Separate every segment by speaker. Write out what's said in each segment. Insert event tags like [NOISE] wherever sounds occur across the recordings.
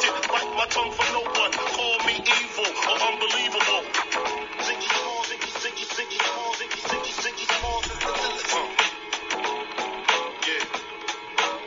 Speaker 1: my tongue for no one. Call me evil or unbelievable. Ziggy small, ziggy, ziggy, ziggy small, ziggy, ziggy, ziggy small, ziggy, ziggy small. Yeah.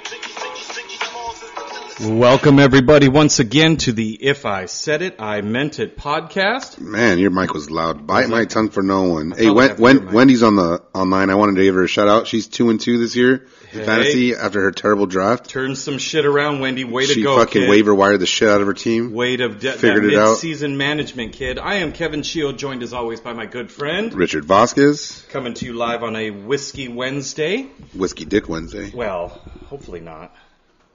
Speaker 1: Ziggy, ziggy, ziggy small, ziggy, ziggy small.
Speaker 2: Welcome, everybody, once again to the If I Said It, I Meant It podcast.
Speaker 3: Man, your mic was loud. Bite my tongue for no one. Hey,
Speaker 2: felt like I
Speaker 3: when,
Speaker 2: put your
Speaker 3: when,
Speaker 2: mic-
Speaker 3: Wendy's on the online. I wanted to give her a shout out. She's two and two this year in fantasy after her terrible draft.
Speaker 2: Turn some shit around, Wendy. Way to
Speaker 3: She
Speaker 2: go.
Speaker 3: fucking
Speaker 2: kid.
Speaker 3: waiver wired the shit out of her team.
Speaker 2: Way to de- that
Speaker 3: Figured it out.
Speaker 2: mid-season management, kid. I am Kevin Shield, joined as always by my good friend,
Speaker 3: Richard Vasquez,
Speaker 2: coming to you live on a Whiskey Wednesday.
Speaker 3: Whiskey Dick Wednesday.
Speaker 2: Well, hopefully not.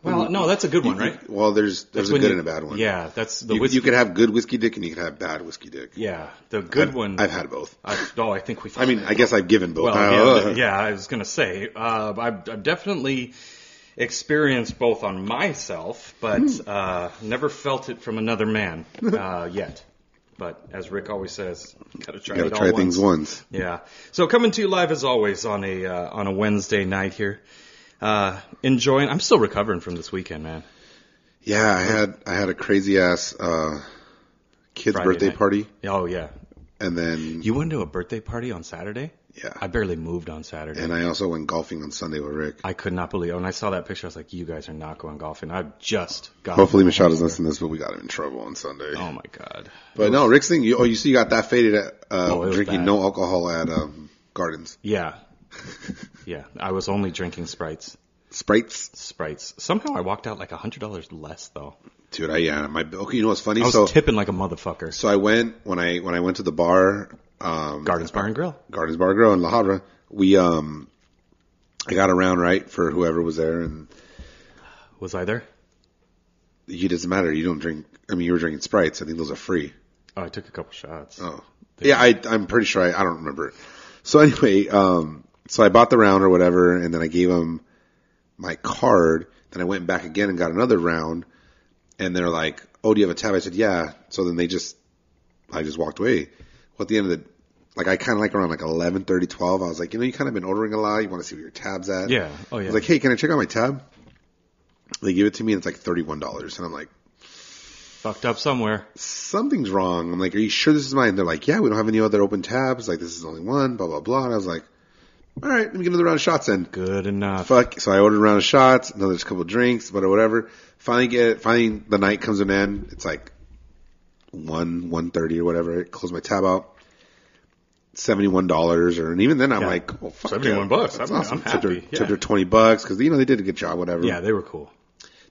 Speaker 2: Well, no, that's a good one, right?
Speaker 3: Well, there's there's a
Speaker 2: when
Speaker 3: good
Speaker 2: you-
Speaker 3: and a bad one.
Speaker 2: Yeah, that's the
Speaker 3: You,
Speaker 2: whiskey.
Speaker 3: you could have good whiskey dick and you could have bad whiskey dick.
Speaker 2: yeah, the good one.
Speaker 3: I've had both.
Speaker 2: I, oh, I think we.
Speaker 3: I mean, I guess I've given both.
Speaker 2: Well,
Speaker 3: Uh,
Speaker 2: yeah, th- yeah, I was gonna say, uh, I've, I've definitely experienced both on myself, but uh, never felt it from another [LAUGHS] man uh, yet. But as Rick always says, gotta try
Speaker 3: Gotta
Speaker 2: it
Speaker 3: try
Speaker 2: all
Speaker 3: things
Speaker 2: once.
Speaker 3: once.
Speaker 2: Yeah. So coming to you live as always on a uh, on a Wednesday night here. Uh, enjoying. I'm still recovering from this weekend, man.
Speaker 3: Yeah, I had I had a crazy ass uh, kid's
Speaker 2: Friday
Speaker 3: birthday
Speaker 2: night.
Speaker 3: party,
Speaker 2: Oh yeah.
Speaker 3: and then
Speaker 2: You went to a birthday party on Saturday?
Speaker 3: yeah,
Speaker 2: I barely moved on Saturday.
Speaker 3: and I also went golfing on Sunday with Rick.
Speaker 2: I could not believe. When I saw that picture, I was like, "You guys are not going golfing." I've just got.
Speaker 3: Hopefully Michelle doesn't listen to this, but we got him in trouble on Sunday.
Speaker 2: Oh my god.
Speaker 3: but no, Rick's thing. You, oh, you see, you got that faded at uh,
Speaker 2: Oh, it was
Speaker 3: drinking
Speaker 2: bad.
Speaker 3: no alcohol at um, Gardens [LAUGHS]
Speaker 2: Yeah. Yeah, I was only drinking sprites.
Speaker 3: Sprites,
Speaker 2: Sprites. Somehow I walked out like a hundred dollars less though.
Speaker 3: dude. I yeah, my bill. Okay, you know what's funny?
Speaker 2: I was
Speaker 3: So
Speaker 2: tipping like a motherfucker.
Speaker 3: so I went when I when I went to the bar, um,
Speaker 2: Gardens Bar and Grill.
Speaker 3: Gardens Bar Grill in La Habra. We um, I got around right for whoever was there, and
Speaker 2: Was I there?
Speaker 3: it doesn't matter. You don't drink. I mean, you were drinking Sprites. I think those are free.
Speaker 2: Oh, I took a couple shots.
Speaker 3: Oh. Yeah, I, I'm pretty sure I, I don't remember. it. So anyway, um, so I bought the round or whatever, and then I gave him my card. Then I went back again and got another round, and they're like, "Oh, do you have a tab?" I said, "Yeah." So then they just, I just walked away. Well, at the end of the, like, I kind of like around like 11, 12. I was like, you know, you kind of been ordering a lot. You want to see where your tab's at.
Speaker 2: Yeah. Oh
Speaker 3: I
Speaker 2: yeah.
Speaker 3: was like, hey, can I check out my tab? They give it to me, and it's like thirty one dollars, and I'm like,
Speaker 2: Fucked up somewhere.
Speaker 3: something's wrong. I'm like, are you sure this is mine? They're like, yeah, we don't have any other open tabs. Like, this is only one, blah, blah, blah. And I was like, all right, let me get another round of shots then.
Speaker 2: Good enough.
Speaker 3: Fuck. So I ordered a round of shots, another just couple of drinks, but whatever. Finally get it. Finally, the night comes to an end. It's like one, one thirty or whatever. I close my tab out. Seventy-one dollars, or and even then I'm
Speaker 2: Yeah.
Speaker 3: like, well, fuck
Speaker 2: $71
Speaker 3: yeah,
Speaker 2: bucks.
Speaker 3: That's
Speaker 2: I'm-
Speaker 3: awesome.
Speaker 2: I'm
Speaker 3: Tipped her-
Speaker 2: happy. Yeah.
Speaker 3: tipped her twenty bucks because you know they did a good job. Whatever
Speaker 2: Yeah, they were cool.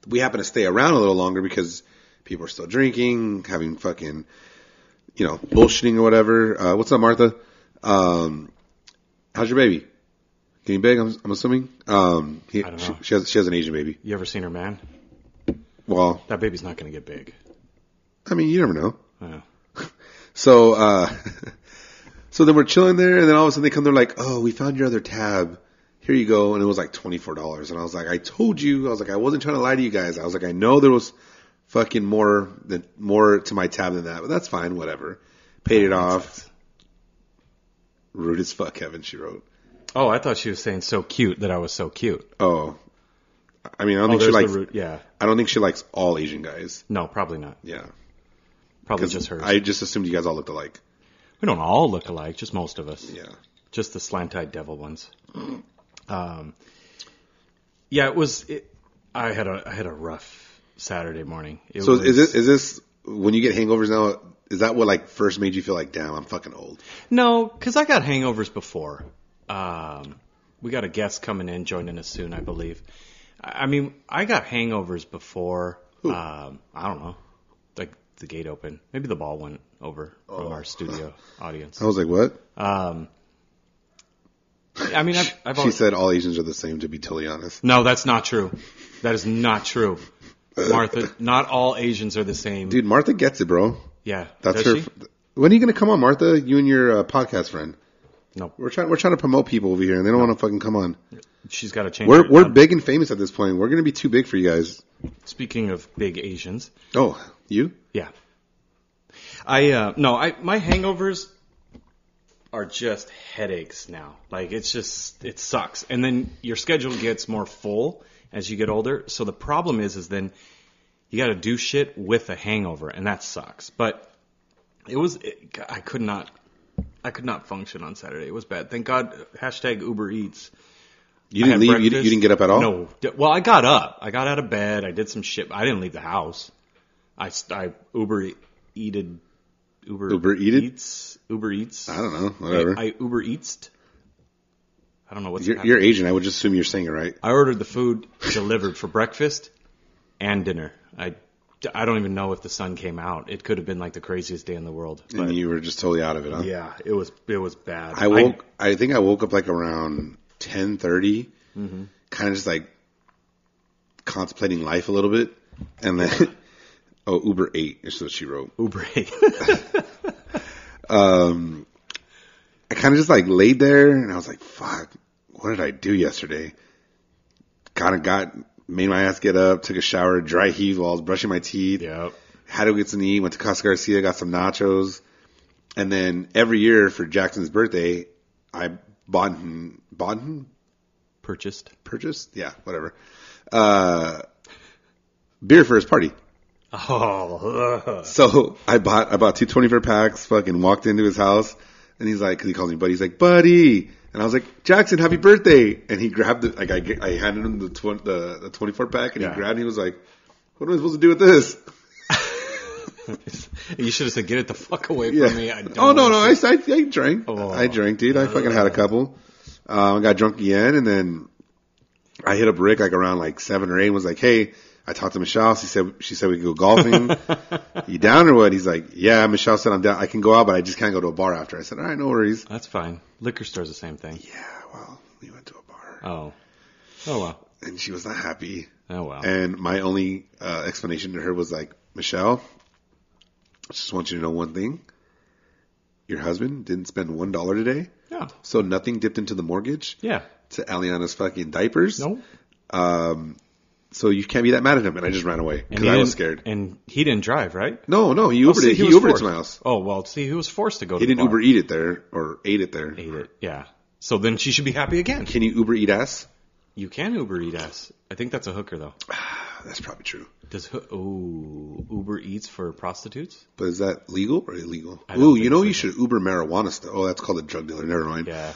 Speaker 3: we happen to stay around a little longer because people are still drinking, having fucking, you know, bullshitting or whatever. Uh, what's up, Martha? Um, how's your baby? Getting big, I'm, I'm assuming. Um, he,
Speaker 2: don't
Speaker 3: she,
Speaker 2: know.
Speaker 3: she has she has an Asian baby.
Speaker 2: You ever seen her man?
Speaker 3: Well,
Speaker 2: That baby's not gonna get big.
Speaker 3: I mean, you never know.
Speaker 2: Oh.
Speaker 3: [LAUGHS] So, uh, [LAUGHS] so then we're chilling there, and then all of a sudden they come. They're like, "Oh, we found your other tab. Here you go." And it was like twenty four dollars. And I was like, "I told you." I was like, "I wasn't trying to lie to you guys." I was like, "I know there was fucking more than more to my tab than that, but that's fine. Whatever." Paid it off. Rude as fuck, Kevin. She wrote.
Speaker 2: Oh, I thought she was saying so cute that I was so cute.
Speaker 3: Oh, I mean, I don't
Speaker 2: Oh,
Speaker 3: think she
Speaker 2: there's
Speaker 3: likes.
Speaker 2: the root. Yeah.
Speaker 3: I don't think she likes all Asian guys.
Speaker 2: No, probably not.
Speaker 3: Yeah,
Speaker 2: Probably
Speaker 3: 'Cause
Speaker 2: just hers.
Speaker 3: I just assumed you guys all looked alike.
Speaker 2: we don't all look alike, just most of us.
Speaker 3: Yeah.
Speaker 2: just the slant-eyed devil ones. Um, yeah, it was. It, I had a I had a rough Saturday morning. It
Speaker 3: So
Speaker 2: was,
Speaker 3: is this, is this when you get hangovers now? Is that what like first made you feel like damn I'm fucking old?
Speaker 2: no? Because I got hangovers before. Um, we got a guest coming in, joining us soon, I believe. I I mean, I got hangovers before. Um, I don't know, like the gate open. Maybe the ball went over
Speaker 3: Oh.
Speaker 2: from our studio audience.
Speaker 3: I was like, what?
Speaker 2: I mean, I've, I've
Speaker 3: She
Speaker 2: always,
Speaker 3: said all Asians are the same. To be totally honest,
Speaker 2: no, that's not true. That is not true. Martha, not all Asians are the same.
Speaker 3: dude, Martha gets it, bro.
Speaker 2: Yeah,
Speaker 3: That's
Speaker 2: does
Speaker 3: her.
Speaker 2: she?
Speaker 3: When are you gonna come on, Martha? You and your uh, podcast friend.
Speaker 2: No.
Speaker 3: we're trying. We're trying to promote people over here, and they don't want to fucking come on.
Speaker 2: She's got to change.
Speaker 3: We're
Speaker 2: her-
Speaker 3: we're
Speaker 2: uh,
Speaker 3: big and famous at this point. We're gonna be too big for you guys.
Speaker 2: speaking of big Asians.
Speaker 3: Oh, you?
Speaker 2: Yeah. I uh, no, I my hangovers are just headaches now. Like it's just it sucks, and then your schedule gets more full as you get older. So the problem is, is then You got to do shit with a hangover, and that sucks. But it was it, I could not I could not function on Saturday. It was bad. Thank God. Hashtag Uber Eats.
Speaker 3: You
Speaker 2: I
Speaker 3: didn't
Speaker 2: had
Speaker 3: leave. You, di-
Speaker 2: breakfast.
Speaker 3: you didn't get up at all.
Speaker 2: No. D- Well, I got up. I got out of bed. I did some shit. but I didn't leave the house. I, s- I Uber E-, eated. Uber
Speaker 3: Uber Eated?
Speaker 2: eats. Uber eats.
Speaker 3: I don't know. Whatever.
Speaker 2: I Uber eats. I don't know what's
Speaker 3: you're,
Speaker 2: happening.
Speaker 3: you're Asian. I would just assume you're saying it right.
Speaker 2: I ordered the food delivered for breakfast and dinner. I, I don't even know if the sun came out. It could have been like the craziest day in the world. But
Speaker 3: and you were just totally out of it, huh?
Speaker 2: yeah, it was it was bad.
Speaker 3: I woke. I, think I woke up like around ten kind of just like contemplating life a little bit, and then [LAUGHS] oh, Uber eight is what she wrote.
Speaker 2: Uber ate.
Speaker 3: I kind of just like laid there, and I was like, "Fuck, what did I do yesterday?" Kind of got made my ass get up, took a shower, dry heave while I was brushing my
Speaker 2: [LAUGHS]
Speaker 3: teeth.
Speaker 2: yep.
Speaker 3: had to get some to eat. Went to Casa Garcia, got some nachos, and then every year for Jackson's birthday, I bought him, bought him, [LAUGHS]
Speaker 2: Purchased.
Speaker 3: purchased, yeah, whatever, uh, beer for his party.
Speaker 2: Oh. ugh.
Speaker 3: So [LAUGHS] I bought I bought two 24 packs. Fucking walked into his house, and he's like, 'cause he calls me buddy. He's like, buddy, and I was like, Jackson, happy birthday. And he grabbed it. Like I, g- I handed him the tw- the, the 24 pack, and
Speaker 2: Yeah.
Speaker 3: he grabbed. it, and He was like, what am I supposed to do with this?
Speaker 2: [LAUGHS] you should have said, "Get it the fuck away from me." I don't
Speaker 3: oh no, no, I,
Speaker 2: want
Speaker 3: I, I drank.
Speaker 2: Oh.
Speaker 3: I drank, dude. I fucking had a couple. Um, I got drunk again, and then I hit up Rick like around like seven or eight. And was like, hey, I talked to Michelle. She said she said we could go
Speaker 2: [LAUGHS]
Speaker 3: golfing. you down or what? He's like, yeah. Michelle said I'm down. I can go out, but I just can't go to a bar after. I said, all right, no worries.
Speaker 2: That's fine. Liquor store's the same thing.
Speaker 3: Yeah, well, we went to a bar,
Speaker 2: Oh. Oh well.
Speaker 3: and she was not happy.
Speaker 2: Oh well.
Speaker 3: And my only uh, explanation to her was like, Michelle, I just want you to know one thing. Your husband didn't spend one dollar today.
Speaker 2: yeah.
Speaker 3: So nothing dipped into the mortgage
Speaker 2: Yeah.
Speaker 3: to Aliana's fucking diapers.
Speaker 2: No.
Speaker 3: So you can't be that mad at him. And I just ran away because
Speaker 2: he
Speaker 3: I was
Speaker 2: didn't-
Speaker 3: scared.
Speaker 2: And he didn't drive, right?
Speaker 3: No, no, he
Speaker 2: Oh,
Speaker 3: Ubered
Speaker 2: see,
Speaker 3: it. He,
Speaker 2: was
Speaker 3: Ubered it
Speaker 2: forced.
Speaker 3: to my house.
Speaker 2: Oh well, see, he was forced to go.
Speaker 3: He
Speaker 2: to the
Speaker 3: didn't
Speaker 2: bar.
Speaker 3: Uber eat it there or ate it there.
Speaker 2: Ate it. Yeah. So then she should be happy again.
Speaker 3: Can you Uber eat ass?
Speaker 2: You can Uber Eat ass. I think that's a hooker though.
Speaker 3: Ah, That's probably true.
Speaker 2: Does hoo- ooh Uber Eats for prostitutes?
Speaker 3: But is that legal or illegal?
Speaker 2: don't
Speaker 3: Ooh, you
Speaker 2: think
Speaker 3: know
Speaker 2: so.
Speaker 3: you should Uber marijuana stuff. Oh, that's called a drug dealer. Never mind. [LAUGHS]
Speaker 2: Yeah.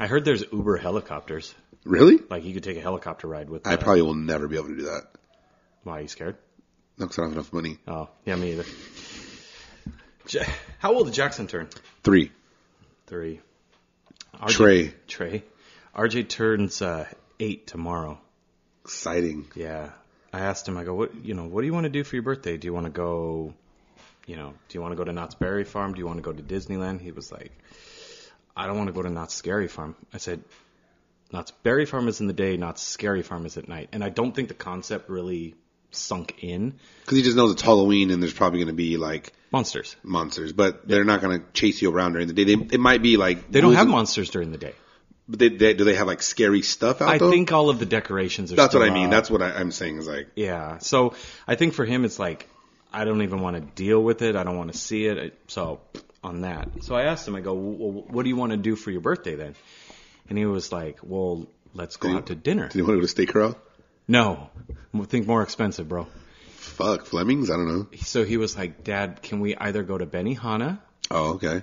Speaker 2: I heard there's Uber helicopters.
Speaker 3: Really?
Speaker 2: Like you could take a helicopter ride with.
Speaker 3: I
Speaker 2: the-
Speaker 3: probably will never be able to do that.
Speaker 2: Why are you scared?
Speaker 3: No, 'cause I don't have enough money.
Speaker 2: Oh yeah, me either. Ja- How old did Jackson turn?
Speaker 3: Three.
Speaker 2: Three.
Speaker 3: Trey.
Speaker 2: Trey. RJ turns uh, eight tomorrow.
Speaker 3: Exciting.
Speaker 2: Yeah. I asked him, I go, what, you know, what do you want to do for your birthday? Do you want to go, you know, do you want to go to Knott's Berry Farm? Do you want to go to Disneyland? He was like, I don't want to go to Knott's Scary Farm. I said, Knott's Berry Farm is in the day, Knott's Scary Farm is at night. And I don't think the concept really sunk in.
Speaker 3: Because he just knows it's Halloween and there's probably going to be like
Speaker 2: Monsters.
Speaker 3: monsters, but they're not going to chase you around during the day. They, it might be like
Speaker 2: They don't
Speaker 3: losing-
Speaker 2: have monsters during the day.
Speaker 3: But they, they, do they have like scary stuff out?
Speaker 2: I
Speaker 3: though?
Speaker 2: think all of the decorations are
Speaker 3: that's what
Speaker 2: still
Speaker 3: I mean.
Speaker 2: up.
Speaker 3: That's what I, I'm saying is like
Speaker 2: Yeah. So I think for him, it's like, I don't even want to deal with it. I don't want to see it. I- So on that. So I asked him, I go, well, what do you want to do for your birthday then? And he was like, well, let's go
Speaker 3: Did he-
Speaker 2: out to dinner.
Speaker 3: do you want to go to Steak Corral?
Speaker 2: No, think more expensive, bro.
Speaker 3: Fuck Fleming's. I don't know.
Speaker 2: So he was like, dad, can we either go to Benihana
Speaker 3: Oh okay.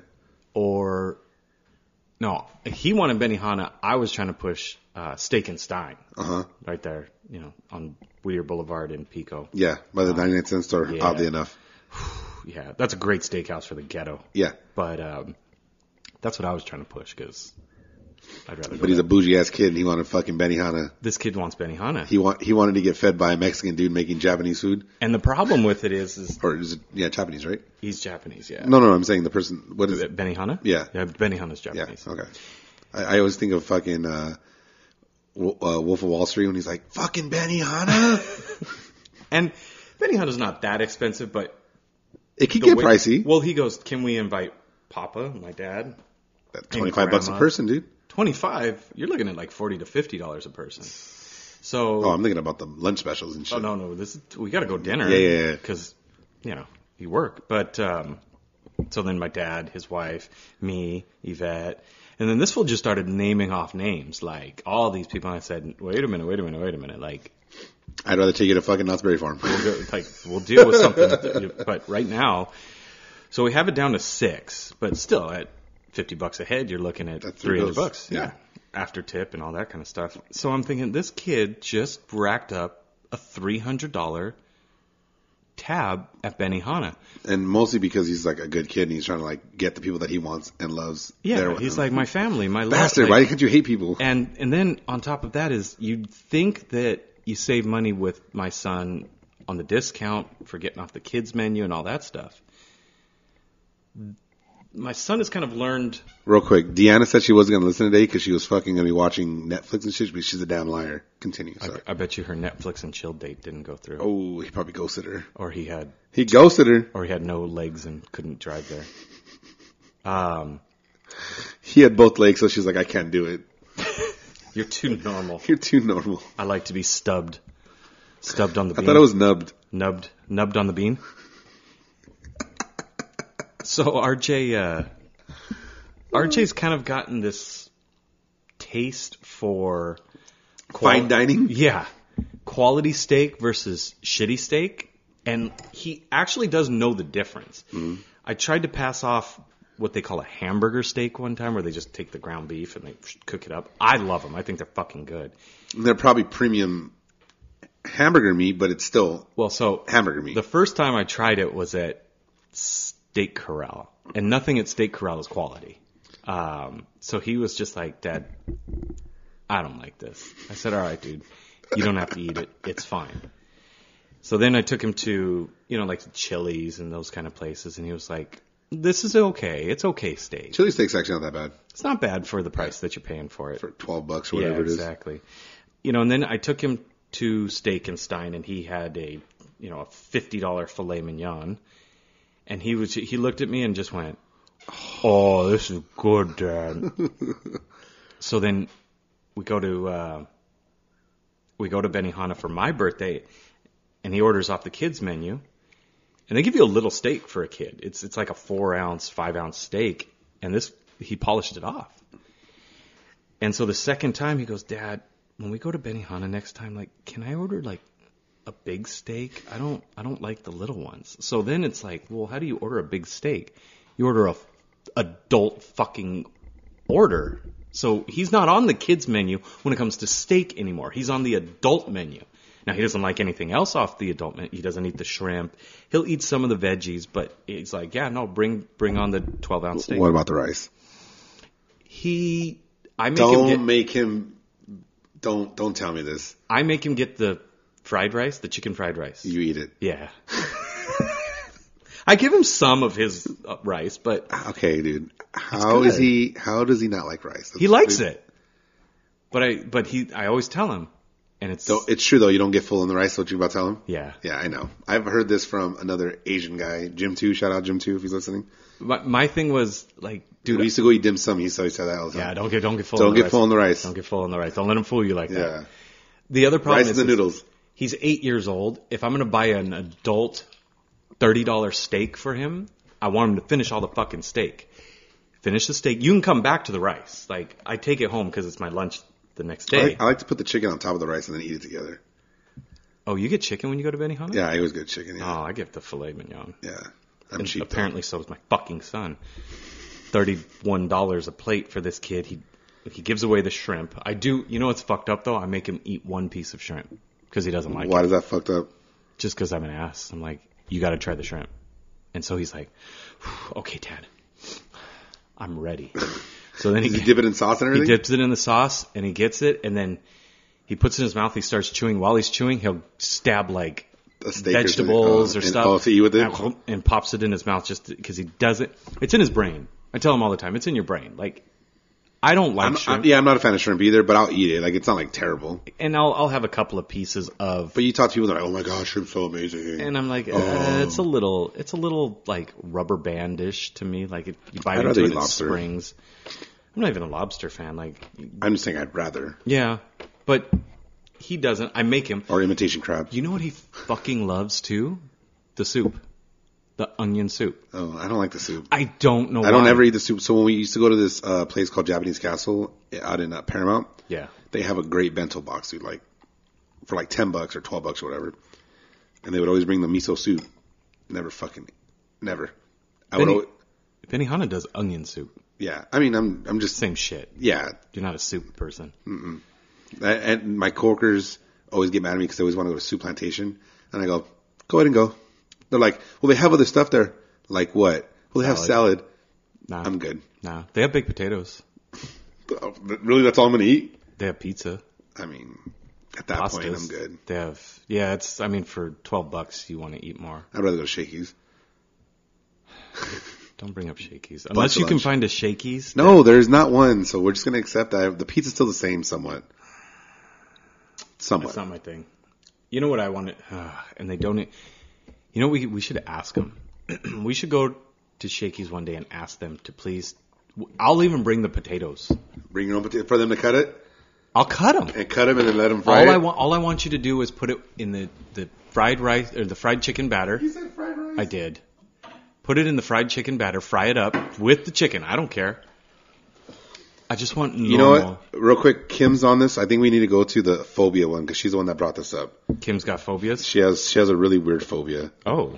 Speaker 2: or no, he wanted Benihana. I was trying to push, uh, Steak and Stein
Speaker 3: Uh huh.
Speaker 2: right there, you know, on Weir Boulevard in Pico.
Speaker 3: Yeah. By the 99 cent store.
Speaker 2: yeah.
Speaker 3: Oddly enough.
Speaker 2: Yeah. That's a great steakhouse for the ghetto.
Speaker 3: Yeah.
Speaker 2: But um, that's what I was trying to push because I'd rather.
Speaker 3: But he's a bougie ass kid and he wanted fucking Benihana.
Speaker 2: this kid wants Benihana,
Speaker 3: He want he wanted to get fed by a Mexican dude making Japanese food
Speaker 2: and the problem with it is, is
Speaker 3: or is it yeah Japanese right?
Speaker 2: he's Japanese. Yeah. Uh,
Speaker 3: No no I'm saying the person what is it?
Speaker 2: Benihana.
Speaker 3: Yeah.
Speaker 2: Yeah. Benihana's
Speaker 3: Yeah.
Speaker 2: Japanese.
Speaker 3: Okay. I, I always think of fucking uh, Wo- uh, Wolf of Wall Street when he's like
Speaker 2: [LAUGHS]
Speaker 3: fucking Benihana.
Speaker 2: And Benihana's not that expensive, but
Speaker 3: it can
Speaker 2: the
Speaker 3: get
Speaker 2: way-
Speaker 3: pricey.
Speaker 2: Well, he goes, "Can we invite Papa, my dad?"
Speaker 3: Twenty five bucks a
Speaker 2: grandma.
Speaker 3: person, dude.
Speaker 2: Twenty-five. You're looking at like forty to fifty dollars a person. So.
Speaker 3: Oh, I'm thinking about the lunch specials and shit.
Speaker 2: Oh no no this is, we got to go dinner.
Speaker 3: Yeah, yeah, yeah.
Speaker 2: Because you know you work, but um, so then my dad, his wife, me, Yvette, and then this fool just started naming off names like all these people. And I said, wait a minute, wait a minute, wait a minute. Like
Speaker 3: I'd rather take you to fucking Knott's Berry Farm.
Speaker 2: Go- [LAUGHS] like we'll deal with something. but right now, so we have it down to six, but still at fifty bucks a head, you're looking at
Speaker 3: That's
Speaker 2: three hundred
Speaker 3: ridiculous.
Speaker 2: bucks.
Speaker 3: Yeah.
Speaker 2: after tip and all that kind of stuff. So I'm thinking this kid just racked up a three hundred dollar tab at Benihana.
Speaker 3: and mostly because he's like a good kid and he's trying to like get the people that he wants and loves.
Speaker 2: Yeah,
Speaker 3: there with
Speaker 2: he's
Speaker 3: him.
Speaker 2: like my family, my love,"
Speaker 3: bastard.
Speaker 2: like-
Speaker 3: why can't you hate people?
Speaker 2: And and then on top of that is you'd think that you save money with my son on the discount for getting off the kids menu and all that stuff. My son has kind of learned
Speaker 3: Real quick, Deanna said she wasn't gonna listen today because she was fucking gonna be watching Netflix and shit. But she's a damn liar. Continue. Sorry.
Speaker 2: I bet you her Netflix and chill date didn't go through.
Speaker 3: Oh, he probably ghosted her.
Speaker 2: Or he had
Speaker 3: He ghosted her.
Speaker 2: or he had no legs and couldn't drive there.
Speaker 3: He had both legs, so she's like, I can't do it. [LAUGHS]
Speaker 2: You're too normal.
Speaker 3: You're too normal.
Speaker 2: I like to be stubbed. Stubbed on the
Speaker 3: I
Speaker 2: bean.
Speaker 3: thought it was nubbed.
Speaker 2: nubbed nubbed on the bean. So RJ uh RJ's kind of gotten this taste for quali-
Speaker 3: Fine dining.
Speaker 2: Yeah. Quality steak versus shitty steak and he actually does know the difference.
Speaker 3: Mm-hmm.
Speaker 2: I tried to pass off what they call a hamburger steak one time where they just take the ground beef and they cook it up. I love them. I think they're fucking good.
Speaker 3: They're probably premium hamburger meat, but it's still
Speaker 2: Well, so
Speaker 3: hamburger meat.
Speaker 2: The first time I tried it was at Steak Corral, and nothing at Steak Corral is quality. Um, so he was just like, "Dad, I don't like this." I said, "All right, dude, you don't have to eat it. It's fine." So then I took him to you know like Chili's and those kind of places, and he was like, "This is okay. It's okay steak.
Speaker 3: Chili steak's actually not that bad
Speaker 2: It's not bad for the price that you're paying for it."
Speaker 3: for twelve bucks or whatever
Speaker 2: yeah,
Speaker 3: it is.
Speaker 2: exactly. You know, and then I took him to Steak and Stein, and he had a you know a fifty dollar filet mignon, and he was he looked at me and just went, "Oh, this is good, Dad."
Speaker 3: [LAUGHS]
Speaker 2: so then we go to uh, we go to Benihana for my birthday, and he orders off the kids menu, and they give you a little steak for a kid. It's it's like a four ounce, five ounce steak, and this he polished it off. And so the second time he goes, Dad, when we go to Benihana next time, like, can I order like a big steak? I don't, I don't like the little ones. So then it's like, well, how do you order a big steak? You order a f- adult fucking order. So he's not on the kids menu when it comes to steak anymore. He's on the adult menu. Now he doesn't like anything else off the adult menu. He doesn't eat the shrimp. He'll eat some of the veggies, but it's like, yeah, no, bring bring on the twelve ounce steak.
Speaker 3: What about the rice?
Speaker 2: He, I make him
Speaker 3: Don't
Speaker 2: get,
Speaker 3: make him. Don't don't tell me this.
Speaker 2: I make him get the fried rice, the chicken fried rice.
Speaker 3: You eat it.
Speaker 2: Yeah. [LAUGHS] I give him some of his uh, rice, but
Speaker 3: Okay, dude. How is
Speaker 2: good.
Speaker 3: he? How does he not like rice?
Speaker 2: he likes it. But I, but he, I always tell him, and it's
Speaker 3: So it's true though. You don't get full on the rice. What you about to tell him?
Speaker 2: yeah.
Speaker 3: Yeah, I know. I've heard this from another Asian guy, Jim Two. Shout out Jim Two if he's listening.
Speaker 2: My, my thing was like,
Speaker 3: Dude, we used to go eat dim sum. He always said that all the
Speaker 2: yeah,
Speaker 3: time.
Speaker 2: don't get, don't get full.
Speaker 3: don't
Speaker 2: on the
Speaker 3: get
Speaker 2: rice.
Speaker 3: full on the rice.
Speaker 2: Don't get full on the rice. Don't let him fool you like that.
Speaker 3: Yeah,
Speaker 2: The other problem
Speaker 3: rice
Speaker 2: is
Speaker 3: and the noodles.
Speaker 2: he's eight years old. If I'm gonna buy an adult thirty dollar steak for him, I want him to finish all the fucking steak. Finish the steak. You can come back to the rice. Like I take it home because it's my lunch the next
Speaker 3: I
Speaker 2: day.
Speaker 3: like, I like to put the chicken on top of the rice and then eat it together.
Speaker 2: oh, you get chicken when you go to Benihana?
Speaker 3: Yeah, I always get chicken. Yeah,
Speaker 2: Oh, I get the filet mignon.
Speaker 3: yeah. I'm
Speaker 2: And
Speaker 3: cheap. though.
Speaker 2: apparently, so is my fucking son. Thirty-one dollars a plate for this kid. He he gives away the shrimp. I do. You know what's fucked up though? I make him eat one piece of shrimp because he doesn't like it.
Speaker 3: Why does that fucked up?
Speaker 2: just because I'm an ass. I'm like, you got to try the shrimp. And so he's like, "Whew, okay, Dad, I'm ready. So then he,
Speaker 3: Does he dip it in sauce and
Speaker 2: he
Speaker 3: everything?
Speaker 2: dips it in the sauce and he gets it, and then he puts it in his mouth. He starts chewing. While he's chewing, he'll stab like
Speaker 3: A steak or something.
Speaker 2: vegetables
Speaker 3: Oh,
Speaker 2: or
Speaker 3: and-
Speaker 2: stuff.
Speaker 3: Oh, to eat with it.
Speaker 2: And, and pops it in his mouth just because he does it. It's in his brain. I tell him all the time, it's in your brain. Like, I don't like
Speaker 3: I'm-
Speaker 2: shrimp,
Speaker 3: I'm- yeah, I'm not a fan of shrimp either, but I'll eat it. Like it's not like terrible.
Speaker 2: and I'll I'll have a couple of pieces of
Speaker 3: But you talk to people that are like, oh my gosh, shrimp's so amazing.
Speaker 2: And I'm like, uh, it's a
Speaker 3: Oh.
Speaker 2: little, it's a little like rubber bandish to me. Like it, you bite
Speaker 3: rather
Speaker 2: into
Speaker 3: eat
Speaker 2: it, it
Speaker 3: lobster.
Speaker 2: springs. I'm not even a lobster fan. Like,
Speaker 3: I'm just saying I'd rather
Speaker 2: yeah, but he doesn't. I make him.
Speaker 3: or imitation crab.
Speaker 2: You know what he fucking loves too? The soup, the onion soup.
Speaker 3: oh, I don't like the soup.
Speaker 2: I don't know.
Speaker 3: I don't
Speaker 2: why.
Speaker 3: ever eat the soup. So when we used to go to this uh, place called Japanese Castle out in uh, Paramount,
Speaker 2: Yeah.
Speaker 3: they have a great bento box, dude. Like for like ten bucks or twelve bucks or whatever, and they would always bring the miso soup. Never fucking, never. I would.
Speaker 2: Benny-
Speaker 3: Always,
Speaker 2: Benihana does onion soup.
Speaker 3: yeah, I mean, I'm I'm just
Speaker 2: Same shit.
Speaker 3: yeah.
Speaker 2: You're not a soup person.
Speaker 3: I, and my coworkers always get mad at me because they always want to go to soup plantation, and I go, go ahead and go. They're like, well, they have other stuff there. Like what? Well, they have
Speaker 2: Salad.
Speaker 3: salad.
Speaker 2: Nah,
Speaker 3: I'm good.
Speaker 2: nah. They have baked potatoes.
Speaker 3: Oh, th- Really, that's all I'm gonna eat.
Speaker 2: They have pizza.
Speaker 3: I mean, at that point,
Speaker 2: pastas.
Speaker 3: I'm good.
Speaker 2: They have yeah. It's I mean for twelve bucks you want to eat more.
Speaker 3: I'd rather go to Shakey's.
Speaker 2: Don't bring up Shakey's unless
Speaker 3: of
Speaker 2: you can
Speaker 3: lunch.
Speaker 2: find a Shakey's.
Speaker 3: No, there's not one, so we're just gonna accept that the pizza's still the same, somewhat. Somewhat.
Speaker 2: That's not my thing. You know what I want to, [SIGHS] uh, and they don't. e- You know we we should ask them. [CLEARS THROAT] we should go to Shakey's one day and ask them to please. I'll even bring the potatoes.
Speaker 3: Bring your own potato for them to cut it
Speaker 2: I'll cut them.
Speaker 3: and cut them and then let them fry
Speaker 2: All
Speaker 3: it.
Speaker 2: I want all I want you to do is put it in the the fried rice or the fried chicken batter.
Speaker 3: You said fried rice.
Speaker 2: I did. Put it in the fried chicken batter, fry it up with the chicken. I don't care. I just want normal.
Speaker 3: You know what? Real quick, Kim's on this. I think we need to go to the phobia one because she's the one that brought this up.
Speaker 2: Kim's got phobias.
Speaker 3: She has she has a really weird phobia.
Speaker 2: Oh,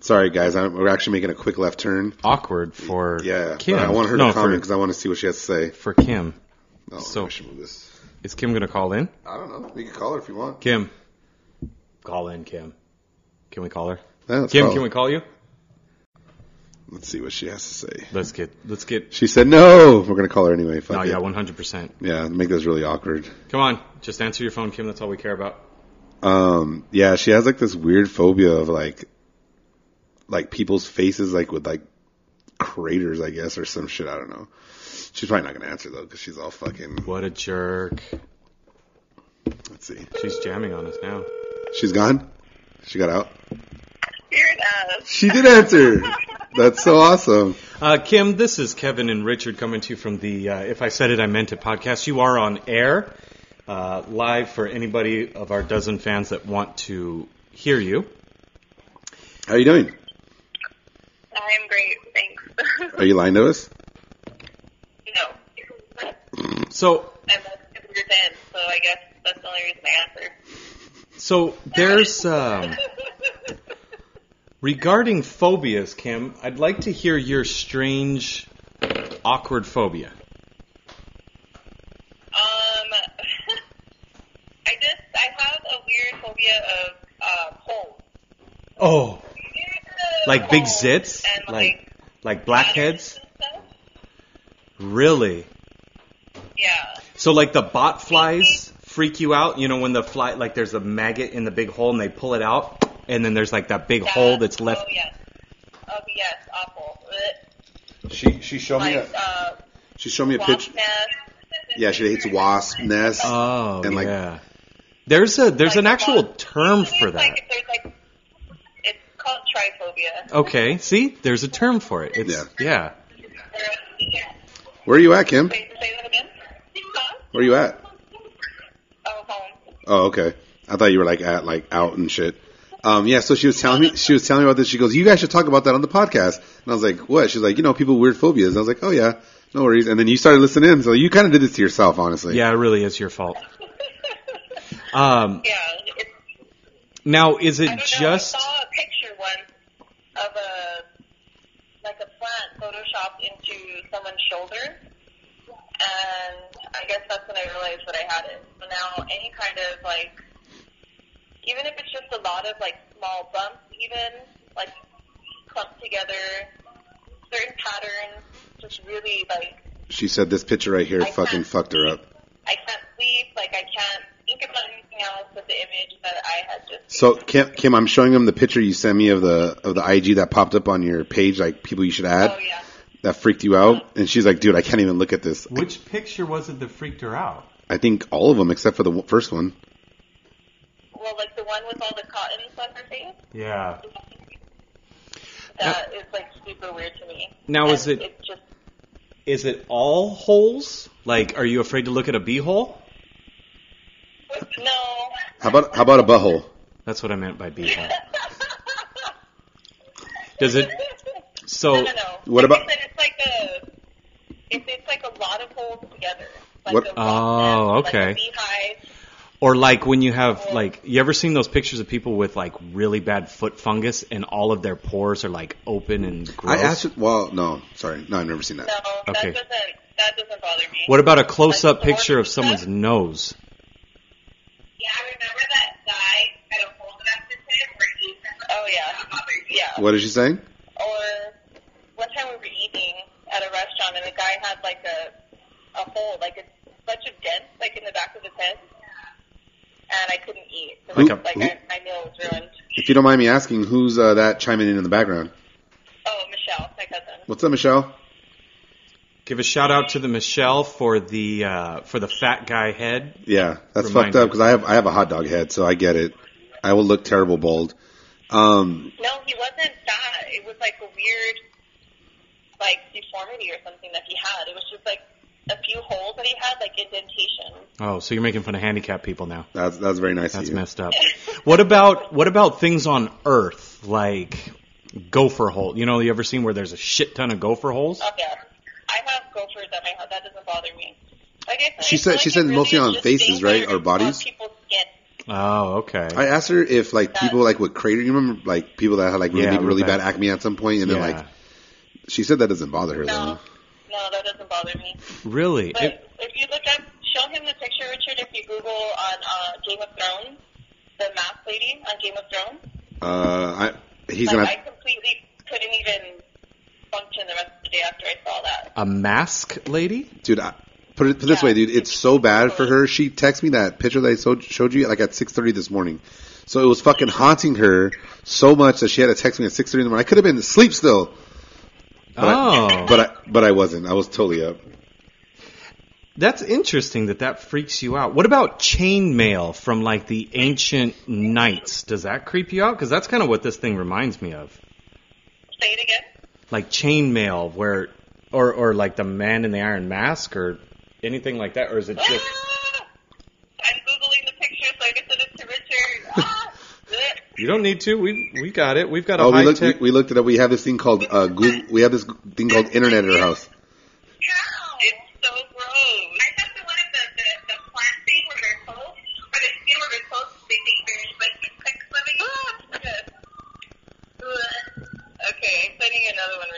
Speaker 3: Sorry guys, I'm, we're actually making a quick left turn.
Speaker 2: awkward for
Speaker 3: Yeah,
Speaker 2: Kim.
Speaker 3: but I want her
Speaker 2: no,
Speaker 3: to comment because
Speaker 2: for,
Speaker 3: I want to see what she has to say.
Speaker 2: for Kim.
Speaker 3: Oh,
Speaker 2: So-
Speaker 3: I should move this.
Speaker 2: Is Kim gonna call in?
Speaker 3: I don't know. We can call her if you want.
Speaker 2: Kim, call in, Kim. Can we call her?
Speaker 3: Yeah, let's
Speaker 2: Kim,
Speaker 3: call
Speaker 2: can
Speaker 3: her.
Speaker 2: we call you?
Speaker 3: Let's see what she has to say.
Speaker 2: Let's get let's get.
Speaker 3: She said no. We're gonna call her anyway. Fuck
Speaker 2: Oh
Speaker 3: it.
Speaker 2: yeah, one hundred percent.
Speaker 3: Yeah, make this really awkward.
Speaker 2: Come on, just answer your phone, Kim. That's all we care about.
Speaker 3: Um, yeah, she has like this weird phobia of like, like people's faces like with like craters, I guess, or some shit. I don't know. She's probably not gonna answer though because she's all fucking.
Speaker 2: What a jerk.
Speaker 3: Let's see.
Speaker 2: She's jamming on us now.
Speaker 3: She's gone. She got out.
Speaker 1: You're enough.
Speaker 3: She did answer. That's so awesome.
Speaker 2: Uh, Kim, this is Kevin and Richard coming to you from the uh, If I Said It, I Meant It podcast. You are on air, uh, live for anybody of our dozen fans that want to hear you.
Speaker 3: How you doing?
Speaker 1: I am great, thanks. [LAUGHS]
Speaker 3: Are you lying to us?
Speaker 1: no. [LAUGHS]
Speaker 2: So,
Speaker 1: I'm a computer fan, so I guess that's the only reason I answered.
Speaker 2: so there's um, regarding phobias, Kim. I'd like to hear your strange, awkward phobia.
Speaker 1: [LAUGHS] Um, [LAUGHS] I just, I have a weird phobia of uh, holes.
Speaker 2: Oh, like big
Speaker 1: Holes
Speaker 2: zits,
Speaker 1: Oh, And,
Speaker 2: like like
Speaker 1: patterns
Speaker 2: blackheads.
Speaker 1: and stuff.
Speaker 2: Really?
Speaker 1: Yeah.
Speaker 2: So like the bot flies freak you out, you know, when the fly like there's a maggot in the big hole and they pull it out and then there's like that big
Speaker 1: That-
Speaker 2: hole that's left.
Speaker 1: Oh, yes. Oh, yes, awful. Blech.
Speaker 3: She she showed
Speaker 1: Like, uh,
Speaker 3: she showed me a
Speaker 1: wasp
Speaker 3: picture.
Speaker 1: nest.
Speaker 3: Yeah, she hates wasp nests.
Speaker 2: Oh
Speaker 3: And, like-
Speaker 2: yeah. There's a there's
Speaker 1: Like
Speaker 2: an actual
Speaker 1: wasp-
Speaker 2: term
Speaker 1: It's
Speaker 2: for
Speaker 1: Like,
Speaker 2: that.
Speaker 1: if there's like, it's called triphobia.
Speaker 2: Okay, see? There's a term for it. It's yeah.
Speaker 1: Yeah.
Speaker 3: Where are you at, Kim?
Speaker 1: Wait, say that again? Huh?
Speaker 3: Where are you at?
Speaker 1: Oh, home.
Speaker 3: Oh, okay. I thought you were like at like out and shit. Um, yeah. So she was telling me she was telling me about this. She goes, "You guys should talk about that on the podcast." And I was like, "What?" She's like, "You know, people with weird phobias." And I was like, "Oh yeah, no worries." And then you started listening in, so you kind of did this to yourself, honestly.
Speaker 2: Yeah, it really is your fault. Um
Speaker 1: Yeah. It's,
Speaker 2: now is
Speaker 1: I
Speaker 2: it
Speaker 1: don't know. I
Speaker 2: just
Speaker 1: saw a picture once of a like a plant photoshopped into someone's shoulder, and I guess that's when I realized that I had it. So now any kind of like, even if it's just a lot of like small bumps, even like clumped together, certain patterns, just really like
Speaker 3: She said this picture right here
Speaker 1: I
Speaker 3: fucking
Speaker 1: can't
Speaker 3: fucked her up.
Speaker 1: I can't sleep, like I can't think about anything else but the image that I had just.
Speaker 3: So Kim, Kim, I'm showing him the picture you sent me of the of the IG that popped up on your page, like people you should add
Speaker 1: oh yeah.
Speaker 3: that freaked you out. And she's like, "Dude, I can't even look at this."
Speaker 2: which picture was it that freaked her out?
Speaker 3: I think all of them except for the w- first one.
Speaker 1: Well, like the one with all the cottons on her face.
Speaker 2: Yeah.
Speaker 1: That is like super weird to me.
Speaker 2: Now,
Speaker 1: And
Speaker 2: is it-
Speaker 1: It's just
Speaker 2: Is it all holes? Like are you afraid to look at a beehole?
Speaker 1: no.
Speaker 3: How about how about a butthole?
Speaker 2: That's what I meant by
Speaker 1: [LAUGHS]
Speaker 2: beehole. [LAUGHS] Does it? So
Speaker 1: no, no, no.
Speaker 3: What
Speaker 1: I
Speaker 3: about-
Speaker 1: think that it's like a. If it's like a lot of holes together. Like
Speaker 3: What-
Speaker 1: A
Speaker 2: Oh,
Speaker 1: rock nest,
Speaker 2: okay.
Speaker 1: Like a beehive.
Speaker 2: Or like when you have like you ever seen those pictures of people with like really bad foot fungus and all of their pores are like open and gross?
Speaker 3: I actually, well, no, sorry, no, I've never seen that.
Speaker 1: No, that
Speaker 2: Okay.
Speaker 1: doesn't that doesn't bother me.
Speaker 2: what about a close-up
Speaker 1: Like the
Speaker 2: picture of
Speaker 1: orange
Speaker 2: someone's
Speaker 1: stuff?
Speaker 2: nose?
Speaker 1: Yeah, I remember that guy at a hold after him where he Oh yeah. Yeah.
Speaker 3: What is she saying?
Speaker 1: Or one time we were eating at a restaurant and the guy had like a a hole, like a bunch of dents like in the back of his head. And I couldn't eat. So
Speaker 3: Like
Speaker 1: like,
Speaker 3: a-
Speaker 1: like I, my meal was ruined.
Speaker 3: If you don't mind me asking, who's uh, that chiming in in the background?
Speaker 1: Oh, Michelle, my cousin.
Speaker 3: What's up, Michelle?
Speaker 2: Give a shout out to the Michelle for the uh, for the fat guy head.
Speaker 3: Yeah, that's
Speaker 2: Remind
Speaker 3: fucked up
Speaker 2: me.
Speaker 3: because I have I have a hot dog head, so I get it. I will look terrible bald. Um,
Speaker 1: No, he wasn't fat. It was like a weird, like deformity or something that he had. It was just like a few holes that he had, like indentations.
Speaker 2: Oh, so you're making fun of handicapped people now.
Speaker 3: that's that's very nice
Speaker 2: That's
Speaker 3: of you.
Speaker 2: messed up. What about what about things on Earth like gopher hole? You know, you ever seen where there's a shit ton of gopher holes?
Speaker 1: Oh yeah, I have gophers at my house. That doesn't bother me. Like I said,
Speaker 3: She
Speaker 1: I feel
Speaker 3: said-
Speaker 1: like
Speaker 3: she
Speaker 1: it
Speaker 3: said
Speaker 1: really
Speaker 3: mostly
Speaker 1: is
Speaker 3: on
Speaker 1: just
Speaker 3: faces,
Speaker 1: things
Speaker 3: right,
Speaker 1: that
Speaker 3: or
Speaker 1: are
Speaker 3: bodies?
Speaker 1: On people's skin.
Speaker 2: Oh, okay.
Speaker 3: I asked her if like
Speaker 1: Yeah.
Speaker 3: people like with crater. You remember like people that had like really
Speaker 2: Yeah,
Speaker 3: really
Speaker 2: real
Speaker 3: bad.
Speaker 2: bad.
Speaker 3: acne at some point, and
Speaker 2: yeah.
Speaker 3: then like she said that doesn't bother her
Speaker 1: No,
Speaker 3: though.
Speaker 1: no, that doesn't bother me.
Speaker 2: really?
Speaker 1: But
Speaker 2: It-
Speaker 1: if you look up, show him the picture, Richard. If you Google on uh, Game of Thrones, the mask lady on Game of Thrones.
Speaker 3: Uh, I he's
Speaker 1: like,
Speaker 3: gonna.
Speaker 1: I completely couldn't even function the rest of the day after I saw that.
Speaker 2: a mask lady?
Speaker 3: dude. I, put it put it this
Speaker 1: Yeah.
Speaker 3: way, dude. It's so bad for her. She texted me that picture that I so, showed you like at six thirty this morning. So it was fucking haunting her so much that she had to text me at six thirty in the morning. I could have been asleep still, But
Speaker 2: oh.
Speaker 3: but I but I wasn't. I was totally up.
Speaker 2: That's interesting that that freaks you out. What about chainmail from like the ancient knights? Does that creep you out? Cuz that's kind of what this thing reminds me of.
Speaker 1: Say it again.
Speaker 2: like chainmail where or or like the man in the iron mask or anything like that or is it just
Speaker 1: Ah! I'm googling the picture so I can send it to Richard.
Speaker 3: [LAUGHS]
Speaker 1: Ah! Blech.
Speaker 2: you don't need to we we got it we've got a
Speaker 3: Oh, we
Speaker 2: high
Speaker 3: looked we,
Speaker 2: tech
Speaker 3: we looked it up. We have this thing called uh Google, we have this thing called internet at our house.
Speaker 1: it's so gross. I thought the one of the the, the plant thing where they're close, or the skin where they're close, they think they're like quick living. Okay, I'm sending you another one,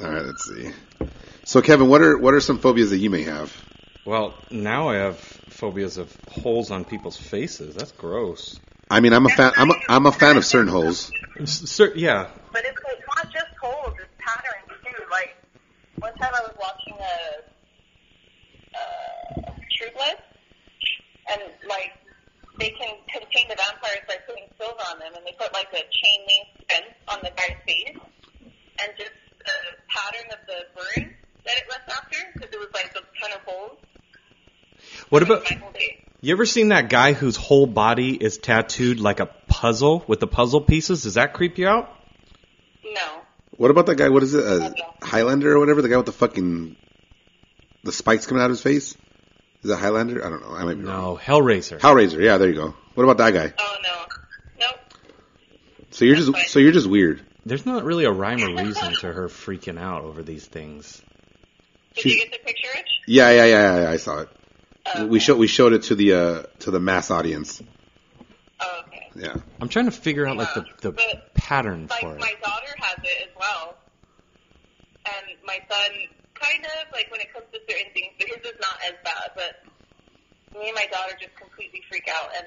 Speaker 1: Richard.
Speaker 3: All right, let's see. So Kevin, what are what are some phobias that you may have?
Speaker 2: well now I have phobias of holes on people's faces that's gross
Speaker 3: I mean, I'm a fan. I'm a, I'm a fan of certain holes.
Speaker 2: S- sir, yeah
Speaker 1: But it's like not just holes, it's patterns too. Like one time I was watching a uh, True Blood, and like they can contain the vampires by putting silver on them, and they put like a chain link fence on the guy's face, and just the pattern of the burn that it left after, because it was like those kind of holes.
Speaker 2: what about
Speaker 1: My whole face.
Speaker 2: you ever seen that guy whose whole body is tattooed like a puzzle with the puzzle pieces does that creep you out
Speaker 1: No.
Speaker 3: What about that guy? What is it? Uh, Highlander or whatever? The guy with the fucking the spikes coming out of his face? Is it Highlander? I don't know. I might be wrong.
Speaker 2: no Hellraiser
Speaker 3: Hellraiser. Yeah, there you go. What about that guy?
Speaker 1: Oh no. Nope.
Speaker 3: So you're just so you're just weird.
Speaker 2: there's not really a rhyme or reason to her freaking out over these things
Speaker 1: Did
Speaker 3: She's-
Speaker 1: you get the picture, Rich?
Speaker 3: Yeah, yeah, yeah, yeah. yeah I saw it.
Speaker 1: Oh,
Speaker 3: We showed we showed it to the uh, to the mass audience.
Speaker 1: oh, okay.
Speaker 3: Yeah.
Speaker 2: I'm trying to figure out like the the
Speaker 1: But,
Speaker 2: pattern
Speaker 1: like
Speaker 2: for it
Speaker 1: my daughter has it as well, and my son kind of like when it comes to certain things, but his is not as bad. But me and my daughter just completely freak out, and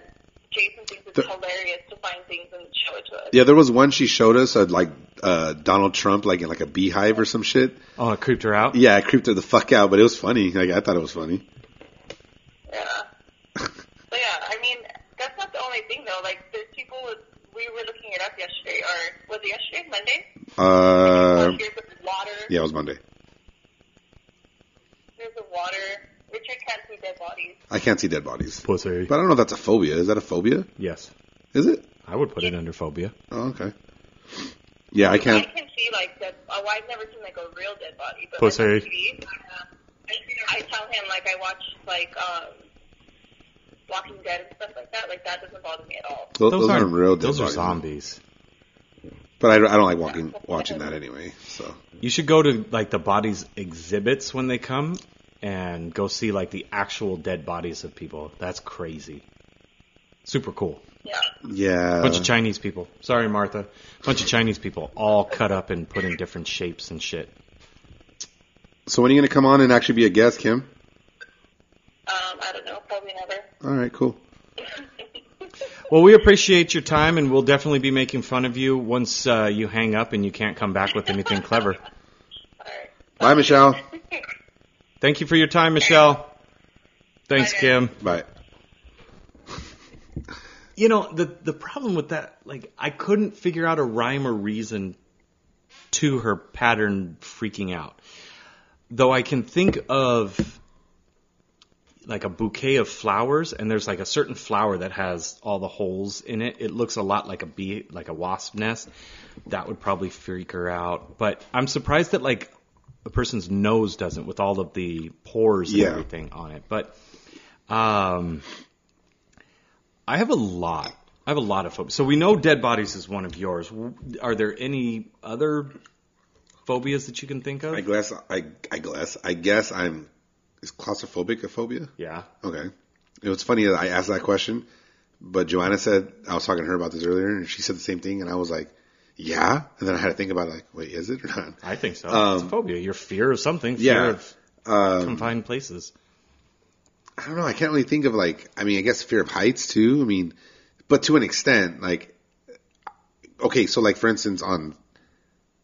Speaker 1: Jason thinks it's
Speaker 3: The-
Speaker 1: hilarious to find things and show it to us.
Speaker 3: Yeah, there was one she showed us, uh, like uh, Donald Trump, like in like a beehive or some shit.
Speaker 2: Oh, it creeped her out.
Speaker 3: Yeah, it creeped her the fuck out, but it was funny. Like I thought it was funny.
Speaker 1: Yeah. But yeah, I mean that's not the only thing though. Like there's people with we were looking it up yesterday, or was it yesterday, Monday?
Speaker 3: Uh,
Speaker 1: Last year, but water.
Speaker 3: yeah, it was Monday.
Speaker 1: There's the water. Richard can't see dead bodies.
Speaker 3: I can't see dead bodies,
Speaker 2: Pussy.
Speaker 3: but I don't know if that's a phobia. Is that a phobia?
Speaker 2: Yes,
Speaker 3: Is it?
Speaker 2: I would put it under phobia.
Speaker 3: Oh, okay. Yeah, I
Speaker 1: I
Speaker 3: can't.
Speaker 1: can see like that. Oh, I've never seen like a real dead body, but
Speaker 2: Pussy.
Speaker 1: like, on TV, uh, I tell him like I watch like um, Walking Dead and stuff like that. Like that doesn't bother me at all.
Speaker 3: Those, those aren't, real. dead
Speaker 2: Those are
Speaker 3: bodies.
Speaker 2: zombies.
Speaker 3: But I, don't- I don't like walking, watching that anyway. So
Speaker 2: You should go to like the bodies exhibits when they come, and go see like the actual dead bodies of people. That's crazy. Super cool.
Speaker 1: Yeah.
Speaker 3: Yeah.
Speaker 2: Bunch of Chinese people. Sorry, Martha. Bunch of Chinese people, all cut up and put in different shapes and shit.
Speaker 3: so when are you going to come on and actually be a guest, Kim?
Speaker 1: Um, I don't know. Probably never.
Speaker 3: All right, cool.
Speaker 2: Well, we appreciate your time, and we'll definitely be making fun of you once uh, you hang up and you can't come back with anything clever.
Speaker 1: All right.
Speaker 3: Bye, Michelle.
Speaker 2: Thank you for your time, Michelle. Thanks,
Speaker 1: Bye, guys.
Speaker 2: Kim.
Speaker 3: Bye.
Speaker 2: You know the the problem with that, like I couldn't figure out a rhyme or reason to her pattern freaking out. Though I can think of like a bouquet of flowers, and there's like a certain flower that has all the holes in it. It looks a lot like a bee, like a wasp nest. That would probably freak her out. But I'm surprised that like a person's nose doesn't, with all of the pores and
Speaker 3: Yeah.
Speaker 2: everything on it. But um, I have a lot. I have a lot of phobias. So we know dead bodies is one of yours. W- Are there any other phobias that you can think of?
Speaker 3: I guess I, I guess I guess I'm is claustrophobic a phobia?
Speaker 2: yeah.
Speaker 3: Okay. It was funny that I asked that question, but Joanna said I was talking to her about this earlier, and she said the same thing, and I was like, "Yeah," and then I had to think about it, like, "Wait, is it or not?"
Speaker 2: I think so.
Speaker 3: Um,
Speaker 2: it's a phobia. Your fear of something. Fear
Speaker 3: Yeah.
Speaker 2: of
Speaker 3: Um,
Speaker 2: confined places.
Speaker 3: I don't know. I can't really think of like. I mean, I guess fear of heights too. I mean, but to an extent, like, okay, so like for instance, on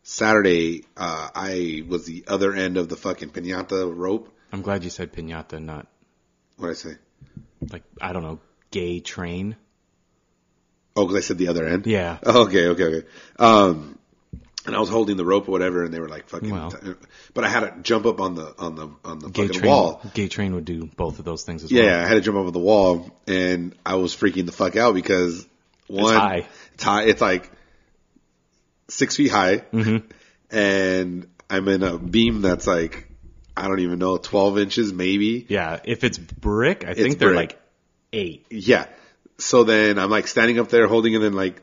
Speaker 3: Saturday, uh, I was the other end of the fucking pinata rope.
Speaker 2: I'm glad you said pinata, not
Speaker 3: What did I say?
Speaker 2: like I don't know, gay train.
Speaker 3: Oh, because I said the other end. Oh,
Speaker 2: Yeah.
Speaker 3: Okay, okay, okay. Um, and I was holding the rope or whatever, and they were like fucking.
Speaker 2: Well.
Speaker 3: but I had to jump up on the on the on the
Speaker 2: Gay
Speaker 3: fucking
Speaker 2: train.
Speaker 3: wall.
Speaker 2: Gay train would do both of those things as well.
Speaker 3: Yeah, I had to jump over the wall, and I was freaking the fuck out because one,
Speaker 2: high.
Speaker 3: it's high. It's like six feet high, and I'm in a beam that's like I don't even know, twelve inches maybe.
Speaker 2: Yeah. If it's brick, I think they're
Speaker 3: brick.
Speaker 2: like eight.
Speaker 3: Yeah. So then I'm like standing up there holding it and like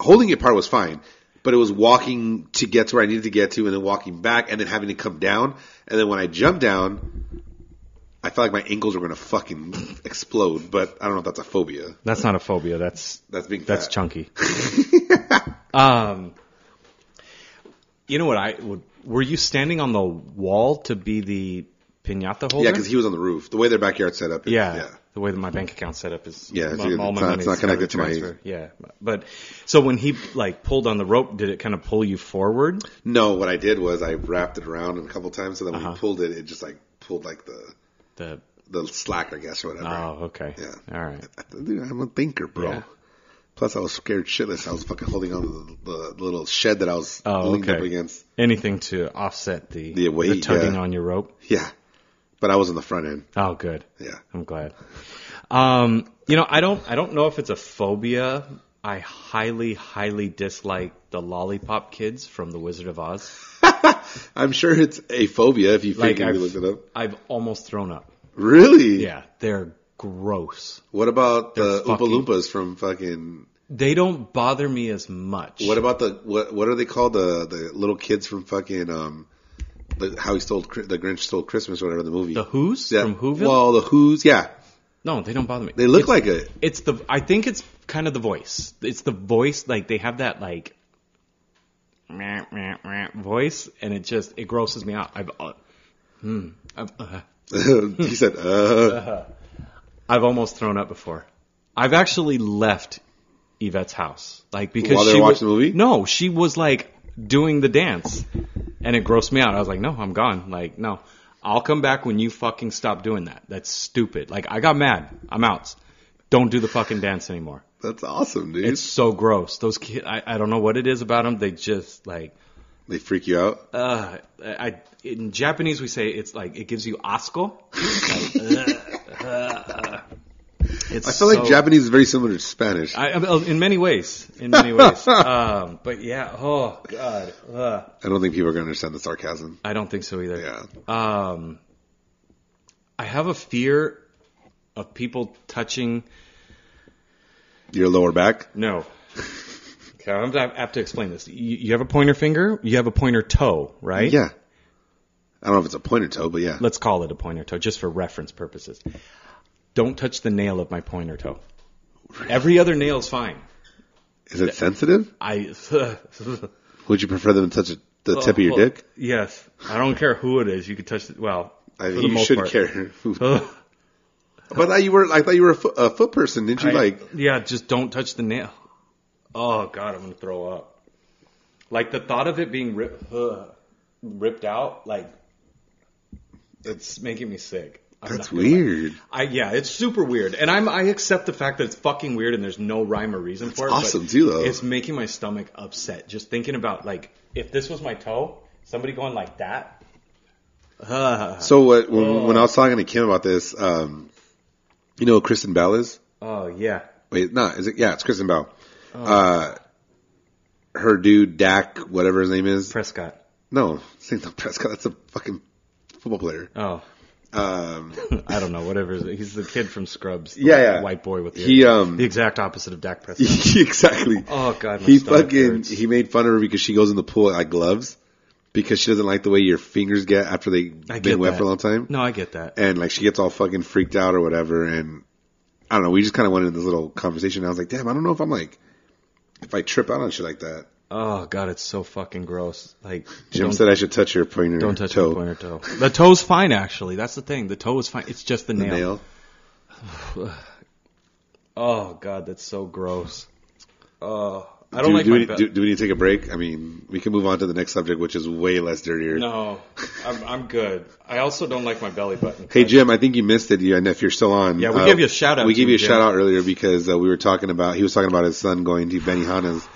Speaker 3: holding it part was fine, but it was walking to get to where I needed to get to and then walking back and then having to come down. And then when I jumped down, I felt like my ankles were going to fucking explode, but I don't know if that's a phobia.
Speaker 2: That's not a phobia. That's
Speaker 3: That's being
Speaker 2: That's
Speaker 3: fat. [LAUGHS]
Speaker 2: chunky. um, you know what I would? Were you standing on the wall to be the pinata holder?
Speaker 3: Yeah, because he was on the roof. The way their backyard set up. Is,
Speaker 2: yeah,
Speaker 3: yeah.
Speaker 2: the way that my bank account's set up is
Speaker 3: Yeah, it's-
Speaker 2: all my
Speaker 3: it's not-
Speaker 2: money
Speaker 3: it's not
Speaker 2: is
Speaker 3: connected to my-
Speaker 2: transfer. yeah. But so when he like pulled on the rope, did it kind of pull you forward?
Speaker 3: No, what I did was I wrapped it around a couple times so that when
Speaker 2: Uh-huh.
Speaker 3: he pulled it, it just like pulled like the,
Speaker 2: The
Speaker 3: the slack, I guess, or whatever.
Speaker 2: oh, okay,
Speaker 3: Yeah.
Speaker 2: all right.
Speaker 3: Dude, I'm a thinker, bro.
Speaker 2: Yeah.
Speaker 3: Plus, I was scared shitless. I was fucking holding on to the, the little shed that I was
Speaker 2: Oh,
Speaker 3: leaned
Speaker 2: okay.
Speaker 3: up against.
Speaker 2: Anything to offset the
Speaker 3: The weight,
Speaker 2: tugging
Speaker 3: yeah.
Speaker 2: on your rope.
Speaker 3: Yeah, but I was in the front end.
Speaker 2: Oh, good.
Speaker 3: Yeah,
Speaker 2: I'm glad. Um, you know, I don't I don't know if it's a phobia. I highly, highly dislike the lollipop kids from The Wizard of
Speaker 3: [LAUGHS]
Speaker 2: Oz.
Speaker 3: I'm sure it's a phobia if you
Speaker 2: Like
Speaker 3: figure
Speaker 2: I've,
Speaker 3: you looked it up.
Speaker 2: I've almost thrown up.
Speaker 3: Really?
Speaker 2: Yeah, they're gross.
Speaker 3: What about the
Speaker 2: They're fucking-
Speaker 3: Oompa Loompas from fucking?
Speaker 2: They don't bother me as much.
Speaker 3: What about the what? What are they called? The the little kids from fucking um, the, how he stole Chri- the Grinch stole Christmas, or whatever the movie.
Speaker 2: the Who's
Speaker 3: Yeah.
Speaker 2: from Whoville?
Speaker 3: Well, the Who's. Yeah,
Speaker 2: no, they don't bother me.
Speaker 3: they look
Speaker 2: It's- [LAUGHS]
Speaker 3: like a
Speaker 2: it's the I think it's kind of the voice. It's the voice like they have that like meh, meh, meh voice and it just it grosses me out. I've uh, hmm, I've, uh,
Speaker 3: he said, uh,
Speaker 2: I've almost thrown up before. I've actually left Yvette's house, like because
Speaker 3: While they
Speaker 2: she
Speaker 3: were
Speaker 2: wa-
Speaker 3: watching the movie?
Speaker 2: No, she was like doing the dance, and it grossed me out. I was like, no, I'm gone. Like, no, I'll come back when you fucking stop doing that. That's stupid. Like, I got mad. I'm out. Don't do the fucking dance anymore.
Speaker 3: that's awesome, dude.
Speaker 2: It's so gross. Those kids, I, I don't know what it is about them. They just like,
Speaker 3: they freak you out. [LAUGHS]
Speaker 2: uh, I in Japanese we say it's like it gives you asko. It's
Speaker 3: I feel like Japanese is very similar to Spanish. I,
Speaker 2: I, I- in many ways, in many
Speaker 3: [LAUGHS]
Speaker 2: ways. um, but yeah, oh god, Ugh.
Speaker 3: don't think people are going to understand the sarcasm.
Speaker 2: I don't think so either.
Speaker 3: Yeah.
Speaker 2: Um, I have a fear of people touching.
Speaker 3: Your lower back.
Speaker 2: No. Okay, I'm apt to explain this. You, you have a pointer finger. You have a pointer toe, right?
Speaker 3: Yeah. I don't know if it's a pointer toe, but yeah.
Speaker 2: Let's call it a pointer toe, just for reference purposes. Don't touch the nail of my pointer toe. Every other nail's fine.
Speaker 3: Is it sensitive?
Speaker 2: I [LAUGHS]
Speaker 3: Would you prefer them to touch the tip of your
Speaker 2: Oh,
Speaker 3: dick?
Speaker 2: Yes, I don't care who it is. You could touch. The, well,
Speaker 3: I
Speaker 2: for
Speaker 3: think
Speaker 2: the
Speaker 3: you
Speaker 2: most
Speaker 3: should
Speaker 2: part.
Speaker 3: care. but
Speaker 2: [LAUGHS] Ugh.
Speaker 3: I thought you were. I thought you were a foot, a foot person. Didn't you
Speaker 2: I-
Speaker 3: like?
Speaker 2: yeah, just don't touch the nail. Oh god, I'm gonna throw up. Like the thought of it being ripped, ripped out, like it's making me sick. I'm
Speaker 3: That's
Speaker 2: not gonna lie.
Speaker 3: weird.
Speaker 2: I yeah, it's super weird, and I'm I accept the fact that it's fucking weird and there's no rhyme or reason for it. but
Speaker 3: awesome too, though.
Speaker 2: It's making my stomach upset just thinking about like if this was my toe, somebody going like that. Uh, Ugh.
Speaker 3: So what? When,
Speaker 2: oh.
Speaker 3: when I was talking to Kim about this, um, you know, who Kristen Bell is.
Speaker 2: oh yeah,
Speaker 3: Wait, no, is it? Yeah, it's Kristen Bell.
Speaker 2: Oh.
Speaker 3: Uh, her dude Dak, whatever his name is.
Speaker 2: Prescott.
Speaker 3: no, it's not Prescott. That's a fucking football player.
Speaker 2: Oh,
Speaker 3: Um,
Speaker 2: [LAUGHS] I don't know. Whatever. He's the kid from Scrubs. the
Speaker 3: Yeah, yeah.
Speaker 2: White boy with the
Speaker 3: He, um, [LAUGHS]
Speaker 2: the exact opposite of Dak Prescott.
Speaker 3: exactly.
Speaker 2: Oh god, my
Speaker 3: he
Speaker 2: stomach
Speaker 3: fucking
Speaker 2: hurts.
Speaker 3: he made fun of her because she goes in the pool like gloves because she doesn't like the way your fingers get after they've
Speaker 2: I
Speaker 3: been
Speaker 2: get
Speaker 3: wet
Speaker 2: that.
Speaker 3: for a long time.
Speaker 2: No, I get that.
Speaker 3: and like she gets all fucking freaked out or whatever and I don't know, we just kinda went into this little conversation and I was like, damn, I don't know if I'm like if I trip out on shit like that.
Speaker 2: Oh god, it's so fucking gross. Like
Speaker 3: Jim
Speaker 2: don't-
Speaker 3: said I should touch your pointer.
Speaker 2: Don't touch
Speaker 3: toe.
Speaker 2: the pointer toe. The toe's fine, actually. That's the thing. The toe is fine. It's just the,
Speaker 3: The
Speaker 2: nail.
Speaker 3: nail.
Speaker 2: Oh god, that's so gross. Oh, I don't
Speaker 3: Do,
Speaker 2: like
Speaker 3: do,
Speaker 2: my
Speaker 3: we,
Speaker 2: bed.
Speaker 3: do, do we need to take a break? I mean, we can move on to the next subject, which is way less dirtier.
Speaker 2: No, I'm, I'm good. I also don't like my belly button.
Speaker 3: Hey Jim, I think you missed it. You and if you're still on, uh,
Speaker 2: Yeah, we gave you a shout-out
Speaker 3: We
Speaker 2: too,
Speaker 3: gave you a
Speaker 2: Jim.
Speaker 3: shout out earlier because uh, we were talking about he was talking about his son going to Benihana's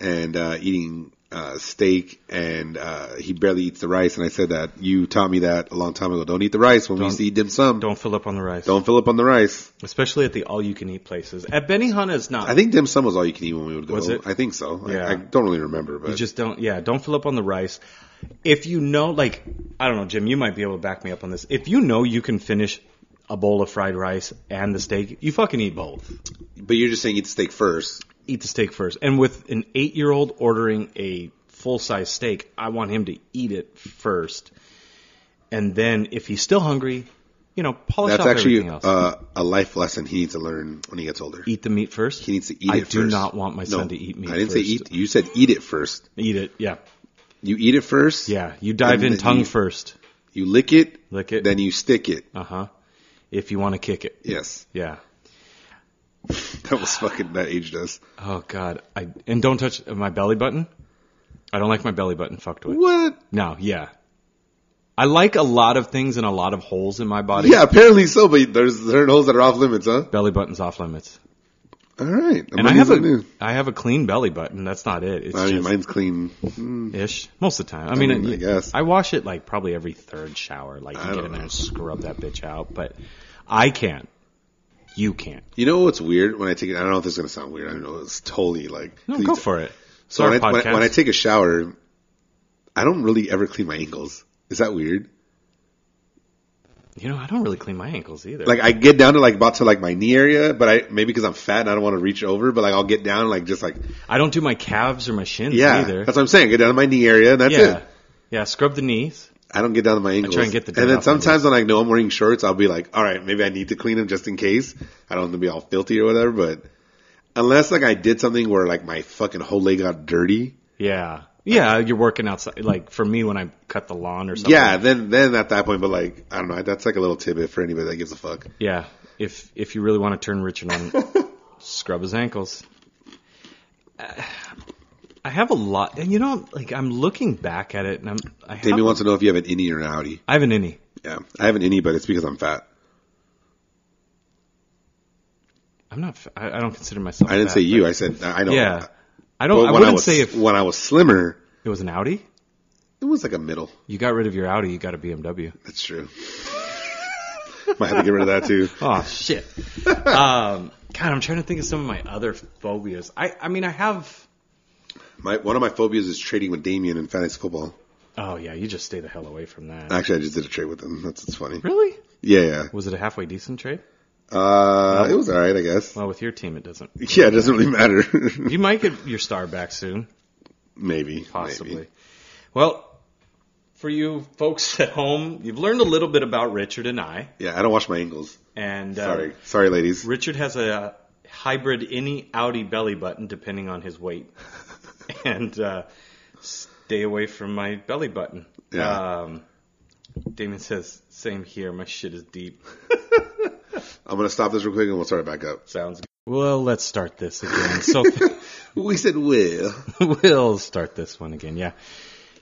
Speaker 3: and uh, eating uh, steak, and uh, he barely eats the rice. And I said that you taught me that a long time ago. Don't eat the rice when we used to eat dim sum. Don't,
Speaker 2: Don't fill up on the rice,
Speaker 3: fill up on the rice.
Speaker 2: especially at the all-you-can-eat places. At Benihana, it's not.
Speaker 3: I think dim sum was all you could eat when we would go.
Speaker 2: Was it?
Speaker 3: I think so. I-
Speaker 2: Yeah.
Speaker 3: I, don't really remember, but
Speaker 2: You just don't, yeah, don't fill up on the rice. If you know, like, I don't know, Jim, you might be able to back me up on this. If you know you can finish a bowl of fried rice and the steak, you fucking eat both.
Speaker 3: but you're just saying eat the steak first.
Speaker 2: Eat the steak first. And with an eight year old ordering a full size steak, I want him to eat it first. And then if he's still hungry, you know, polish
Speaker 3: That's
Speaker 2: off
Speaker 3: actually
Speaker 2: everything else.
Speaker 3: uh, a life lesson he needs to learn when he gets older.
Speaker 2: eat the meat first.
Speaker 3: He needs to eat
Speaker 2: I
Speaker 3: it first.
Speaker 2: do not want my son to eat meat
Speaker 3: I didn't say
Speaker 2: first.
Speaker 3: eat. You said eat it first.
Speaker 2: Eat it, yeah.
Speaker 3: You eat it first.
Speaker 2: Yeah. You dive
Speaker 3: And
Speaker 2: in
Speaker 3: then
Speaker 2: tongue
Speaker 3: you-
Speaker 2: first.
Speaker 3: You lick it.
Speaker 2: Lick it.
Speaker 3: Then you stick it.
Speaker 2: Uh huh. If you want to kick it.
Speaker 3: Yes. [LAUGHS]
Speaker 2: Yeah.
Speaker 3: That was fucking, that aged us.
Speaker 2: Oh God. I and don't touch my belly button. I don't like my belly button fucked with.
Speaker 3: What?
Speaker 2: No, yeah. I like a lot of things and a lot of holes in my body.
Speaker 3: Yeah, apparently so, but there's certain holes that are off limits, huh?
Speaker 2: Belly button's off limits.
Speaker 3: All right.
Speaker 2: And I have a I have a clean belly button. That's not it. It's
Speaker 3: I mean,
Speaker 2: just
Speaker 3: mine's clean. Mm,
Speaker 2: ish most of the time. I mean,
Speaker 3: mean, I guess.
Speaker 2: I wash it like probably every third shower. Like you
Speaker 3: I
Speaker 2: get
Speaker 3: don't
Speaker 2: in there
Speaker 3: know.
Speaker 2: and scrub that bitch out. But I can't. You can't.
Speaker 3: You know what's weird when I take it? I don't know if this is going to sound weird. I don't know. It's totally like.
Speaker 2: No, go for it.
Speaker 3: So when
Speaker 2: It's
Speaker 3: I,
Speaker 2: our
Speaker 3: when, I, when I
Speaker 2: podcast.
Speaker 3: take a shower, I don't really ever clean my ankles. Is that weird?
Speaker 2: you know, I don't really clean my ankles either.
Speaker 3: Like I get down to like about to like my knee area, but I maybe because I'm fat and I don't want to reach over, but like I'll get down like just like
Speaker 2: I don't do my calves or my shins
Speaker 3: yeah,
Speaker 2: either.
Speaker 3: that's what I'm saying. Get down to my knee area, and that's
Speaker 2: yeah.
Speaker 3: it.
Speaker 2: Yeah, scrub the knees.
Speaker 3: I don't get down to my ankles.
Speaker 2: try and get the dirt
Speaker 3: then
Speaker 2: off my
Speaker 3: sometimes when I know I'm wearing shorts, I'll be like, all right, maybe I need to clean them just in case. I don't want to be all filthy or whatever, but unless like I did something where like my fucking whole leg got dirty,
Speaker 2: Yeah. Yeah, you're working outside. Like for me, when I cut the lawn or something.
Speaker 3: yeah, then then at that point, but like I don't know, that's like a little tidbit for anybody that gives a fuck.
Speaker 2: Yeah. If if you really want to turn Richard on,
Speaker 3: [LAUGHS]
Speaker 2: scrub his ankles. Uh, I have a lot, and you know, like I'm looking back at it, and I'm. I have,
Speaker 3: Damien wants to know if you have an innie or an outie.
Speaker 2: I have an innie.
Speaker 3: Yeah, I have an innie, but it's because I'm fat.
Speaker 2: I'm not. f- I, I don't consider myself.
Speaker 3: I didn't
Speaker 2: fat,
Speaker 3: say you.
Speaker 2: but-
Speaker 3: I said I know.
Speaker 2: yeah. I
Speaker 3: Well,
Speaker 2: don't. I
Speaker 3: when I,
Speaker 2: wouldn't
Speaker 3: was,
Speaker 2: say if
Speaker 3: when I was slimmer,
Speaker 2: it was an Audi.
Speaker 3: it was like a middle.
Speaker 2: You got rid of your Audi, you got a BMW.
Speaker 3: That's true. [LAUGHS] Might have to get rid of that too.
Speaker 2: Oh [LAUGHS] shit. um, God, I'm trying to think of some of my other phobias. I I mean, I have.
Speaker 3: My one of my phobias is trading with Damien in fantasy football.
Speaker 2: Oh yeah, you just stay the hell away from that.
Speaker 3: Actually, I just did a trade with him. That's what's funny.
Speaker 2: Uh, Really?
Speaker 3: Yeah, yeah.
Speaker 2: Was it a halfway decent trade?
Speaker 3: Uh, it was all right, I guess.
Speaker 2: Well, with your team, it doesn't.
Speaker 3: Yeah, it doesn't really matter. [LAUGHS]
Speaker 2: You might get your star back soon,
Speaker 3: maybe,
Speaker 2: possibly.
Speaker 3: maybe.
Speaker 2: Well, for you folks [LAUGHS] at home, you've learned a little bit about Richard and I,
Speaker 3: Yeah, I don't wash my ankles.
Speaker 2: and uh,
Speaker 3: Sorry, sorry, ladies. [LAUGHS]
Speaker 2: Richard has a hybrid any Audi belly button depending on his weight, [LAUGHS] and uh, stay away from my belly button.
Speaker 3: Yeah.
Speaker 2: Um, Damon says, "Same here. My shit is deep."
Speaker 3: I'm gonna stop this real quick and we'll start it back up.
Speaker 2: Sounds good. Well, let's start this again. So [LAUGHS] th-
Speaker 3: We said well.
Speaker 2: we'll start this one again. Yeah,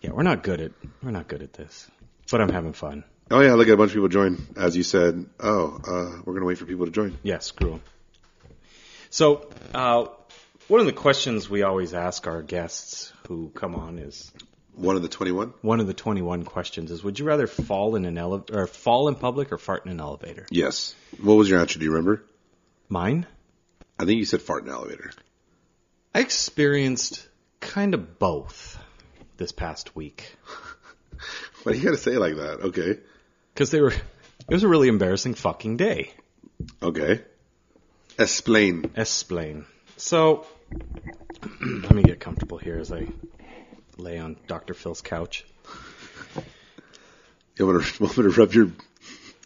Speaker 2: yeah. We're not good at we're not good at this, but I'm having fun.
Speaker 3: Oh yeah, look at a bunch of people join. As you said, oh, uh, we're gonna wait for people to join.
Speaker 2: Yeah, screw 'em. So, uh, one of the questions we always ask our guests who come on is
Speaker 3: One of the 21.
Speaker 2: one of the 21 questions is would you rather fall in an ele- or fall in public or fart in an elevator?
Speaker 3: Yes. What was your answer? Do you remember?
Speaker 2: Mine?
Speaker 3: I think you said fart in elevator.
Speaker 2: I experienced kind of both this past week
Speaker 3: Why do you gotta say it like that? Okay.
Speaker 2: cuz they were it was a really embarrassing fucking day.
Speaker 3: Okay. Explain.
Speaker 2: Explain. So, [CLEARS THROAT] let me get comfortable here as I lay on Dr. Phil's couch.
Speaker 3: [LAUGHS] You want me to, want me to rub your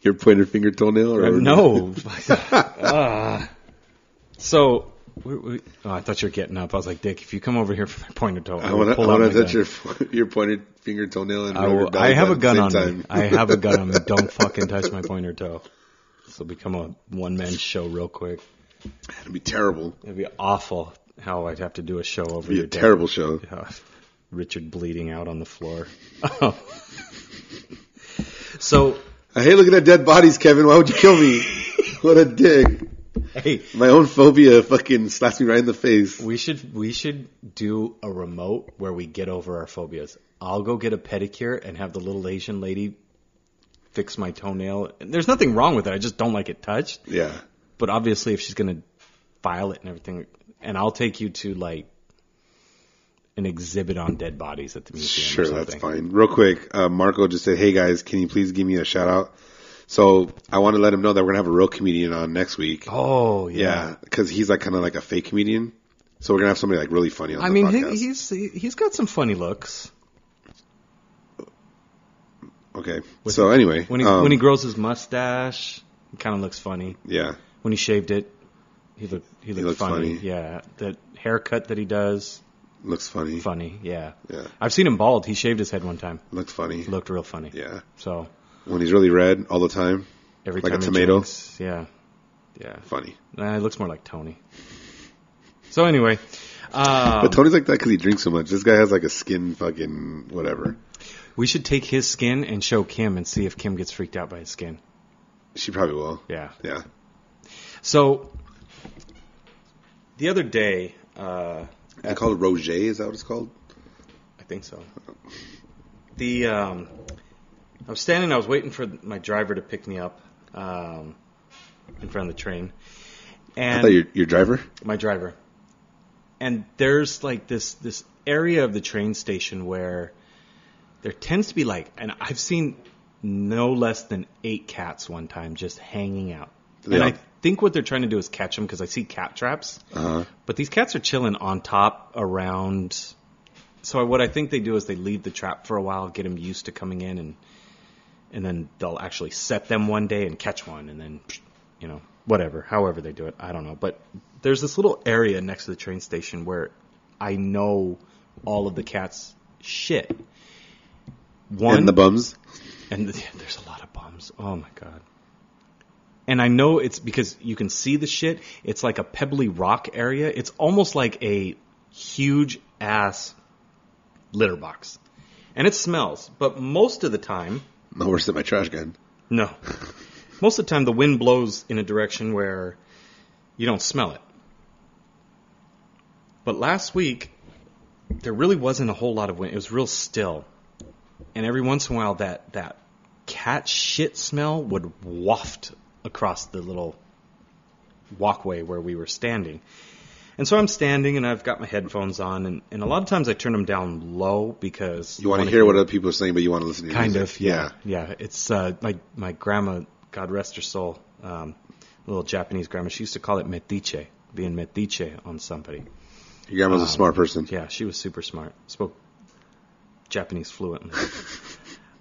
Speaker 3: your pointer finger toenail? Or
Speaker 2: Uh, no. [LAUGHS] Ah. so, we, we, oh, I thought you were getting up. I was like, Dick, if you come over here for my pointer toe,
Speaker 3: I
Speaker 2: will
Speaker 3: want to
Speaker 2: pull out my
Speaker 3: touch
Speaker 2: gun.
Speaker 3: your your [LAUGHS] pointer finger toenail and
Speaker 2: I,
Speaker 3: rub
Speaker 2: will-
Speaker 3: your belly
Speaker 2: I have a gun
Speaker 3: button
Speaker 2: on
Speaker 3: at the same
Speaker 2: me.
Speaker 3: time.
Speaker 2: I have a gun on me. Don't
Speaker 3: [LAUGHS]
Speaker 2: fucking touch my pointer toe. This will become a one man show real quick.
Speaker 3: It'd be terrible.
Speaker 2: It'd be awful how I'd have to do a show over
Speaker 3: It'd be
Speaker 2: your
Speaker 3: a
Speaker 2: dead-
Speaker 3: terrible show.
Speaker 2: Uh, Richard bleeding out on the floor. [LAUGHS] so,
Speaker 3: I hate looking at dead bodies, Kevin. Why would you kill
Speaker 2: [LAUGHS]
Speaker 3: me? what a dick.
Speaker 2: hey,
Speaker 3: My own phobia fucking slaps me right in the face.
Speaker 2: We should we should do a remote where we get over our phobias. I'll go get a pedicure and have the little Asian lady fix my toenail. And there's nothing wrong with it. I just don't like it touched.
Speaker 3: Yeah.
Speaker 2: But obviously, if she's gonna file it and everything, and I'll take you to like an exhibit on dead bodies at the museum. or
Speaker 3: Sure,
Speaker 2: something.
Speaker 3: that's fine. Real quick, uh, Marco just said, "Hey guys, can you please give me a shout out?" So I want to let him know that we're gonna have a real comedian on next week.
Speaker 2: Oh yeah.
Speaker 3: yeah, because he's like kind of like a fake comedian. So we're gonna have somebody like really funny on
Speaker 2: I
Speaker 3: the
Speaker 2: mean,
Speaker 3: podcast.
Speaker 2: he, he's he- he's got some funny looks
Speaker 3: okay. So anyway,
Speaker 2: when he
Speaker 3: um,
Speaker 2: when he grows his mustache. He kind of looks funny.
Speaker 3: yeah,
Speaker 2: when he shaved it, he looked he looked
Speaker 3: looks
Speaker 2: funny.
Speaker 3: funny.
Speaker 2: Yeah, that haircut that he does,
Speaker 3: looks funny.
Speaker 2: funny. Yeah,
Speaker 3: Yeah,
Speaker 2: I've seen him bald. He shaved his head one time.
Speaker 3: looks funny.
Speaker 2: Looked real funny.
Speaker 3: Yeah,
Speaker 2: So
Speaker 3: when he's really red all the time,
Speaker 2: every
Speaker 3: Like a
Speaker 2: time he
Speaker 3: tomato?
Speaker 2: drinks- yeah, yeah.
Speaker 3: funny.
Speaker 2: Nah, it looks more like Tony. So anyway, um,
Speaker 3: But Tony's like that because he drinks so much. This guy has like a skin fucking whatever.
Speaker 2: we should take his skin and show Kim and see if Kim gets freaked out by his skin.
Speaker 3: She probably will.
Speaker 2: Yeah.
Speaker 3: Yeah.
Speaker 2: So the other day, uh,
Speaker 3: They call it Roger. Is that what it's called?
Speaker 2: I think so. The um, I was standing. I was waiting for my driver to pick me up um, in front of the train,
Speaker 3: I thought
Speaker 2: and
Speaker 3: your your driver.
Speaker 2: my driver. And there's like this this area of the train station where there tends to be like, and I've seen no less than eight cats one time just hanging out.
Speaker 3: They
Speaker 2: And I
Speaker 3: all-
Speaker 2: think what they're trying to do is catch them because I see cat traps.
Speaker 3: Uh huh.
Speaker 2: But these cats are chilling on top, around. So what I think they do is they leave the trap for a while, get them used to coming in, and and then they'll actually set them one day and catch one, and then you know whatever, however they do it, I don't know. But there's this little area next to the train station where I know all of the cats shit. One
Speaker 3: And the bums.
Speaker 2: and [LAUGHS] th- there's a lot of bums. Oh my god. And I know it's because you can see the shit. It's like a pebbly rock area. It's almost like a huge ass litter box. And it smells, but most of the time,
Speaker 3: No worse than my trash can.
Speaker 2: no. Most of the time the wind blows in a direction where you don't smell it. But last week there really wasn't a whole lot of wind. It was real still. And every once in a while that that cat shit smell would waft across the little walkway where we were standing. And so I'm standing and I've got my headphones on and, and a lot of times I turn them down low because
Speaker 3: You want
Speaker 2: I
Speaker 3: to hear what other people are saying, but you want to listen to your
Speaker 2: kind
Speaker 3: music.
Speaker 2: of yeah yeah, it's uh my my grandma god rest her soul um little japanese grandma she used to call it metiche being metiche on somebody
Speaker 3: Your grandma's a smart person.
Speaker 2: Um, yeah she was super smart spoke japanese fluently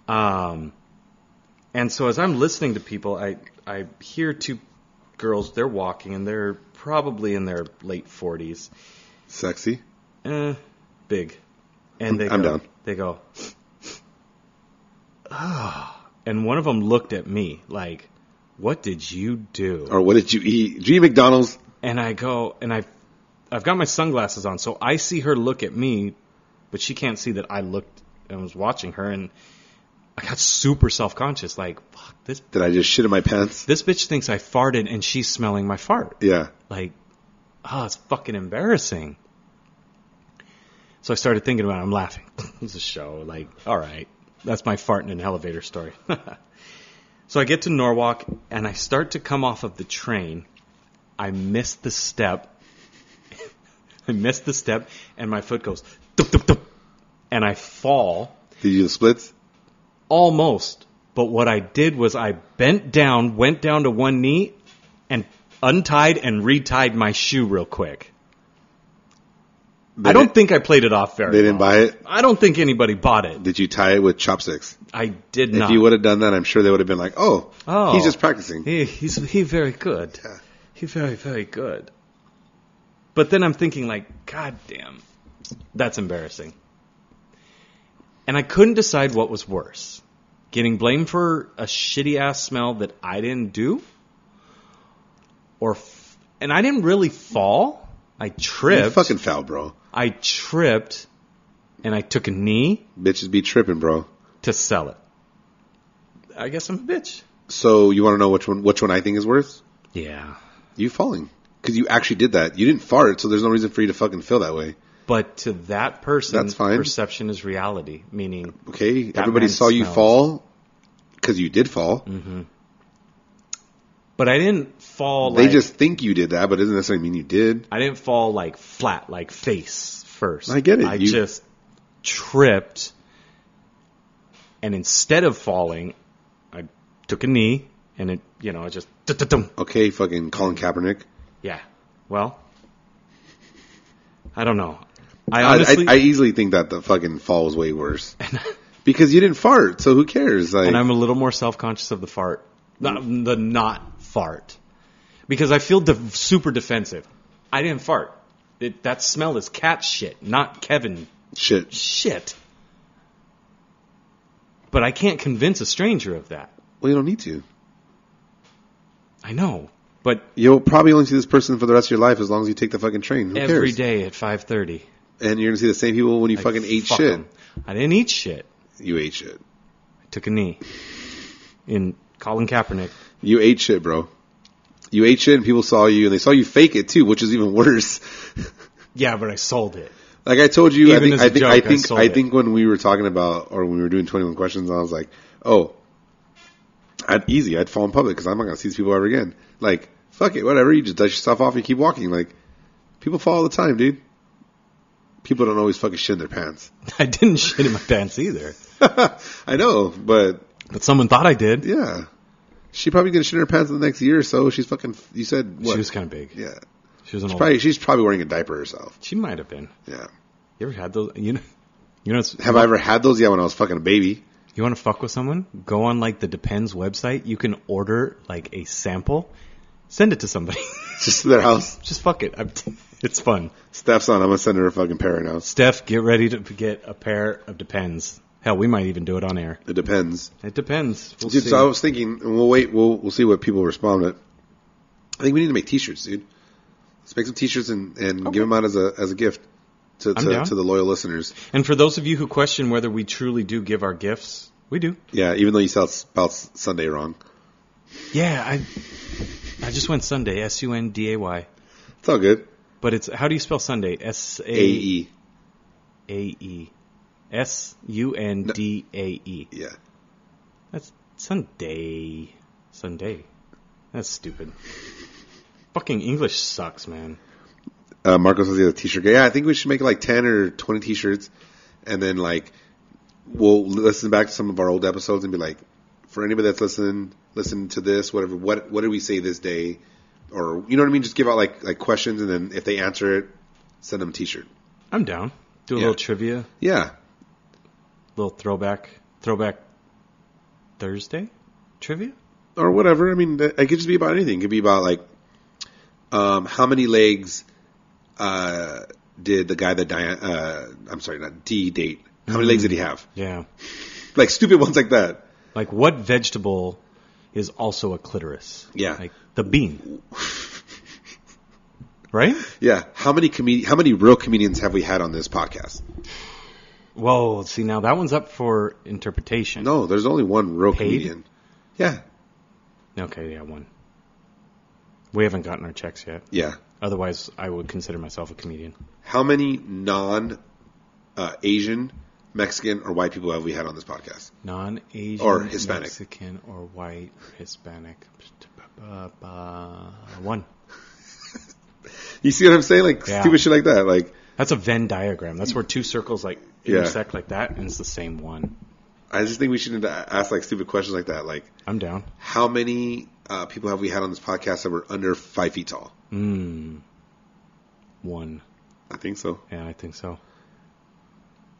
Speaker 2: um and so as i'm listening to people i i hear two girls, they're walking and they're probably in their late 40s.
Speaker 3: Sexy.
Speaker 2: Eh, big. And they
Speaker 3: I'm
Speaker 2: go,
Speaker 3: down.
Speaker 2: They go, "Ah." and one of them looked at me like, what did you do?
Speaker 3: Or what did you eat? G McDonald's.
Speaker 2: And I go, and I've, I've got my sunglasses on, so I see her look at me, but she can't see that I looked and was watching her, and I got super self conscious. Like, fuck, this,
Speaker 3: Did I just shit in my pants?
Speaker 2: this bitch thinks I farted and she's smelling my fart.
Speaker 3: Yeah.
Speaker 2: Like, oh, it's fucking embarrassing. So I started thinking about it. I'm laughing. [LAUGHS] it's a show. Like, all right. That's my fart in an elevator story. [LAUGHS] so I get to Norwalk and I start to come off of the train. I miss the step. [LAUGHS] I miss the step and my foot goes dup, dup, dup, and I fall
Speaker 3: Did you do the splits?
Speaker 2: almost. But what I did was I bent down, went down to one knee, and untied and retied my shoe real quick. I don't think I played it off very
Speaker 3: They didn't
Speaker 2: well.
Speaker 3: buy it.
Speaker 2: I don't think anybody bought it.
Speaker 3: Did you tie it with chopsticks?
Speaker 2: I did
Speaker 3: If
Speaker 2: not.
Speaker 3: you would have done that, I'm sure they would have been like, "Oh,
Speaker 2: Oh.
Speaker 3: he's just practicing."
Speaker 2: He, he's he very good.
Speaker 3: Yeah.
Speaker 2: He very very good. But then I'm thinking like, God damn, that's embarrassing. And I couldn't decide what was worse: getting blamed for a shitty ass smell that I didn't do, or f- and I didn't really fall. I
Speaker 3: You
Speaker 2: tripped.
Speaker 3: fucking foul, bro.
Speaker 2: I tripped, and I took a knee
Speaker 3: Bitches be tripping, bro.
Speaker 2: to sell it. I guess I'm a bitch.
Speaker 3: So you want to know which one? Which one I think is worse?
Speaker 2: Yeah.
Speaker 3: You falling because you actually did that. You didn't fart, so there's no reason for you to fucking feel that way.
Speaker 2: But to that person,
Speaker 3: That's fine.
Speaker 2: perception is reality. Meaning,
Speaker 3: Okay, everybody
Speaker 2: man
Speaker 3: saw you
Speaker 2: smells. Mm-hmm.
Speaker 3: fall because you did fall.
Speaker 2: but I didn't fall.
Speaker 3: They
Speaker 2: like,
Speaker 3: just think you did that, but it doesn't necessarily mean you did.
Speaker 2: I didn't fall like flat, like face first.
Speaker 3: I get it.
Speaker 2: I
Speaker 3: You-
Speaker 2: just tripped, and instead of falling, I took a knee, and it, you know, it just, dum-dum-dum.
Speaker 3: Okay, fucking Colin Kaepernick.
Speaker 2: yeah. Well, I don't know. I
Speaker 3: I,
Speaker 2: honestly,
Speaker 3: I, I easily think that the fucking fall was way
Speaker 2: [LAUGHS]
Speaker 3: worse because you didn't fart, so who cares? Like,
Speaker 2: and I'm a little more self conscious of the fart, not, the not fart, because I feel de- super defensive. I didn't fart. It, that smell is cat shit, not Kevin
Speaker 3: shit.
Speaker 2: shit. But I can't convince a stranger of that.
Speaker 3: Well, you don't need to.
Speaker 2: I know, but
Speaker 3: You'll probably only see this person for the rest of your life as long as you take the fucking train. Who
Speaker 2: every
Speaker 3: cares?
Speaker 2: day at five thirty,
Speaker 3: And you're gonna see the same people when you fucking ate shit.
Speaker 2: I didn't eat shit.
Speaker 3: You ate shit.
Speaker 2: I took a knee. In Colin Kaepernick,
Speaker 3: You ate shit, bro. You ate shit, and people saw you, and they saw you fake it too, which is even worse. [LAUGHS]
Speaker 2: yeah, but I sold it.
Speaker 3: Like I told you, I
Speaker 2: Even
Speaker 3: think,
Speaker 2: as a
Speaker 3: I think,
Speaker 2: joke,
Speaker 3: I
Speaker 2: I
Speaker 3: think,
Speaker 2: sold
Speaker 3: I
Speaker 2: it.
Speaker 3: think when we were talking about, or when we were doing 21 questions, I was like, oh, I'd easy, I'd fall in public because I'm not going to see these people ever again. Like, fuck it, whatever, you just dust yourself off and keep walking. Like, people fall all the time, dude. People don't always fucking shit in their pants.
Speaker 2: [LAUGHS]
Speaker 3: [LAUGHS]
Speaker 2: I didn't shit in my pants either,
Speaker 3: I know, but
Speaker 2: but someone thought I did.
Speaker 3: yeah. She probably gonna shit in her pants in the next year or so. She's fucking, you said what?
Speaker 2: She was kind of big.
Speaker 3: yeah.
Speaker 2: She was an old.
Speaker 3: Probably, she's probably wearing a diaper herself.
Speaker 2: [LAUGHS] She might have been.
Speaker 3: Yeah.
Speaker 2: You ever had those? You know, you know. it's-
Speaker 3: Have I ever had those? Yeah, when I was fucking a baby. [LAUGHS]
Speaker 2: You want to fuck with someone? Go on like the Depends website. You can order like a sample, send it to somebody. [LAUGHS]
Speaker 3: Just to their house.
Speaker 2: Just fuck it. I'm t- [LAUGHS] it's fun.
Speaker 3: Steph's on. I'm gonna send her a fucking pair right now.
Speaker 2: Steph, get ready to get a pair of Depends. Hell, we might even do it on air.
Speaker 3: It depends.
Speaker 2: It depends. We'll
Speaker 3: Dude,
Speaker 2: see.
Speaker 3: so I was thinking, and we'll wait. We'll we'll see what people respond. But I think we need to make T-shirts, dude. Let's make some T-shirts and and give them out as a as a gift to
Speaker 2: I'm
Speaker 3: to,
Speaker 2: down.
Speaker 3: to the loyal listeners.
Speaker 2: and for those of you who question whether we truly do give our gifts, we do.
Speaker 3: Yeah, even though you spelled spelled Sunday wrong,
Speaker 2: Yeah, I I just went Sunday, S U N D A Y.
Speaker 3: it's all good.
Speaker 2: But it's how do you spell Sunday? S
Speaker 3: A
Speaker 2: A
Speaker 3: E.
Speaker 2: A E. S U N D A E.
Speaker 3: Yeah.
Speaker 2: That's Sunday. Sunday. That's stupid. Fucking English sucks, man.
Speaker 3: Uh, Marco says he has a T-shirt. guy. Yeah, I think we should make like ten or twenty T-shirts, and then like we'll listen back to some of our old episodes and be like, for anybody that's listening, listen to this, whatever. What what did we say this day, or you know what I mean? Just give out like like questions, and then if they answer it, send them a T-shirt.
Speaker 2: I'm down. Do a
Speaker 3: Yeah.
Speaker 2: little trivia,
Speaker 3: Yeah,
Speaker 2: little throwback, throwback Thursday trivia.
Speaker 3: or whatever. I mean, it could just be about anything. It could be about like Um, how many legs uh, did the guy that Diane? Uh, I'm sorry, not D date. How many legs did he have?
Speaker 2: Yeah.
Speaker 3: Like stupid [LAUGHS] ones like that.
Speaker 2: Like what vegetable is also a clitoris?
Speaker 3: Yeah.
Speaker 2: Like the bean. right?
Speaker 3: [LAUGHS] Yeah. How many comedi- How many real comedians have we had on this podcast?
Speaker 2: Whoa, see now that one's up for interpretation.
Speaker 3: No, there's only one real
Speaker 2: Paid?
Speaker 3: comedian. Yeah.
Speaker 2: Okay, yeah, one. We haven't gotten our checks yet.
Speaker 3: Yeah.
Speaker 2: Otherwise, I would consider myself a comedian.
Speaker 3: How many non uh, Asian, Mexican, or white people have we had on this podcast?
Speaker 2: Non-Asian,
Speaker 3: Or Hispanic.
Speaker 2: Mexican, or white, Hispanic. Ba-ba-ba. One.
Speaker 3: You see what I'm saying? Like
Speaker 2: Yeah.
Speaker 3: stupid shit like that. Like
Speaker 2: That's a Venn diagram. That's where two circles like
Speaker 3: Yeah.
Speaker 2: intersect like that, and it's the same one.
Speaker 3: I just think we should ask like stupid questions like that. Like
Speaker 2: I'm down.
Speaker 3: how many uh, people have we had on this podcast that were under five feet tall?
Speaker 2: Mm. One.
Speaker 3: I think so.
Speaker 2: Yeah, I think so.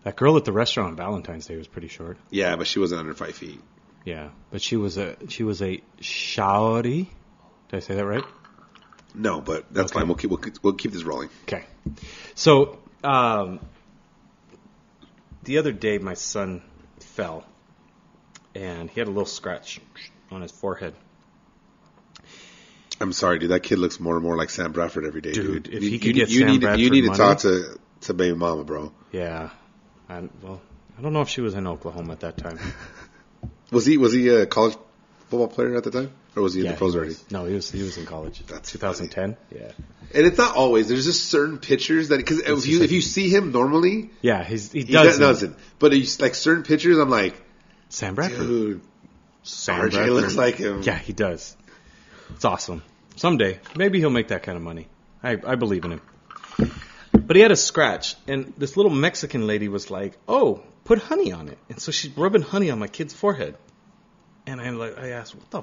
Speaker 2: That girl at the restaurant on Valentine's Day was pretty short.
Speaker 3: Yeah, but she wasn't under five feet.
Speaker 2: Yeah, but she was a she was a shawty. Did I say that right?
Speaker 3: No, but that's
Speaker 2: Okay.
Speaker 3: fine. We'll keep we'll, keep- we'll keep this rolling.
Speaker 2: Okay. So um, the other day, my son fell, and he had a little scratch on his forehead.
Speaker 3: I'm sorry, dude. That kid looks more and more like Sam Bradford every day, dude.
Speaker 2: Dude, if he could get
Speaker 3: you
Speaker 2: Sam
Speaker 3: need, to- you
Speaker 2: Bradford
Speaker 3: need to
Speaker 2: money-
Speaker 3: talk to to baby mama, bro.
Speaker 2: Yeah. i well, I don't know if she was in Oklahoma at that time.
Speaker 3: Was he was he a college football player at the time, or was he in
Speaker 2: yeah,
Speaker 3: the pros
Speaker 2: he
Speaker 3: already?
Speaker 2: was- No, he was he was in college.
Speaker 3: That's
Speaker 2: 2010. Yeah.
Speaker 3: And it's not always. There's just certain pictures that because if you
Speaker 2: just like-
Speaker 3: if you see him normally,
Speaker 2: Yeah, he's, he,
Speaker 3: he
Speaker 2: does.
Speaker 3: does, doesn't. But it's like certain pictures, I'm like,
Speaker 2: Sam Bradford.
Speaker 3: dude,
Speaker 2: Sam
Speaker 3: RJ
Speaker 2: Bradford.
Speaker 3: looks like him.
Speaker 2: Yeah, he does. It's awesome. Someday, maybe he'll make that kind of money. I, I believe in him. But he had a scratch, and this little Mexican lady was like, "Oh, put honey on it." And so she's rubbing honey on my kid's forehead, and I like I asked, "What the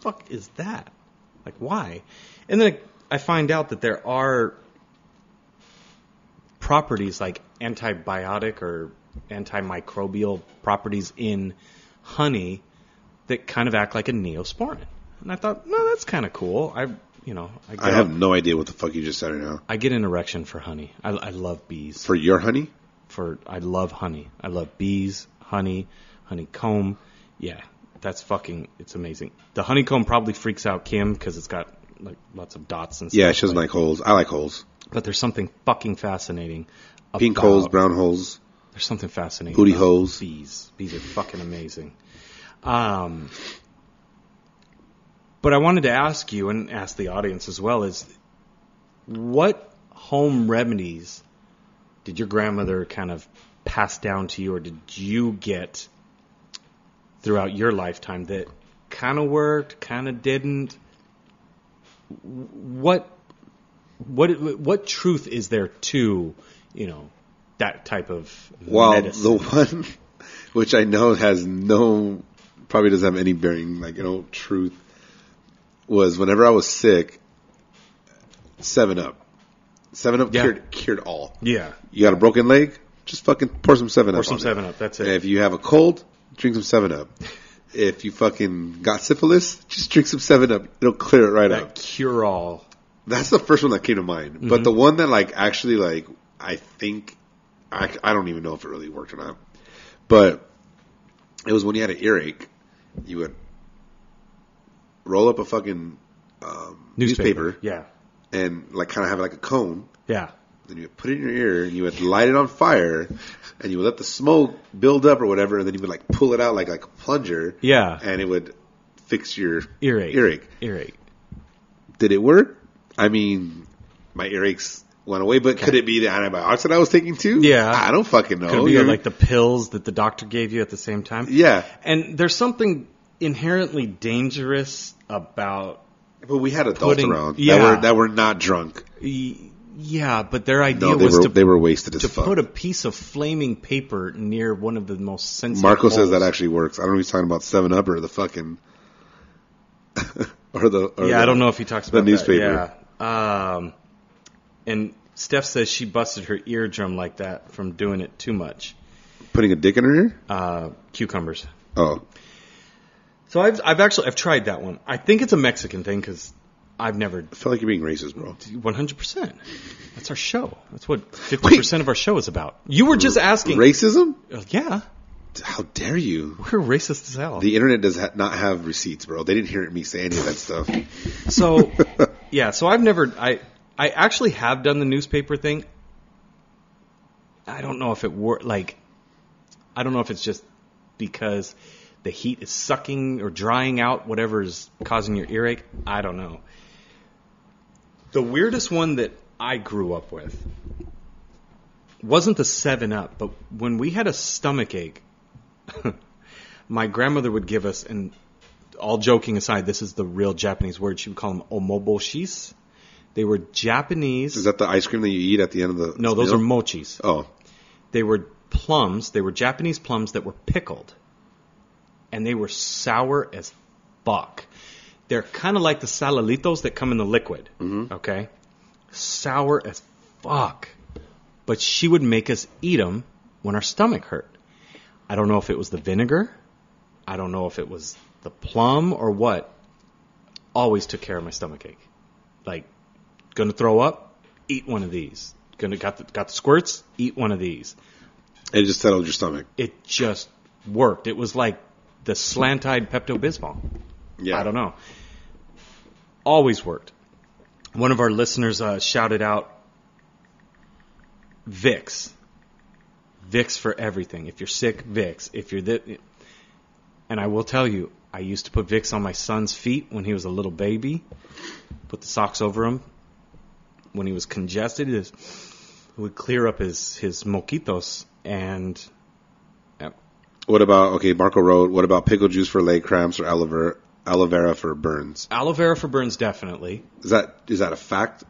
Speaker 2: fuck is that? Like, why?" And then I find out that there are properties like antibiotic or antimicrobial properties in honey that kind of act like a neosporin. And I thought, no, that's kind of cool. I, you know, I get,
Speaker 3: I have no idea what the fuck you just said right now.
Speaker 2: I get an erection for honey. I, I love bees.
Speaker 3: For your honey,
Speaker 2: For I love honey. I love bees, honey, honeycomb. Yeah, that's fucking. It's amazing. The honeycomb probably freaks out Kim because it's got like lots of dots and stuff.
Speaker 3: yeah, she doesn't
Speaker 2: like-
Speaker 3: like holes. I like holes.
Speaker 2: But there's something fucking fascinating.
Speaker 3: Pink
Speaker 2: about-
Speaker 3: holes, brown holes.
Speaker 2: There's something fascinating.
Speaker 3: Booty
Speaker 2: about
Speaker 3: holes.
Speaker 2: Bees. Bees are fucking amazing. Um, but I wanted to ask you and ask the audience as well is what home remedies did your grandmother kind of pass down to you or did you get throughout your lifetime that kind of worked, kind of didn't? What what what truth is there to, you know, that type of
Speaker 3: Well,
Speaker 2: medicine?
Speaker 3: the [LAUGHS] one which I know has no, probably doesn't have any bearing, like, you know, truth, was whenever I was sick, 7 Up. 7 Up
Speaker 2: Yeah.
Speaker 3: cured, cured all.
Speaker 2: Yeah.
Speaker 3: You got a broken leg? Just fucking pour some 7 Up.
Speaker 2: Or some
Speaker 3: on it.
Speaker 2: seven up. That's it.
Speaker 3: If you have a cold, drink some
Speaker 2: [LAUGHS]
Speaker 3: 7 Up. if you fucking got syphilis, just drink some 7 Up. It'll clear it right
Speaker 2: That
Speaker 3: up.
Speaker 2: cure all.
Speaker 3: That's the first one that came to mind.
Speaker 2: Mm-hmm.
Speaker 3: But the one that like actually like I think I, I don't even know if it really worked or not. But it was when you had an earache, you would roll up a fucking um, newspaper.
Speaker 2: Yeah.
Speaker 3: and like kind of have like a cone.
Speaker 2: Yeah.
Speaker 3: Then you would put it in your ear and you would light it on fire, and you would let the smoke build up or whatever, and then you would like pull it out like like a plunger.
Speaker 2: Yeah.
Speaker 3: and it would fix your
Speaker 2: Earache.
Speaker 3: Earache
Speaker 2: Earache.
Speaker 3: did it work? I mean, my earaches went away, but could it be the antibiotics that I was taking too?
Speaker 2: Yeah.
Speaker 3: I don't fucking know.
Speaker 2: Could be
Speaker 3: You know?
Speaker 2: like the pills that the doctor gave you at the same time.
Speaker 3: Oh, yeah,
Speaker 2: And there's something inherently dangerous about
Speaker 3: but we had adults
Speaker 2: Putting-
Speaker 3: around
Speaker 2: yeah.
Speaker 3: that were that were not drunk.
Speaker 2: y- yeah, but their idea
Speaker 3: No, they
Speaker 2: was
Speaker 3: were
Speaker 2: to,
Speaker 3: they were wasted as
Speaker 2: to
Speaker 3: fuck.
Speaker 2: put a piece of flaming paper near one of the most sensitive.
Speaker 3: Marco says
Speaker 2: holes.
Speaker 3: that actually works. I don't know if he's talking about Seven Up or the fucking [LAUGHS] or the or
Speaker 2: Yeah,
Speaker 3: the-
Speaker 2: I don't know if he talks
Speaker 3: the
Speaker 2: about
Speaker 3: newspaper.
Speaker 2: That. Yeah. Um, and Steph says she busted her eardrum like that from doing it too much.
Speaker 3: putting a dick in her ear.
Speaker 2: Uh, cucumbers.
Speaker 3: Oh,
Speaker 2: So I've I've actually I've tried that one. I think it's a Mexican thing because I've never
Speaker 3: I feel like you're being racist, bro.
Speaker 2: 100%. That's our show. That's what 50% of our show is about. You were just asking.
Speaker 3: Racism?
Speaker 2: Uh, yeah.
Speaker 3: How dare you?
Speaker 2: We're racist as hell.
Speaker 3: The internet does ha- not have receipts, bro. They didn't hear me say any of that stuff.
Speaker 2: So, yeah, so I've never I I actually have done the newspaper thing. I don't know if it were like I don't know if it's just because the heat is sucking or drying out whatever is causing your earache. I don't know. The weirdest one that I grew up with wasn't the 7 up, but when we had a stomach ache, [LAUGHS] my grandmother would give us and all joking aside, this is the real Japanese word. She would call them omoboshis. They were Japanese.
Speaker 3: Is that the ice cream that you eat at the end of the?
Speaker 2: no, those
Speaker 3: meal?
Speaker 2: are mochis.
Speaker 3: Oh,
Speaker 2: They were plums. They were Japanese plums that were pickled, and they were sour as fuck. They're kind of like the salalitos that come in the liquid. Okay, sour as fuck. But she would make us eat them when our stomach hurt. I don't know if it was the vinegar. I don't know if it was the plum or what. Always took care of my stomach ache. Like, gonna throw up? Eat one of these. Gonna got the, got the squirts? Eat one of these.
Speaker 3: it just settled your stomach.
Speaker 2: It just worked. It was like the slant-eyed Pepto Bismol.
Speaker 3: Yeah,
Speaker 2: I don't know. Always worked. One of our listeners uh, shouted out Vicks. Vicks for everything. If you're sick, Vicks. If you're thi- and I will tell you, I used to put Vicks on my son's feet when he was a little baby. Put the socks over him when he was congested. It would clear up his his moquitos and
Speaker 3: What about okay, Marco Road? What about pickle juice for leg cramps or aloe vera, aloe vera for burns?
Speaker 2: aloe vera for burns definitely.
Speaker 3: Is that is that a fact?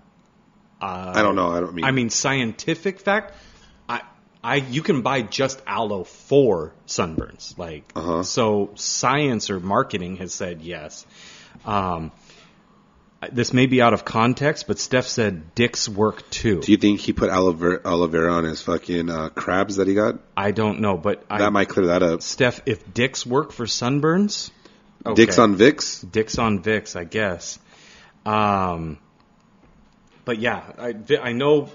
Speaker 2: Uh,
Speaker 3: I don't know. I don't mean.
Speaker 2: I mean scientific fact. I I you can buy just aloe for sunburns. Like
Speaker 3: Uh-huh.
Speaker 2: so science or marketing has said yes. Um this may be out of context, but Steph said dicks work too.
Speaker 3: do you think he put aloe vera, aloe vera on his fucking uh, crabs that he got?
Speaker 2: I don't know, but I,
Speaker 3: That might clear that up.
Speaker 2: Steph, if dicks work for sunburns, okay.
Speaker 3: Dicks on Vicks.
Speaker 2: dicks on Vicks, I guess. Um, but yeah, I, Vi- I know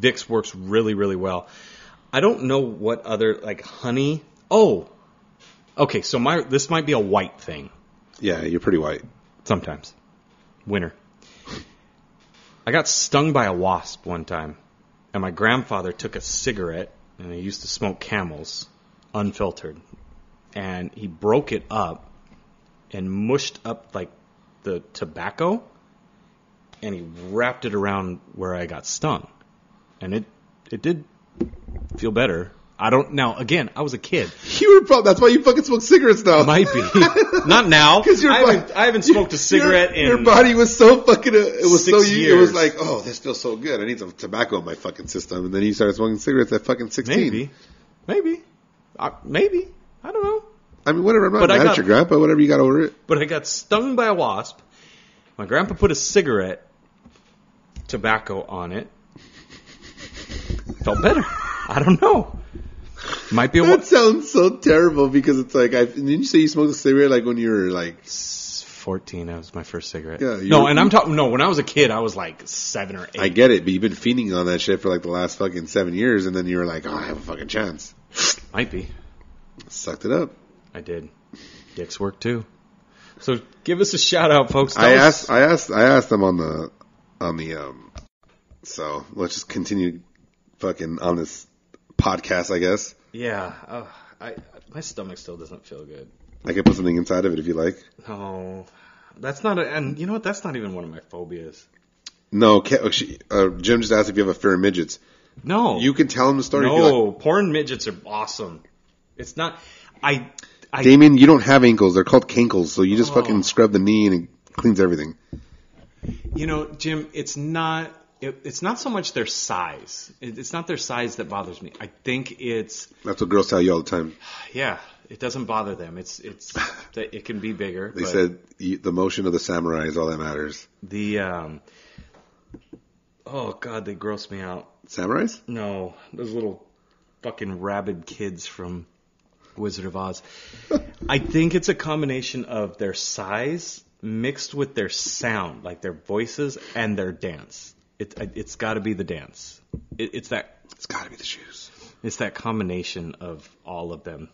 Speaker 2: Vicks works really, really well. I don't know what other like honey. Oh, okay. So my this might be a white thing
Speaker 3: Yeah, you're pretty white. [LAUGHS]
Speaker 2: sometimes. Winter. I got stung by a wasp one time, and my grandfather took a cigarette, and he used to smoke camels, unfiltered, and he broke it up and mushed up like the tobacco, and he wrapped it around where I got stung, and it it did feel better. I don't now. Again, I was a kid.
Speaker 3: You were probably that's why you fucking smoke cigarettes now.
Speaker 2: Might be not now.
Speaker 3: Because your
Speaker 2: I,
Speaker 3: body-
Speaker 2: haven't, I haven't smoked a cigarette
Speaker 3: [LAUGHS] your, your
Speaker 2: in
Speaker 3: body was so fucking. Uh, it was
Speaker 2: six
Speaker 3: so. You, it was
Speaker 2: years.
Speaker 3: like, oh, this feels so good. I need some tobacco in my fucking system. And then you started smoking cigarettes at fucking sixteen.
Speaker 2: Maybe, maybe, I, maybe. I don't know.
Speaker 3: I mean, whatever. I'm not
Speaker 2: But I
Speaker 3: mad
Speaker 2: got-
Speaker 3: at your grandpa. Whatever you got over it.
Speaker 2: But I got stung by a wasp. My grandpa put a cigarette tobacco on it. Felt better. I don't know. Might be a
Speaker 3: That
Speaker 2: what?
Speaker 3: sounds so terrible because it's like I didn't you say you smoked a cigarette like when you were like
Speaker 2: Fourteen. That was my first cigarette.
Speaker 3: Yeah, you-
Speaker 2: no, and I'm talking. No, when I was a kid, I was like seven or eight.
Speaker 3: I get it, but you've been feeding on that shit for like the last fucking seven years, and then you were like, oh, I have a fucking chance.
Speaker 2: Might be.
Speaker 3: Sucked it up.
Speaker 2: I did. Dicks work too. So give us a shout out, folks. That
Speaker 3: I
Speaker 2: was-
Speaker 3: asked, I asked, I asked them on the, on the um. So let's just continue, fucking on this podcast, I guess.
Speaker 2: Yeah. Uh, I my stomach still doesn't feel good.
Speaker 3: I could put something inside of it if you like.
Speaker 2: No, Oh, that's not. A, and you know what? That's not even one of my phobias.
Speaker 3: No, Ke- oh, she, uh, Jim just asked if you have a fear of midgets.
Speaker 2: No,
Speaker 3: You can tell him the story. if you like.
Speaker 2: No, porn midgets are awesome. It's not. I. I.
Speaker 3: Damien, you don't have ankles. They're called cankles, so you
Speaker 2: Oh.
Speaker 3: just fucking scrub the knee and it cleans everything.
Speaker 2: You know, Jim. It's not. It, it's not so much their size. It, it's not their size that bothers me. I think it's.
Speaker 3: That's what girls tell you all the time.
Speaker 2: Yeah, it doesn't bother them. It's. It's. that it can be bigger.
Speaker 3: They
Speaker 2: but
Speaker 3: said you, the motion of the samurai is all that matters.
Speaker 2: the. Um, oh God, they gross me out.
Speaker 3: Samurais?
Speaker 2: No, those little fucking rabid kids from
Speaker 3: [LAUGHS]
Speaker 2: Wizard of Oz. I think it's a combination of their size mixed with their sound, like their voices and their dance. It, it's got to be the dance. It, it's that
Speaker 3: It's got to be the shoes.
Speaker 2: it's that combination of all of them,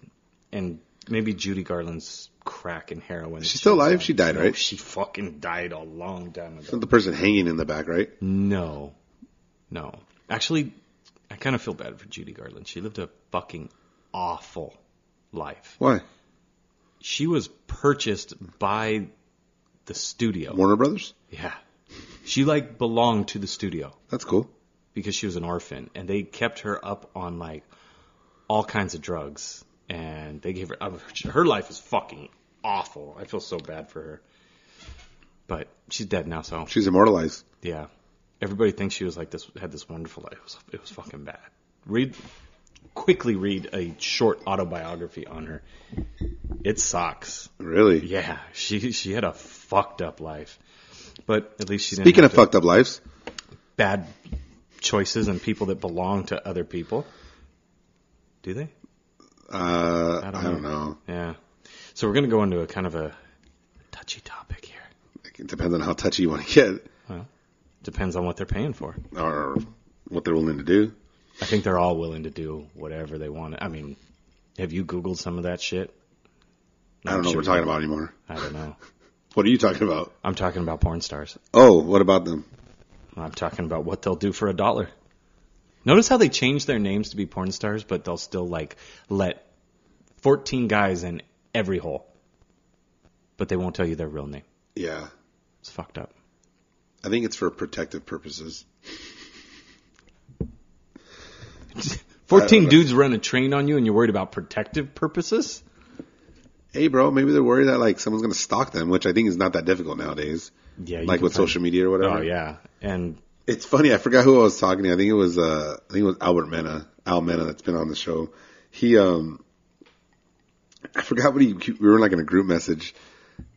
Speaker 2: and maybe Judy Garland's crack and heroin.
Speaker 3: She's still alive? She died,
Speaker 2: No,
Speaker 3: right?
Speaker 2: She fucking died a long time
Speaker 3: It's not
Speaker 2: ago.
Speaker 3: the person hanging in the back, right?
Speaker 2: Mm. No, no. Actually, I kind of feel bad for Judy Garland. She lived a fucking awful life.
Speaker 3: Why?
Speaker 2: She was purchased by the studio.
Speaker 3: Warner Brothers?
Speaker 2: Yeah. She like belonged to the studio
Speaker 3: That's cool.
Speaker 2: because she was an orphan and they kept her up on like all kinds of drugs and they gave her uh, her life is fucking awful. I feel so bad for her. But she's dead now, so
Speaker 3: She's immortalized.
Speaker 2: yeah. Everybody thinks she was like this had this wonderful life. It was, it was fucking bad. Read quickly read a short autobiography on her. It sucks.
Speaker 3: Really?
Speaker 2: Yeah, she she had a fucked up life. But at least she didn't
Speaker 3: Speaking
Speaker 2: have
Speaker 3: of
Speaker 2: to-
Speaker 3: fucked up lives,
Speaker 2: bad choices and people that belong to other people. Do they?
Speaker 3: uh, I
Speaker 2: don't
Speaker 3: don't, know.
Speaker 2: Yeah. So we're going to go into a kind of a touchy topic here.
Speaker 3: It depends on how touchy you want to
Speaker 2: Depends on what they're paying for.
Speaker 3: get or what they're willing to do.
Speaker 2: I think they're all willing to do whatever they want. I mean, have you Googled some of that shit?
Speaker 3: I don't know what we're talking about anymore.
Speaker 2: I don't know.
Speaker 3: What are you talking about?
Speaker 2: I'm talking about porn stars.
Speaker 3: Oh, what about them?
Speaker 2: I'm talking about what they'll do for a dollar. Notice how they changed their names to be porn stars, but they'll still like let 14 guys in every hole. But they won't tell you their real name.
Speaker 3: Yeah.
Speaker 2: It's fucked up.
Speaker 3: I think it's for protective purposes.
Speaker 2: 14
Speaker 3: know.
Speaker 2: dudes run a train on you and you're worried about protective purposes?
Speaker 3: Hey, bro, maybe they're worried that like someone's gonna stalk them, which I think is not that difficult nowadays.
Speaker 2: Yeah, you
Speaker 3: like
Speaker 2: can
Speaker 3: with
Speaker 2: find-
Speaker 3: social media or whatever.
Speaker 2: Oh yeah. And
Speaker 3: It's funny. I forgot who I was talking to. I think it was uh, I think it was Albert Mena, Al Mena, that's been on the show. He um, I forgot what he. We were like in a group message,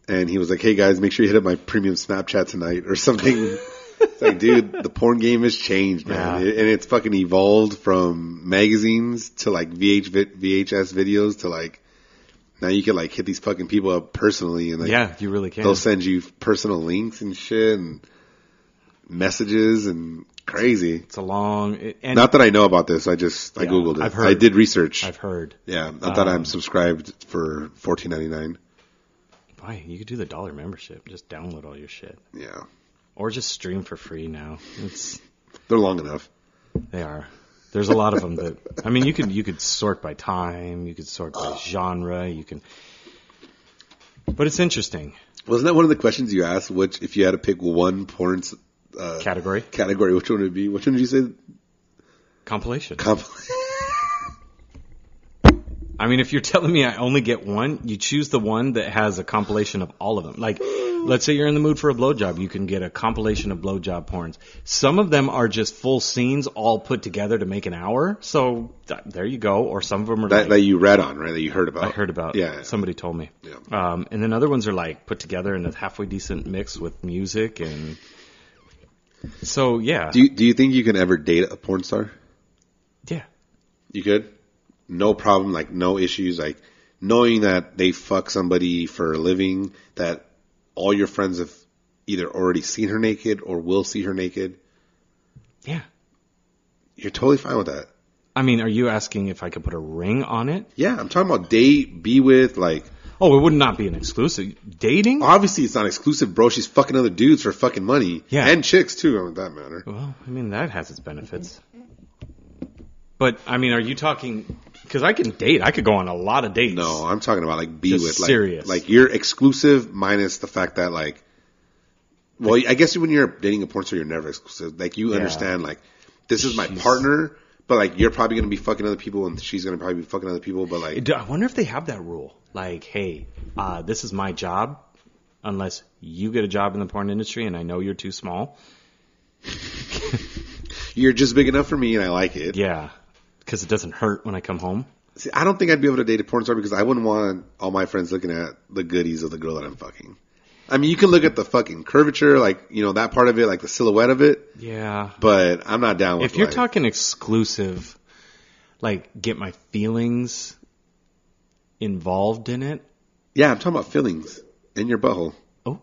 Speaker 3: and he was like, "Hey guys, make sure you hit up my premium Snapchat tonight or something." it's like, dude, the porn game has changed, man,
Speaker 2: Yeah.
Speaker 3: and it's fucking evolved from magazines to like VH vi- VHS videos to like now you can like hit these fucking people up personally and like
Speaker 2: yeah, you really can.
Speaker 3: they'll send you personal links and shit and messages and crazy.
Speaker 2: it's a long it- and
Speaker 3: Not that I know about this. I just I
Speaker 2: Yeah,
Speaker 3: googled it.
Speaker 2: I've heard.
Speaker 3: I did research.
Speaker 2: I've heard.
Speaker 3: yeah, not that
Speaker 2: Um,
Speaker 3: I'm subscribed for fourteen ninety nine.
Speaker 2: Why? You could do the dollar membership. Just download all your shit.
Speaker 3: Yeah,
Speaker 2: Or just stream for free now. It's
Speaker 3: they're long enough.
Speaker 2: They are. There's a lot of them that I mean, you could you could sort by time, you could sort by genre, you can. But it's interesting
Speaker 3: Wasn't that one of the questions you asked? Which, if you had to pick one porn s-
Speaker 2: category
Speaker 3: category, which one would it be? Which one did you say?
Speaker 2: compilation.
Speaker 3: Comp-
Speaker 2: I mean, if you're telling me I only get one, you choose the one that has a compilation of all of them. Like, let's say you're in the mood for a blowjob, you can get a compilation of blowjob porns. Some of them are just full scenes all put together to make an hour. So th- there you go. Or some of them are
Speaker 3: [LAUGHS] that
Speaker 2: like,
Speaker 3: that you read on, right? That you heard about.
Speaker 2: I heard about.
Speaker 3: Oh, Yeah.
Speaker 2: somebody told me.
Speaker 3: Yeah.
Speaker 2: Um, and then other ones are like put together in a halfway decent mix with music and. So yeah,
Speaker 3: do you, do you think you can ever date a porn star?
Speaker 2: yeah,
Speaker 3: You could? No problem, like no issues, like knowing that they fuck somebody for a living, that all your friends have either already seen her naked or will see her naked.
Speaker 2: yeah.
Speaker 3: You're totally fine with that.
Speaker 2: I mean, are you asking if I could put a ring on it?
Speaker 3: Yeah, I'm talking about date, be with, like
Speaker 2: Oh, it would not be an exclusive dating.
Speaker 3: obviously it's not exclusive, bro. She's fucking other dudes for fucking money.
Speaker 2: Yeah.
Speaker 3: And chicks too, for that matter.
Speaker 2: Well, I mean that has its benefits. But I mean, are you talking? Because I can date. I could go on a lot of dates.
Speaker 3: No, I'm talking about like be
Speaker 2: Just
Speaker 3: with, like,
Speaker 2: serious.
Speaker 3: like you're exclusive minus the fact that like, well, I guess when you're dating a porn star, you're never exclusive. Like you
Speaker 2: Yeah.
Speaker 3: understand, like this is my
Speaker 2: She's-
Speaker 3: partner, but like you're probably gonna be fucking other people, and she's gonna probably be fucking other people, but like
Speaker 2: Do- I wonder if they have that rule. Like, hey, uh, this is my job, unless you get a job in the porn industry, and I know you're too small.
Speaker 3: you're just big enough for me, and I like it.
Speaker 2: Yeah, because it doesn't hurt when I come home.
Speaker 3: See, I don't think I'd be able to date a porn star because I wouldn't want all my friends looking at the goodies of the girl that I'm fucking. I mean, you can look at the fucking curvature, like you know that part of it, like the silhouette of it,
Speaker 2: Yeah.
Speaker 3: but I'm not down with.
Speaker 2: If you're
Speaker 3: like-
Speaker 2: talking exclusive, like get my feelings involved in it.
Speaker 3: yeah, I'm talking about feelings in your butthole.
Speaker 2: Oh.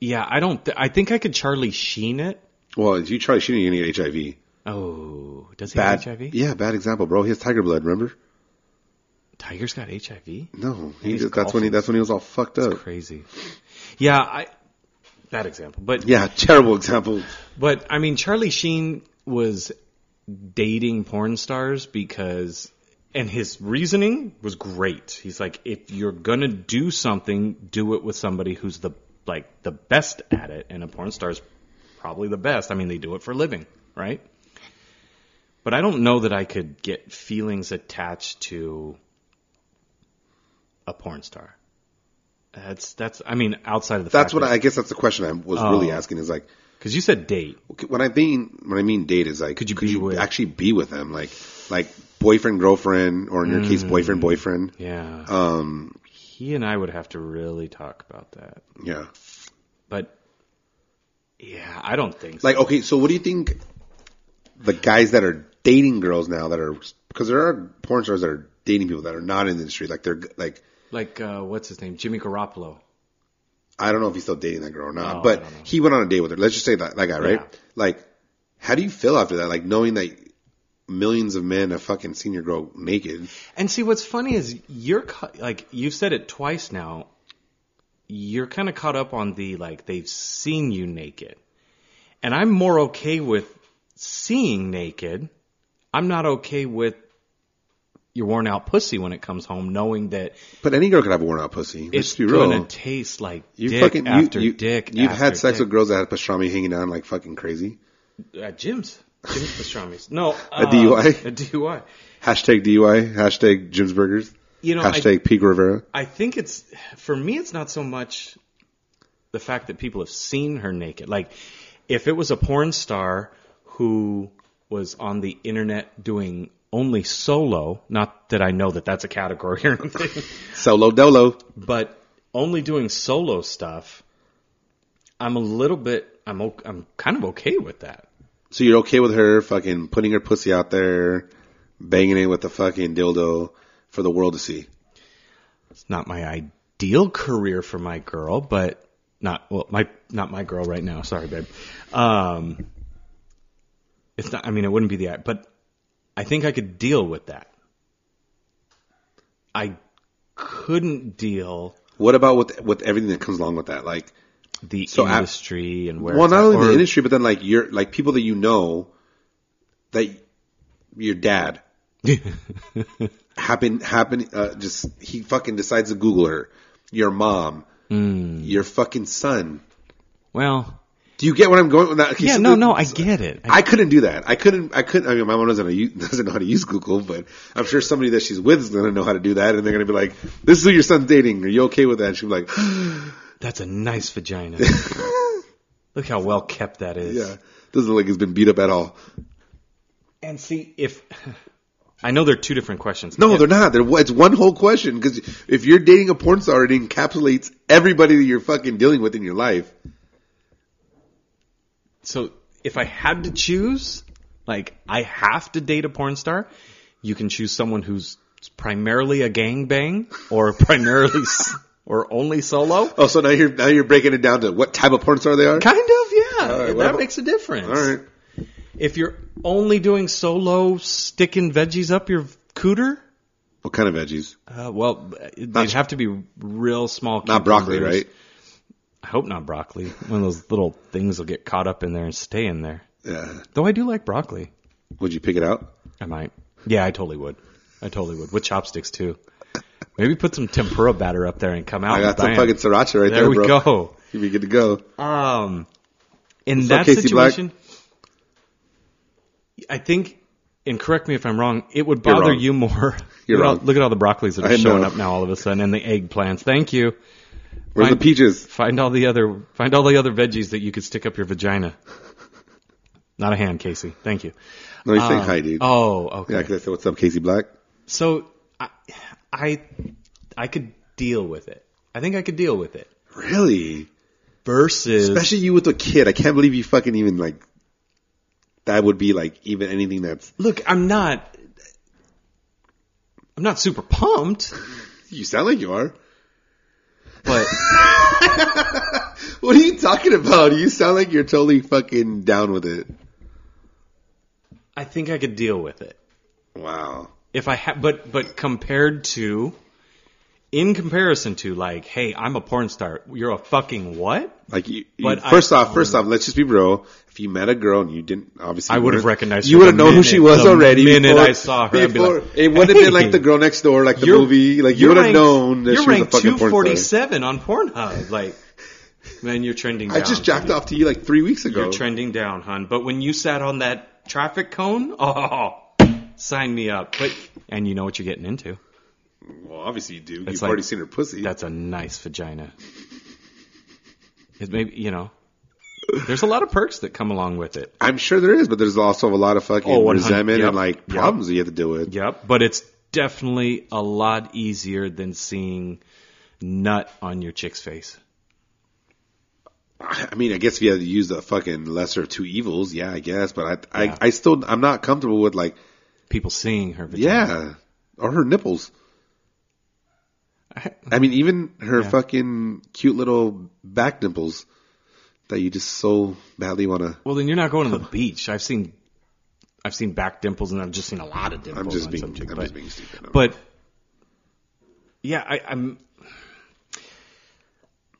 Speaker 2: Yeah, I don't. Th- I think I could Charlie Sheen it.
Speaker 3: Well, if you try shooting, you're gonna get HIV.
Speaker 2: Oh, does he
Speaker 3: Bad.
Speaker 2: have HIV?
Speaker 3: Yeah, bad example, bro. He has tiger blood. Remember?
Speaker 2: Tiger's got HIV.
Speaker 3: No, he
Speaker 2: He's
Speaker 3: did, that's when he
Speaker 2: golfing.
Speaker 3: that's when he was all fucked up.
Speaker 2: Crazy. Yeah, I. Bad example, but
Speaker 3: Yeah, [LAUGHS] terrible example.
Speaker 2: But I mean, Charlie Sheen was dating porn stars because, and his reasoning was great. He's like, if you're gonna do something, do it with somebody who's the like the best at it, and a porn star's probably the best. I mean, they do it for a living, right? But I don't know that I could get feelings attached to a porn star. That's that's. I mean, outside of the
Speaker 3: That's what I, I guess that's the question I was really
Speaker 2: Oh.
Speaker 3: asking is like
Speaker 2: because you said date.
Speaker 3: what I mean when I mean date is like
Speaker 2: Could you be with-
Speaker 3: actually be with them like like boyfriend girlfriend or in your
Speaker 2: Mm.
Speaker 3: case boyfriend boyfriend
Speaker 2: Yeah.
Speaker 3: um
Speaker 2: he and I would have to really talk about that.
Speaker 3: yeah
Speaker 2: But yeah, I don't think so.
Speaker 3: like okay so what do you think the guys that are dating girls now that are because there are porn stars that are dating people that are not in the industry like they're like
Speaker 2: like uh, what's his name, Jimmy Garoppolo.
Speaker 3: I don't know if he's still dating that girl or not,
Speaker 2: Oh, I
Speaker 3: but
Speaker 2: don't know.
Speaker 3: he went on a date with her. Let's just say that that guy, right?
Speaker 2: Yeah.
Speaker 3: Like, how do you feel after that? Like knowing that millions of men have fucking seen your girl naked.
Speaker 2: And see, what's funny is you're cu- like you've said it twice now. You're kind of caught up on the like they've seen you naked, and I'm more okay with seeing naked. I'm not okay with your worn out pussy when it comes home, knowing that
Speaker 3: But any girl could have a worn out pussy. Let's
Speaker 2: it's
Speaker 3: be real.
Speaker 2: gonna taste like
Speaker 3: you
Speaker 2: dick
Speaker 3: fucking you-
Speaker 2: after
Speaker 3: you,
Speaker 2: dick.
Speaker 3: You've had
Speaker 2: after
Speaker 3: sex
Speaker 2: dick.
Speaker 3: with girls that had pastrami hanging down like fucking crazy.
Speaker 2: At Uh, Jim's. Jim's Pastrami's. No.
Speaker 3: A
Speaker 2: uh, [LAUGHS]
Speaker 3: DUI?
Speaker 2: A DUI.
Speaker 3: Hashtag DUI. Hashtag Jim's Burgers.
Speaker 2: You know, I,
Speaker 3: hashtag Pete Rivera.
Speaker 2: I think it's, for me, it's not so much the fact that people have seen her naked. Like, if it was a porn star who was on the internet doing only solo, not that I know that that's a category or anything, [LAUGHS]
Speaker 3: Solo Dolo.
Speaker 2: but only doing solo stuff, I'm a little bit, I'm, o- I'm kind of okay with that.
Speaker 3: So you're okay with her fucking putting her pussy out there, banging it with a fucking dildo for the world to see.
Speaker 2: it's not my ideal career for my girl, but not well my not my girl right now. Sorry, babe. Um, it's not. I mean, it wouldn't be the but I think I could deal with that. I couldn't deal
Speaker 3: What about with with everything that comes along with that? Like,
Speaker 2: the
Speaker 3: So I-
Speaker 2: industry and where.
Speaker 3: well,
Speaker 2: it's
Speaker 3: not
Speaker 2: at,
Speaker 3: only
Speaker 2: or-
Speaker 3: the industry, but then like your like people that you know, that
Speaker 2: [LAUGHS]
Speaker 3: your dad happen happen uh, just he fucking decides to Google her, your mom,
Speaker 2: Hmm.
Speaker 3: your fucking son.
Speaker 2: well,
Speaker 3: Do you get what I'm going? with that? Okay,
Speaker 2: yeah,
Speaker 3: so
Speaker 2: no,
Speaker 3: the-
Speaker 2: no, I get it. I,
Speaker 3: I couldn't do that. I couldn't. I couldn't. I mean, my mom doesn't know, [LAUGHS] you- doesn't know how to use Google, but I'm sure somebody that she's with is going to know how to do that, and they're going to be like, "This is who your son's dating. Are you okay with that?" And she'll be like, [GASPS]
Speaker 2: that's a nice
Speaker 3: [LAUGHS]
Speaker 2: vagina. Look how well kept that is.
Speaker 3: "Yeah, doesn't look like it's been beat up at all."
Speaker 2: And see if. [LAUGHS] I know they're two different questions.
Speaker 3: No,
Speaker 2: If-
Speaker 3: they're not. They're it's one whole question because if you're dating a porn star, it encapsulates everybody that you're fucking dealing with in your life.
Speaker 2: so if I had to choose, like I have to date a porn star, you can choose someone who's primarily a gangbang or [LAUGHS] primarily s- or only solo.
Speaker 3: Oh, so now you're now you're breaking it down to what type of porn star they are.
Speaker 2: Kind of, yeah.
Speaker 3: All right,
Speaker 2: that
Speaker 3: what about-
Speaker 2: makes a difference.
Speaker 3: All right.
Speaker 2: If you're only doing solo, sticking veggies up your cooter,
Speaker 3: What kind of veggies?
Speaker 2: uh, well, they'd have to be real small.
Speaker 3: Not broccoli,
Speaker 2: cucumbers.
Speaker 3: right?
Speaker 2: I hope not broccoli. One of those little things will get caught up in there and stay in there.
Speaker 3: Yeah.
Speaker 2: Though I do like broccoli.
Speaker 3: Would you pick it out?
Speaker 2: I might. Yeah, I totally would. I totally would. With chopsticks too. Maybe put some tempura batter up there and come out.
Speaker 3: I got some
Speaker 2: bam.
Speaker 3: fucking sriracha right there,
Speaker 2: there, we
Speaker 3: bro.
Speaker 2: go.
Speaker 3: You'd be good to go.
Speaker 2: Um, in
Speaker 3: up,
Speaker 2: that
Speaker 3: Casey Black?
Speaker 2: situation, I think, and correct me if I'm wrong, it would
Speaker 3: You're
Speaker 2: bother
Speaker 3: wrong.
Speaker 2: you more. [LAUGHS]
Speaker 3: You're
Speaker 2: look, at all-
Speaker 3: wrong.
Speaker 2: look at all the broccolis that are
Speaker 3: I
Speaker 2: showing
Speaker 3: know.
Speaker 2: up now all of a sudden, and the eggplants. Thank you.
Speaker 3: Where's
Speaker 2: Fine.
Speaker 3: the peaches?
Speaker 2: Find all the other find all the other veggies that you could stick up your vagina. Not a hand, Casey. Thank you.
Speaker 3: No, he's saying
Speaker 2: Um,
Speaker 3: hi, dude.
Speaker 2: Oh, okay.
Speaker 3: Yeah, 'cause I said, what's up, Casey Black?
Speaker 2: So I, I, I could deal with it. I think I could deal with it.
Speaker 3: Really?
Speaker 2: Versus,
Speaker 3: Especially you with a kid. I can't believe you fucking even like. That would be like even anything that's
Speaker 2: look, I'm not, I'm not super pumped,
Speaker 3: you sound like you are.
Speaker 2: but
Speaker 3: what are you talking about? You sound like you're totally fucking down with it.
Speaker 2: I think I could deal with it.
Speaker 3: Wow.
Speaker 2: If I ha- but but compared to in comparison to like, hey, I'm a porn star. You're a fucking what?
Speaker 3: Like you, you-
Speaker 2: But I-
Speaker 3: first off, first off, let's just be real. If you met a girl and you didn't, obviously
Speaker 2: I
Speaker 3: you
Speaker 2: would have
Speaker 3: weren't-
Speaker 2: recognized
Speaker 3: You
Speaker 2: her
Speaker 3: would have
Speaker 2: the
Speaker 3: known who she
Speaker 2: minute-
Speaker 3: was
Speaker 2: the
Speaker 3: already.
Speaker 2: minute
Speaker 3: before-
Speaker 2: I saw her, I'd be
Speaker 3: before-
Speaker 2: like,
Speaker 3: it would have
Speaker 2: "Hey."
Speaker 3: been like the girl next door, like the
Speaker 2: You're-
Speaker 3: movie. Like you
Speaker 2: you're
Speaker 3: would have
Speaker 2: ranked-
Speaker 3: known that
Speaker 2: You're
Speaker 3: she was a
Speaker 2: ranked
Speaker 3: fucking porn star.
Speaker 2: 247 on Pornhub. Like, man, you're trending.
Speaker 3: I
Speaker 2: Down.
Speaker 3: just jacked off to you like three weeks ago.
Speaker 2: You're trending down, hun. But when you sat on that traffic cone, [LAUGHS] oh, sign me up. But and you know what you're getting into.
Speaker 3: well, obviously you do. You've
Speaker 2: It's like-
Speaker 3: already seen her pussy.
Speaker 2: That's a nice vagina. It maybe you know. There's a lot of perks that come along with it.
Speaker 3: I'm sure there is, but there's also a lot of fucking
Speaker 2: Oh, 100
Speaker 3: resentment
Speaker 2: yep,
Speaker 3: and like
Speaker 2: yep.
Speaker 3: problems that you have to deal with.
Speaker 2: Yep, but it's definitely a lot easier than seeing nut on your chick's face.
Speaker 3: I mean, I guess if you had to use the fucking lesser of two evils, yeah, I guess. But I,
Speaker 2: Yeah.
Speaker 3: I, I still, I'm not comfortable with like,
Speaker 2: People seeing her vagina.
Speaker 3: yeah, or her nipples. I mean, even her fucking cute little back nipples that you just so badly want to.
Speaker 2: Well, then you're not going to the beach. I've seen, I've seen back dimples, and I've just seen a lot of dimples
Speaker 3: I'm just
Speaker 2: on
Speaker 3: being,
Speaker 2: some chick,
Speaker 3: I'm
Speaker 2: but,
Speaker 3: just being stupid.
Speaker 2: but yeah, I, I'm,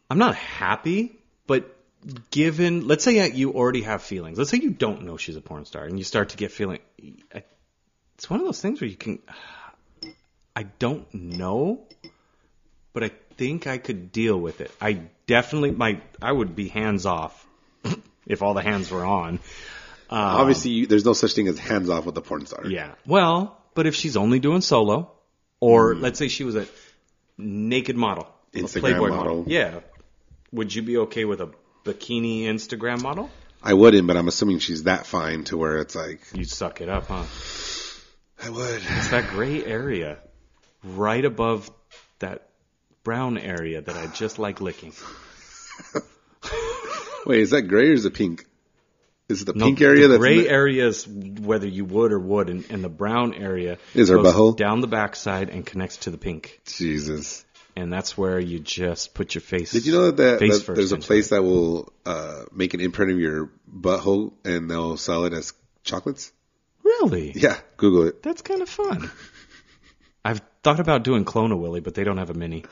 Speaker 2: I'm not happy, but given, let's say that you already have feelings. Let's say you don't know she's a porn star, and you start to get feeling. I, it's one of those things where you can. I don't know, but I think I could deal with it. I definitely my I would be hands off [LAUGHS] if all the hands were on.
Speaker 3: Uh, obviously, you, there's no such thing as hands off with the porn star.
Speaker 2: um, Yeah. Well, but if she's only doing solo, or let's say she was a naked model, a
Speaker 3: Mm. Instagram
Speaker 2: Playboy
Speaker 3: model.
Speaker 2: yeah, would you be okay with a bikini Instagram model?
Speaker 3: I wouldn't, but I'm assuming she's that fine to where it's like,
Speaker 2: You'd suck it up, huh? [LAUGHS]
Speaker 3: I would.
Speaker 2: It's that gray area, right above that brown area that I just like licking.
Speaker 3: Wait, is that gray or is it pink? Is it the
Speaker 2: No,
Speaker 3: pink area
Speaker 2: The
Speaker 3: that's
Speaker 2: gray
Speaker 3: in the-
Speaker 2: area is whether you would or wouldn't, and the brown area
Speaker 3: Is her
Speaker 2: goes
Speaker 3: butthole?
Speaker 2: down the backside and connects to the pink,
Speaker 3: Jesus.
Speaker 2: and that's where you just put your face.
Speaker 3: Did you know that,
Speaker 2: face
Speaker 3: that
Speaker 2: first
Speaker 3: there's a
Speaker 2: into
Speaker 3: place that will uh, make an imprint of your butthole and they'll sell it as chocolates? [LAUGHS]
Speaker 2: Really?
Speaker 3: Yeah, Google it.
Speaker 2: That's kind of fun. I've thought about doing Clone a Willy, but they don't have a mini.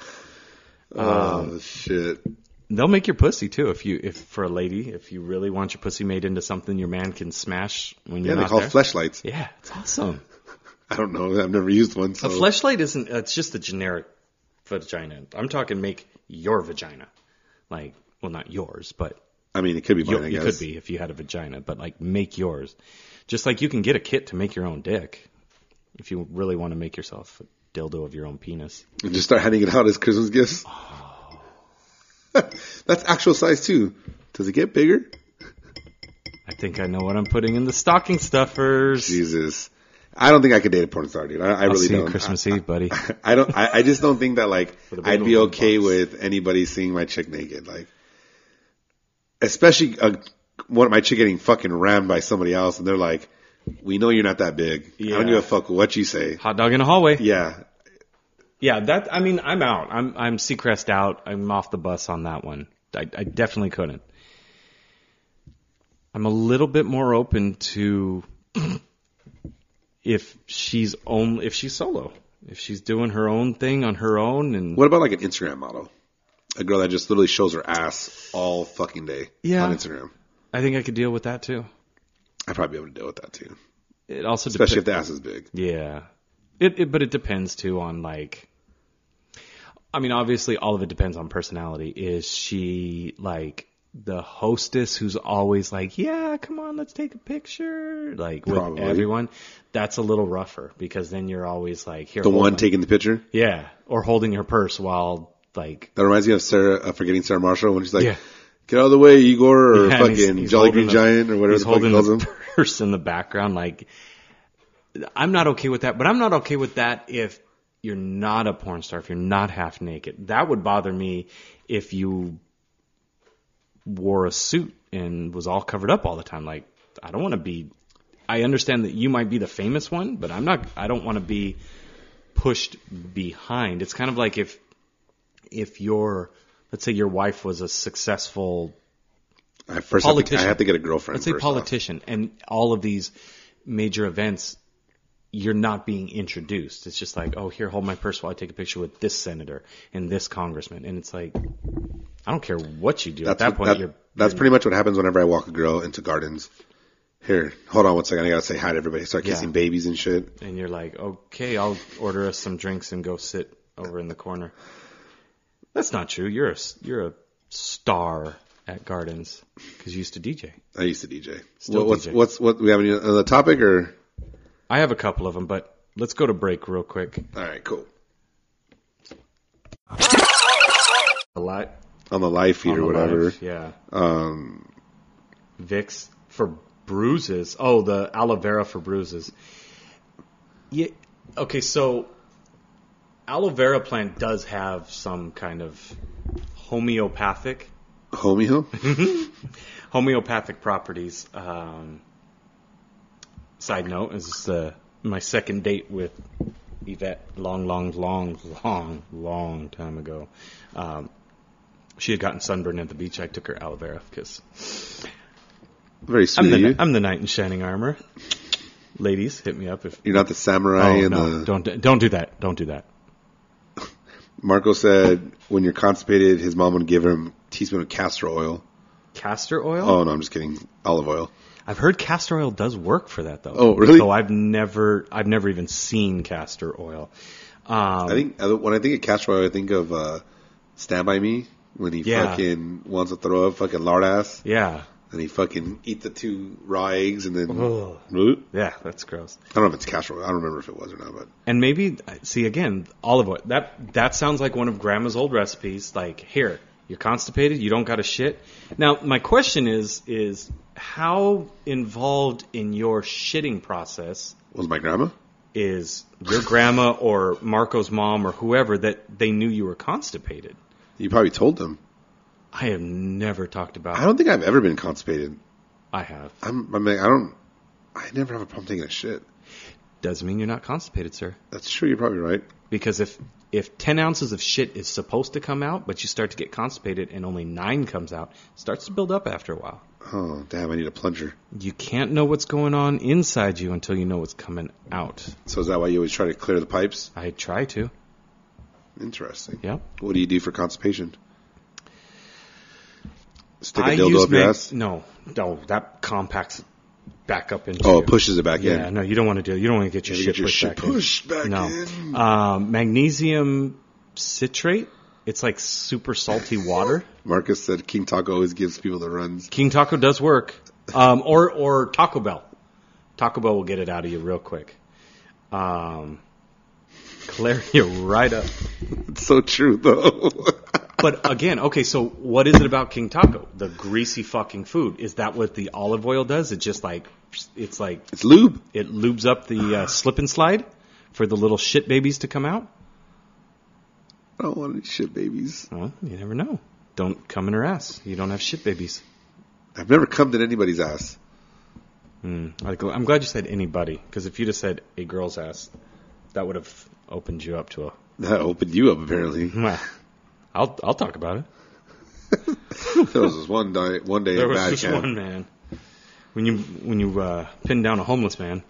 Speaker 3: Oh shit!
Speaker 2: They'll make your pussy too if you if for a lady if you really want your pussy made into something your man can smash when
Speaker 3: Yeah,
Speaker 2: you're
Speaker 3: they
Speaker 2: not
Speaker 3: call
Speaker 2: there.
Speaker 3: fleshlights.
Speaker 2: yeah, it's awesome.
Speaker 3: I don't know. I've never used one. So
Speaker 2: A fleshlight isn't. It's just a generic vagina. I'm talking make your vagina, like well not yours, but
Speaker 3: I mean, it could be mine.
Speaker 2: Yo-
Speaker 3: I
Speaker 2: you
Speaker 3: guess.
Speaker 2: could be if you had a vagina, but like make yours. Just like you can get a kit to make your own dick if you really want to make yourself a dildo of your own penis.
Speaker 3: And just start handing it out as Christmas gifts.
Speaker 2: Oh.
Speaker 3: [LAUGHS] That's actual size too. Does it get bigger?
Speaker 2: I think I know what I'm putting in the stocking stuffers.
Speaker 3: Jesus. I don't think I could date a porn star, dude. I, I
Speaker 2: I'll
Speaker 3: really
Speaker 2: see you
Speaker 3: don't.
Speaker 2: Christmas Eve, buddy. [LAUGHS]
Speaker 3: I don't. I, I just don't think that like
Speaker 2: the
Speaker 3: I'd
Speaker 2: big
Speaker 3: be
Speaker 2: old
Speaker 3: okay
Speaker 2: box.
Speaker 3: with anybody seeing my chick naked. Like, especially uh, one of my chick getting fucking rammed by somebody else, and they're like, "We know you're not that big. I
Speaker 2: Yeah.
Speaker 3: don't give a fuck what you say."
Speaker 2: Hot dog in the hallway. Yeah.
Speaker 3: Yeah,
Speaker 2: that I mean, I'm out. I'm I'm Seacrest out. I'm off the bus on that one. I, I definitely couldn't. I'm a little bit more open to [CLEARS THROAT] if she's only if she's solo, if she's doing her own thing on her own, and
Speaker 3: What about like an Instagram model? A girl that just literally shows her ass all fucking day
Speaker 2: Yeah.
Speaker 3: on Instagram.
Speaker 2: I think I could deal with that too.
Speaker 3: I'd probably be able to deal with that too,
Speaker 2: It also
Speaker 3: especially
Speaker 2: depends.
Speaker 3: if the ass is big.
Speaker 2: Yeah. It, it but it depends too on like I mean obviously all of it depends on personality. Is she like the hostess who's always like, "Yeah, come on, let's take a picture." Like with
Speaker 3: Probably.
Speaker 2: everyone, that's a little rougher because then you're always like, "Here."
Speaker 3: The
Speaker 2: hold
Speaker 3: one
Speaker 2: my-"
Speaker 3: taking the picture.
Speaker 2: Yeah, or holding her purse while like
Speaker 3: That reminds me of Sarah, uh, forgetting Sarah Marshall when she's like,
Speaker 2: Yeah.
Speaker 3: "Get out of the way, Igor," or
Speaker 2: Yeah, and
Speaker 3: fucking
Speaker 2: he's- he's
Speaker 3: Jolly
Speaker 2: holding
Speaker 3: Green
Speaker 2: the-
Speaker 3: Giant, or whatever
Speaker 2: he's
Speaker 3: the fuck he
Speaker 2: holding
Speaker 3: calls
Speaker 2: the
Speaker 3: him.
Speaker 2: purse in the background. Like, I'm not okay with that, but I'm not okay with that if you're not a porn star, if you're not half naked. That would bother me if you wore a suit and was all covered up all the time. Like, I don't want to be. I understand that you might be the famous one, but I'm not. I don't want to be pushed behind. It's kind of like if if you're let's say your wife was a successful,
Speaker 3: I first have to, I
Speaker 2: Politician.
Speaker 3: have to get a girlfriend.
Speaker 2: let's say
Speaker 3: first off.
Speaker 2: politician, and all of these major events, you're not being introduced. It's just like, oh, here, hold my purse while I take a picture with this senator and this congressman, and it's like, I don't care what you do at that
Speaker 3: what-
Speaker 2: point. you're
Speaker 3: that's pretty much what happens whenever I walk a girl into gardens. Here, hold on one second. I gotta say hi to everybody. Start kissing
Speaker 2: Yeah.
Speaker 3: babies and shit.
Speaker 2: and you're like, okay, I'll order us some drinks and go sit over in the corner. That's not true. You're a s- you're a star at Gardens because you used to DJ.
Speaker 3: I used to DJ.
Speaker 2: Still
Speaker 3: what, what's,
Speaker 2: DJ.
Speaker 3: what's what we have any other topic or?
Speaker 2: I have a couple of them, but let's go to break real quick.
Speaker 3: All right, cool.
Speaker 2: A lot
Speaker 3: On the live feed
Speaker 2: on
Speaker 3: or
Speaker 2: the
Speaker 3: whatever.
Speaker 2: life, yeah. Um, Vicks for bruises. Oh, the aloe vera for bruises. Yeah. Okay, so aloe vera plant does have some kind of homeopathic
Speaker 3: Homie
Speaker 2: [LAUGHS]
Speaker 3: home.
Speaker 2: homeopathic properties. Um, side note is this, uh, my second date with Yvette long, long, long, long, long time ago. Um, she had gotten sunburned at the beach. I took her aloe vera because
Speaker 3: Very sweet
Speaker 2: I'm
Speaker 3: of you.
Speaker 2: the, I'm the knight in shining armor. Ladies, hit me up if.
Speaker 3: You're not the samurai.
Speaker 2: Oh
Speaker 3: and
Speaker 2: no!
Speaker 3: the,
Speaker 2: Don't don't do that! Don't do that!
Speaker 3: Marco said when you're constipated, his mom would give him a teaspoon of castor oil.
Speaker 2: Mm-hmm. Castor oil.
Speaker 3: Oh no, I'm just kidding. Olive oil.
Speaker 2: I've heard castor oil does work for that though.
Speaker 3: Oh, really?
Speaker 2: So I've never I've never even seen castor oil. Um,
Speaker 3: I think when I think of castor oil, I think of uh, Stand by Me when he
Speaker 2: Yeah.
Speaker 3: fucking wants to throw up fucking lard ass.
Speaker 2: yeah.
Speaker 3: and he fucking eat the two raw eggs and then
Speaker 2: Ugh.
Speaker 3: Bloop.
Speaker 2: Yeah, that's gross.
Speaker 3: I don't know if it's castor oil. I don't remember if it was or not, but
Speaker 2: And maybe see again, olive oil. That that sounds like one of grandma's old recipes. Like, here, you're constipated, you don't got a shit. Now, my question is is how involved in your shitting process
Speaker 3: was my grandma?
Speaker 2: is your grandma or Marco's mom or whoever that they knew you were constipated?
Speaker 3: You probably told them.
Speaker 2: I have never talked about
Speaker 3: I don't think I've ever been constipated.
Speaker 2: I have.
Speaker 3: I'm. I mean, I don't. I never have a problem taking a shit.
Speaker 2: Doesn't mean you're not constipated, sir.
Speaker 3: That's true. You're probably right.
Speaker 2: Because if if ten ounces of shit is supposed to come out, but you start to get constipated and only nine comes out, it starts to build up after a while.
Speaker 3: Oh damn! I need a plunger.
Speaker 2: You can't know what's going on inside you until you know what's coming out.
Speaker 3: So is that why you always try to clear the pipes?
Speaker 2: I try to.
Speaker 3: Interesting.
Speaker 2: Yeah.
Speaker 3: What do you do for constipation? Stick a
Speaker 2: I
Speaker 3: dildo
Speaker 2: use
Speaker 3: up your
Speaker 2: mag-
Speaker 3: ass.
Speaker 2: No, no, that compacts back up into.
Speaker 3: Oh,
Speaker 2: you.
Speaker 3: it pushes it back
Speaker 2: Yeah,
Speaker 3: in.
Speaker 2: no, you don't want to do. You don't want to get your
Speaker 3: You
Speaker 2: shit
Speaker 3: get your
Speaker 2: pushed
Speaker 3: shit
Speaker 2: back in.
Speaker 3: pushed back
Speaker 2: no.
Speaker 3: in.
Speaker 2: Um, magnesium citrate. It's like super salty water.
Speaker 3: Marcus said King Taco always gives people the runs.
Speaker 2: King Taco does work. Um, or or Taco Bell. Taco Bell will get it out of you real quick. Um, [LAUGHS] clear you right up.
Speaker 3: It's so true though. [LAUGHS]
Speaker 2: But again, okay, so what is it about King Taco? The greasy fucking food. Is that what the olive oil does? It just like it's like
Speaker 3: it's lube.
Speaker 2: it lubes up the uh, slip and slide for the little shit babies to come out.
Speaker 3: I don't want any shit babies.
Speaker 2: Well, you never know. Don't come in her ass. You don't have shit babies.
Speaker 3: I've never cummed in anybody's ass.
Speaker 2: Like, I'm glad you said anybody, because if you'd have said a girl's ass, that would have opened you up to a. [LAUGHS]
Speaker 3: That opened you up, apparently.
Speaker 2: Well, I'll I'll talk about it.
Speaker 3: there was this one day, one day
Speaker 2: There
Speaker 3: in
Speaker 2: was
Speaker 3: bad
Speaker 2: just one man. When you when you uh, pin down a homeless man,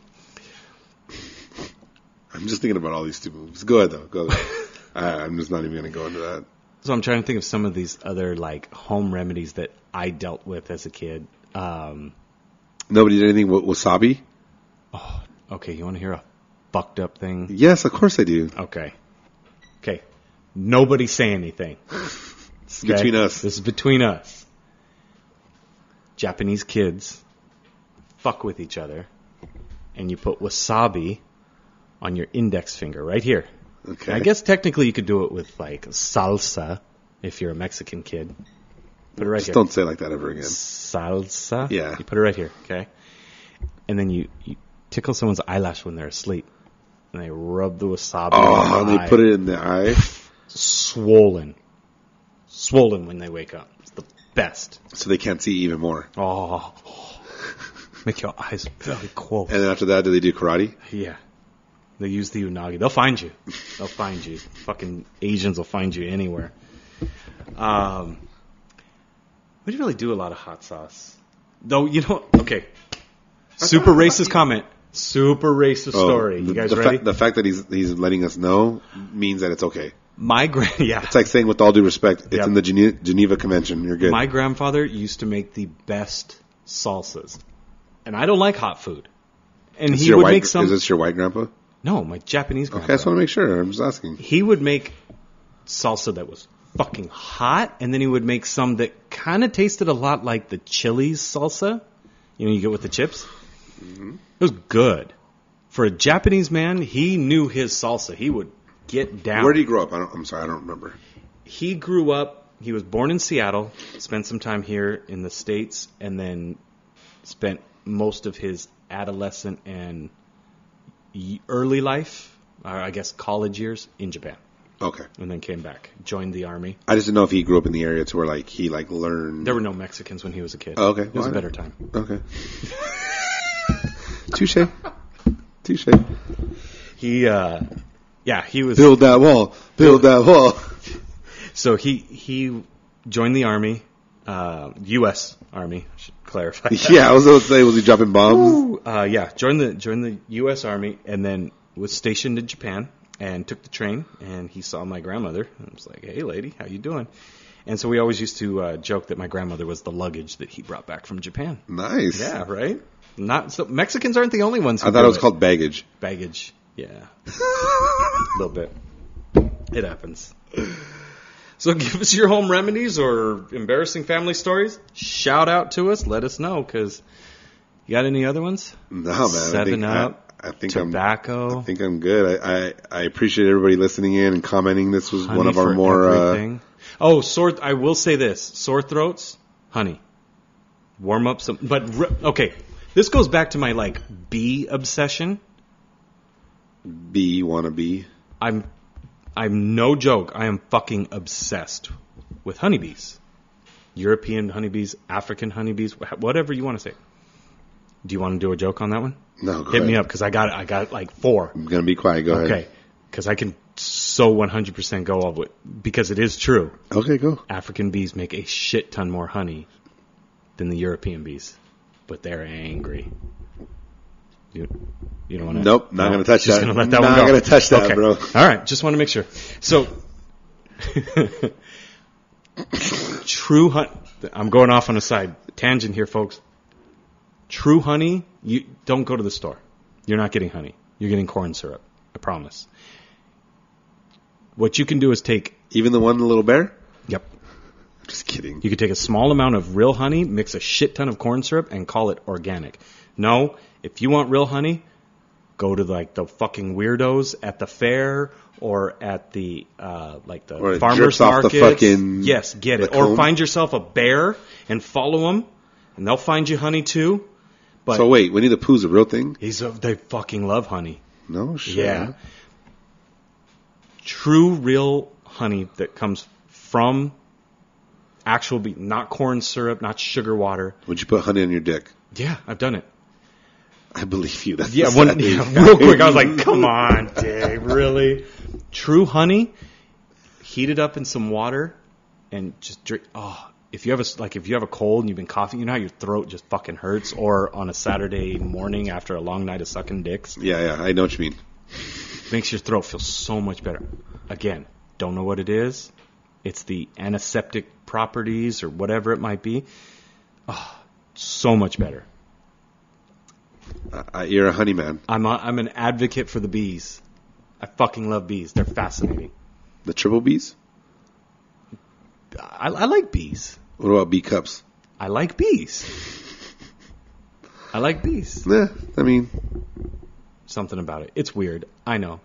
Speaker 3: I'm just thinking about all these stupid moves. Go ahead though. Go ahead.
Speaker 2: [LAUGHS]
Speaker 3: I, I'm just not even going to go into that.
Speaker 2: so I'm trying to think of some of these other like home remedies that I dealt with as a kid. Um,
Speaker 3: Nobody did anything with wasabi?
Speaker 2: okay, you want to hear a fucked up thing?
Speaker 3: Yes, of course I do.
Speaker 2: Okay, okay. Nobody say anything.
Speaker 3: It's between
Speaker 2: Okay?
Speaker 3: us.
Speaker 2: This is between us. Japanese kids fuck with each other, and you put wasabi on your index finger right here.
Speaker 3: Okay.
Speaker 2: I guess technically you could do it with like salsa if you're a Mexican kid. Put it right
Speaker 3: Just
Speaker 2: here.
Speaker 3: don't say it like that ever again.
Speaker 2: Salsa.
Speaker 3: Yeah.
Speaker 2: You put it right here. Okay. And then you, you tickle someone's eyelash when they're asleep, and they rub the wasabi.
Speaker 3: Oh,
Speaker 2: on
Speaker 3: and
Speaker 2: the
Speaker 3: they
Speaker 2: eye.
Speaker 3: put it in the eye.
Speaker 2: swollen, swollen when they wake up. It's the best.
Speaker 3: So they can't see even more.
Speaker 2: Oh, make your eyes very cold.
Speaker 3: And then after that, do they do karate?
Speaker 2: Yeah. They use the unagi. They'll find you. They'll find you. Fucking Asians will find you anywhere. Um, we didn't really do a lot of hot sauce, though. You know, okay. Super racist comment. Super racist
Speaker 3: Oh,
Speaker 2: story.
Speaker 3: the-
Speaker 2: You guys
Speaker 3: the,
Speaker 2: ready?
Speaker 3: Fact, the fact that he's he's letting us know means that it's okay.
Speaker 2: my grand, [LAUGHS] yeah.
Speaker 3: It's like saying, with all due respect, it's
Speaker 2: Yeah.
Speaker 3: in the Geneva, Geneva Convention. You're good.
Speaker 2: My grandfather used to make the best salsas, and I don't like hot food. And
Speaker 3: Is
Speaker 2: he
Speaker 3: your
Speaker 2: would
Speaker 3: white-
Speaker 2: make some.
Speaker 3: Is this your white grandpa? Okay,
Speaker 2: no, my Japanese
Speaker 3: I
Speaker 2: grandfather.
Speaker 3: just want to make sure. I'm just asking.
Speaker 2: he would make salsa that was fucking hot, and then he would make some that kind of tasted a lot like the Chili's salsa. You know, you get with the chips. It was good for a Japanese man. He knew his salsa. He would get down.
Speaker 3: Where did he grow up? I don't, I'm sorry, I don't remember.
Speaker 2: he grew up. He was born in Seattle, spent some time here in the states, and then spent most of his adolescent and y- early life, or I guess college years, in Japan
Speaker 3: Okay,
Speaker 2: and then came back, joined the army.
Speaker 3: I just didn't know if he grew up in the area to where like he like learned.
Speaker 2: There were no Mexicans when he was a kid.
Speaker 3: Oh, okay.
Speaker 2: it was
Speaker 3: Well,
Speaker 2: a
Speaker 3: I-
Speaker 2: better time.
Speaker 3: Okay. [LAUGHS] Touche. Touche.
Speaker 2: He, uh, yeah, he was.
Speaker 3: Build that wall. Build that wall. [LAUGHS]
Speaker 2: So he he joined the army, uh, U.S. Army. I should clarify. that.
Speaker 3: [LAUGHS] yeah, I was going to say, was he dropping bombs?
Speaker 2: Uh, yeah, joined the joined the U.S. Army, and then was stationed in Japan, and took the train, and he saw my grandmother, and I was like, "Hey, lady, how you doing?" And so we always used to uh, joke that my grandmother was the luggage that he brought back from Japan.
Speaker 3: Nice.
Speaker 2: Yeah, right. Not so Mexicans aren't the only ones. Who
Speaker 3: I thought
Speaker 2: do
Speaker 3: it was called baggage. [LAUGHS]
Speaker 2: baggage. Yeah, a little bit. It happens. So give us your home remedies or embarrassing family stories. Shout out to us. Let us know because you got any other ones?
Speaker 3: No, man. I
Speaker 2: Seven
Speaker 3: think,
Speaker 2: Up,
Speaker 3: I, I think I'm.
Speaker 2: Tobacco.
Speaker 3: I think I'm good. I, I I appreciate everybody listening in and commenting. This was one of our more. Uh,
Speaker 2: oh, sore. I will say this: sore throats, honey. Warm up some, but re- okay. This goes back to my like bee obsession.
Speaker 3: B wannabe.
Speaker 2: I'm I'm no joke. I am fucking obsessed with honeybees. European honeybees, African honeybees, wh- whatever you want to say. Do you want to do a joke on that one?
Speaker 3: No, go
Speaker 2: Hit me
Speaker 3: ahead.
Speaker 2: up because I got I got like four.
Speaker 3: I'm gonna be quiet. Go
Speaker 2: Okay,
Speaker 3: ahead.
Speaker 2: because I can so 100% go off with because it is true.
Speaker 3: Okay, go.
Speaker 2: African bees make a shit ton more honey than the European bees, but they're angry. You, you don't want to.
Speaker 3: Nope, not gonna touch
Speaker 2: just
Speaker 3: that.
Speaker 2: Gonna let that one
Speaker 3: Not
Speaker 2: go.
Speaker 3: gonna touch that,
Speaker 2: Okay.
Speaker 3: bro.
Speaker 2: All right, just want to make sure. So, [LAUGHS] true honey. I'm going off on a side tangent here, folks. True honey, you don't go to the store. You're not getting honey. You're getting corn syrup. I promise. What you can do is take.
Speaker 3: Even the one little bear.
Speaker 2: Yep.
Speaker 3: Just kidding.
Speaker 2: You could take a small amount of real honey, mix a shit ton of corn syrup, and call it organic. No, if you want real honey, go to like the fucking weirdos at the fair or at the uh, like the
Speaker 3: Or it
Speaker 2: farmers
Speaker 3: drips off the
Speaker 2: market.
Speaker 3: fucking-
Speaker 2: yes, get it.
Speaker 3: the
Speaker 2: Or
Speaker 3: cone.
Speaker 2: find yourself a bear and follow them, and they'll find you honey too. But
Speaker 3: So wait, Winnie the Pooh's a real thing?
Speaker 2: he's a, they fucking love honey.
Speaker 3: No shit.
Speaker 2: Yeah. True, real honey that comes from actual bee, not corn syrup, not sugar water.
Speaker 3: Would you put honey on your dick?
Speaker 2: Yeah, I've done it.
Speaker 3: I believe you. That's
Speaker 2: Yeah,
Speaker 3: the
Speaker 2: one,
Speaker 3: sad
Speaker 2: yeah, [LAUGHS]
Speaker 3: thing.
Speaker 2: real quick. I was like,
Speaker 3: [LAUGHS]
Speaker 2: come on, Dave, really? True honey, heat it up in some water, and just drink. Oh, if you have a s- like, if you have a cold and you've been coughing, you know how your throat just fucking hurts, or on a Saturday morning after a long night of sucking dicks,
Speaker 3: Yeah, yeah. I know what you mean.
Speaker 2: makes your throat feel so much better. Again, don't know what it is. It's the antiseptic properties or whatever it might be. Oh, so much better.
Speaker 3: I, I, you're a honey man.
Speaker 2: I'm a, I'm an advocate for the bees. I fucking love bees. They're fascinating.
Speaker 3: The triple B's.
Speaker 2: I, I like bees.
Speaker 3: What about B cups?
Speaker 2: I like bees. I like bees.
Speaker 3: Nah, I mean,
Speaker 2: Something about it. It's weird. I know.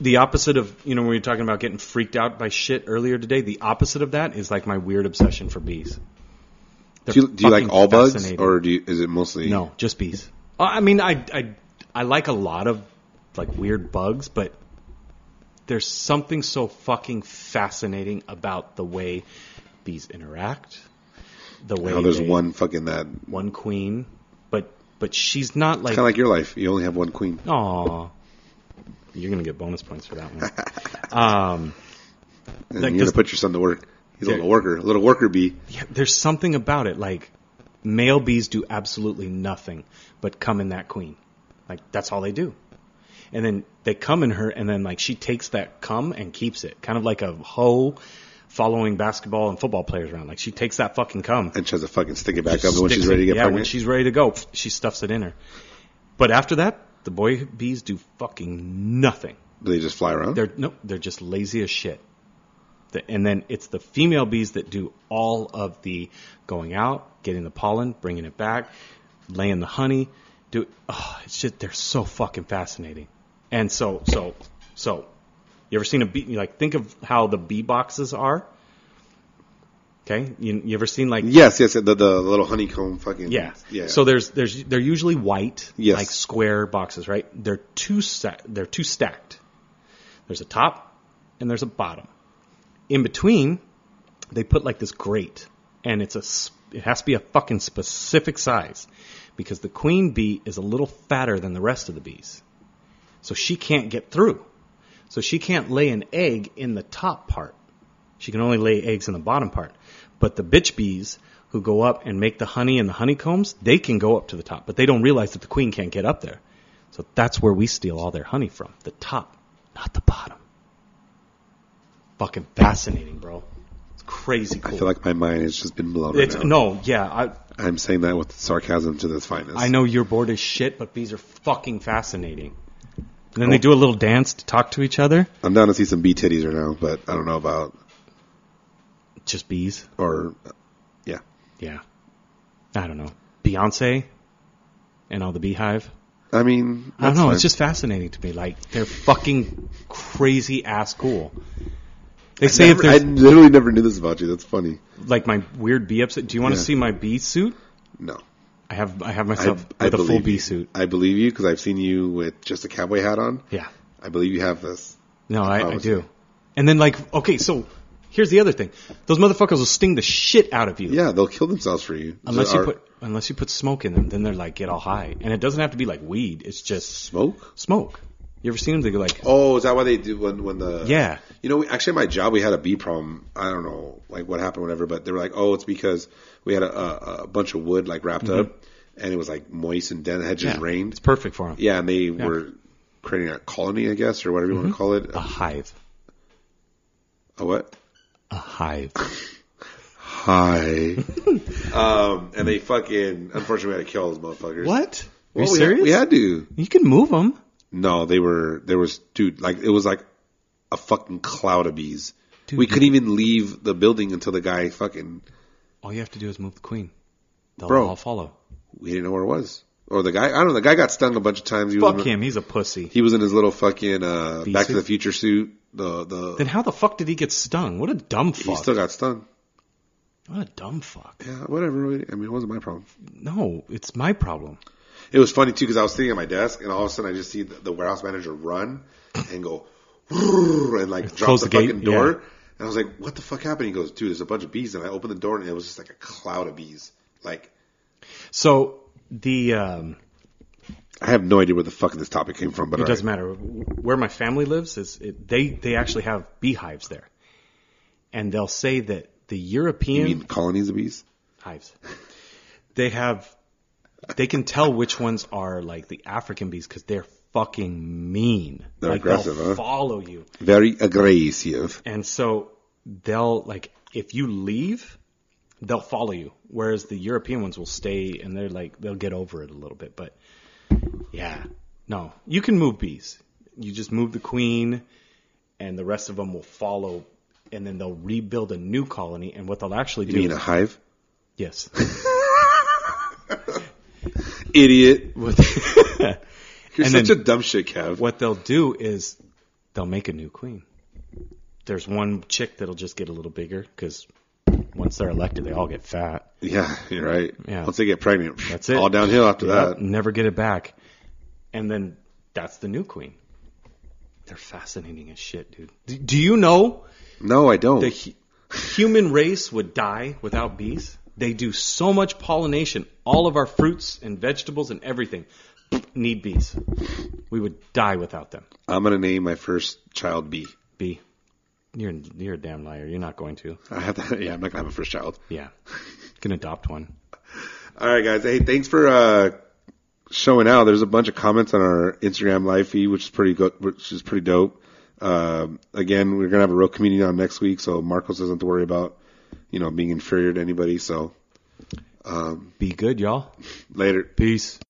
Speaker 2: The opposite of you know when we were talking about getting freaked out by shit earlier today. The opposite of that is like my weird obsession for bees. They're
Speaker 3: do you, do you like
Speaker 2: fucking
Speaker 3: all bugs,
Speaker 2: fascinating.
Speaker 3: or do you, is it mostly?
Speaker 2: No, just bees. Uh, I mean, I, I I like a lot of like weird bugs, but there's something so fucking fascinating about the way bees interact. The way
Speaker 3: How there's
Speaker 2: they-
Speaker 3: one fucking that.
Speaker 2: one queen, but but she's not like,
Speaker 3: Kind of like your life. You only have one queen.
Speaker 2: aw.
Speaker 3: [LAUGHS]
Speaker 2: You're gonna get bonus points for that one.
Speaker 3: And
Speaker 2: Like
Speaker 3: you're
Speaker 2: this-
Speaker 3: gonna put your son to work. He's a little worker, a little worker bee.
Speaker 2: Yeah, there's something about it. Like male bees do absolutely nothing but come in that queen. Like that's all they do. And then they come in her, and then like she takes that cum and keeps it, kind of like a hoe following basketball and football players around. Like she takes that fucking cum.
Speaker 3: And tries to fucking stick it back
Speaker 2: Just
Speaker 3: up when
Speaker 2: sticks
Speaker 3: she's ready
Speaker 2: it-
Speaker 3: to get
Speaker 2: yeah,
Speaker 3: pregnant.
Speaker 2: when she's ready to go, pff, she stuffs it in her. But after that, the boy bees do fucking nothing.
Speaker 3: they just fly around.
Speaker 2: They're nope, they're just lazy as shit. The- And then it's the female bees that do all of the going out, getting the pollen, bringing it back, laying the honey. Do oh, it's just they're so fucking fascinating. And so so so, you ever seen a bee? Like think of how the bee boxes are. Okay, you, you ever seen like
Speaker 3: Yes, yes, the, the little honeycomb fucking.
Speaker 2: yeah.
Speaker 3: yeah.
Speaker 2: So there's there's they're usually white,
Speaker 3: Yes.
Speaker 2: like square boxes, right? They're two sa- they're two stacked. There's a top and there's a bottom. In between, they put like this grate, and it's a s- it has to be a fucking specific size because the queen bee is a little fatter than the rest of the bees. So she can't get through. So she can't lay an egg in the top part. She can only lay eggs in the bottom part. But the bitch bees who go up and make the honey and the honeycombs, they can go up to the top, but they don't realize that the queen can't get up there. So that's where we steal all their honey from the top, not the bottom. Fucking fascinating, bro. It's crazy
Speaker 3: I
Speaker 2: cool.
Speaker 3: feel like my mind has just been blown.
Speaker 2: it's,
Speaker 3: right now.
Speaker 2: no, yeah, I,
Speaker 3: I'm saying that with sarcasm to the finest.
Speaker 2: I know you're bored as shit, but bees are fucking fascinating. And then they do a little dance to talk to each other.
Speaker 3: I'm down to see some bee titties right now, but I don't know about
Speaker 2: Just bees.
Speaker 3: or yeah.
Speaker 2: Yeah. I don't know. Beyonce and all the beehive.
Speaker 3: I mean,
Speaker 2: I don't
Speaker 3: that's
Speaker 2: know.
Speaker 3: fine.
Speaker 2: It's just fascinating to me. Like they're fucking crazy ass cool. They say
Speaker 3: Never- I
Speaker 2: if there's
Speaker 3: literally never knew this about you. That's funny.
Speaker 2: like my weird bee upset. Do you want to
Speaker 3: Yeah.
Speaker 2: see my bee suit?
Speaker 3: No,
Speaker 2: I have I have
Speaker 3: I,
Speaker 2: myself
Speaker 3: I
Speaker 2: with a
Speaker 3: believe
Speaker 2: full
Speaker 3: you.
Speaker 2: bee suit.
Speaker 3: I believe you because I've seen you with just a cowboy hat on.
Speaker 2: Yeah.
Speaker 3: I believe you have this.
Speaker 2: No, I, I
Speaker 3: promise
Speaker 2: do. And then like okay, so here's the other thing. Those motherfuckers will sting the shit out of you.
Speaker 3: Yeah, they'll kill themselves for you
Speaker 2: Unless you
Speaker 3: Or
Speaker 2: put unless you put smoke in them, then they're like get all high. And it doesn't have to be like weed. It's just
Speaker 3: smoke.
Speaker 2: smoke. You ever seen them? They're like
Speaker 3: Oh, is that why they do when when the
Speaker 2: yeah.
Speaker 3: You know, we- actually, at my job we had a bee problem. I don't know, like what happened, whatever. But they were like, "Oh, it's because we had a, a, a bunch of wood like wrapped up, and it was like moist and dense. It had just
Speaker 2: Mm-hmm. yeah.
Speaker 3: rained.
Speaker 2: It's perfect for them.
Speaker 3: Yeah, and they were creating a colony, I guess, or whatever you
Speaker 2: Mm-hmm.
Speaker 3: want to call it.
Speaker 2: A hive.
Speaker 3: A what?
Speaker 2: A hive. [LAUGHS]
Speaker 3: Hi. um, and they fucking unfortunately we had to kill those motherfuckers.
Speaker 2: What? Are
Speaker 3: Well,
Speaker 2: you
Speaker 3: we
Speaker 2: serious?
Speaker 3: Had, we had to.
Speaker 2: You can move them.
Speaker 3: No, they were there was dude like it was like a fucking cloud of bees.
Speaker 2: Dude,
Speaker 3: we
Speaker 2: you-
Speaker 3: couldn't even leave the building until the guy fucking
Speaker 2: All you have to do is move the queen. They'll
Speaker 3: Bro.
Speaker 2: all follow.
Speaker 3: we didn't know where it was. Or the guy, I don't know. The guy got stung a bunch of times. He was
Speaker 2: Fuck
Speaker 3: in,
Speaker 2: him. He's a pussy.
Speaker 3: He was in his little fucking uh,
Speaker 2: Bee
Speaker 3: Back
Speaker 2: suit?
Speaker 3: to the Future suit. The the
Speaker 2: Then how the fuck did he get stung? What a dumb
Speaker 3: he
Speaker 2: fuck.
Speaker 3: still got stung.
Speaker 2: what a dumb fuck.
Speaker 3: Yeah, whatever. I mean, it wasn't my problem.
Speaker 2: No, it's my problem.
Speaker 3: It was funny too because I was sitting at my desk and all of a sudden I just see the, the warehouse manager run and go and like drop
Speaker 2: Close
Speaker 3: the,
Speaker 2: the gate,
Speaker 3: fucking door.
Speaker 2: yeah.
Speaker 3: And I was like, "What the fuck happened?" He goes, "Dude, there's a bunch of bees." And I opened the door and it was just like a cloud of bees. Like
Speaker 2: So the um,
Speaker 3: I have no idea where the fuck this topic came from, but
Speaker 2: it
Speaker 3: all
Speaker 2: doesn't
Speaker 3: right.
Speaker 2: matter where my family lives. Is it, they they actually have beehives there, and they'll say that the
Speaker 3: you
Speaker 2: European
Speaker 3: mean colonies of bees?
Speaker 2: hives. They have, they can tell which ones are like the African bees because they're fucking mean.
Speaker 3: They're
Speaker 2: like
Speaker 3: aggressive,
Speaker 2: they'll
Speaker 3: huh?
Speaker 2: follow you,
Speaker 3: Very aggressive.
Speaker 2: and so they'll like if you leave, they'll follow you. Whereas the European ones will stay and they're like they'll get over it a little bit. But yeah, no, you can move bees. You just move the queen, and the rest of them will follow. And then they'll rebuild a new colony, and what they'll actually do?
Speaker 3: You mean
Speaker 2: [LAUGHS]
Speaker 3: a hive? [LAUGHS]
Speaker 2: yes,
Speaker 3: Idiot.
Speaker 2: What- [LAUGHS]
Speaker 3: You're
Speaker 2: And
Speaker 3: such
Speaker 2: then-
Speaker 3: a dumb shit, Kev.
Speaker 2: what they'll do is they'll make a new queen. There's one chick that'll just get a little bigger because once they're elected, they all get fat.
Speaker 3: Yeah, you're right.
Speaker 2: Yeah.
Speaker 3: Once they get pregnant,
Speaker 2: That's it.
Speaker 3: All downhill after
Speaker 2: Yep,
Speaker 3: that.
Speaker 2: never get it back. And then that's the new queen. They're fascinating as shit, dude. Do, do you know
Speaker 3: No, I don't.
Speaker 2: the hu- human race would die without bees? They do so much pollination. All of our fruits and vegetables and everything need bees. We would die without them.
Speaker 3: I'm gonna name my first child B.
Speaker 2: Bee. You're you're a damn liar. You're not going to.
Speaker 3: I have to. [LAUGHS] Yeah, I'm not gonna have a first child.
Speaker 2: Yeah, can adopt one.
Speaker 3: All right, guys. Hey, thanks for uh, showing out. There's a bunch of comments on our Instagram live feed, which is pretty good, which is pretty dope. Um again, we're gonna have a real community on next week, so Marcos doesn't have to worry about you know being inferior to anybody. So
Speaker 2: Be good, y'all.
Speaker 3: later.
Speaker 2: Peace.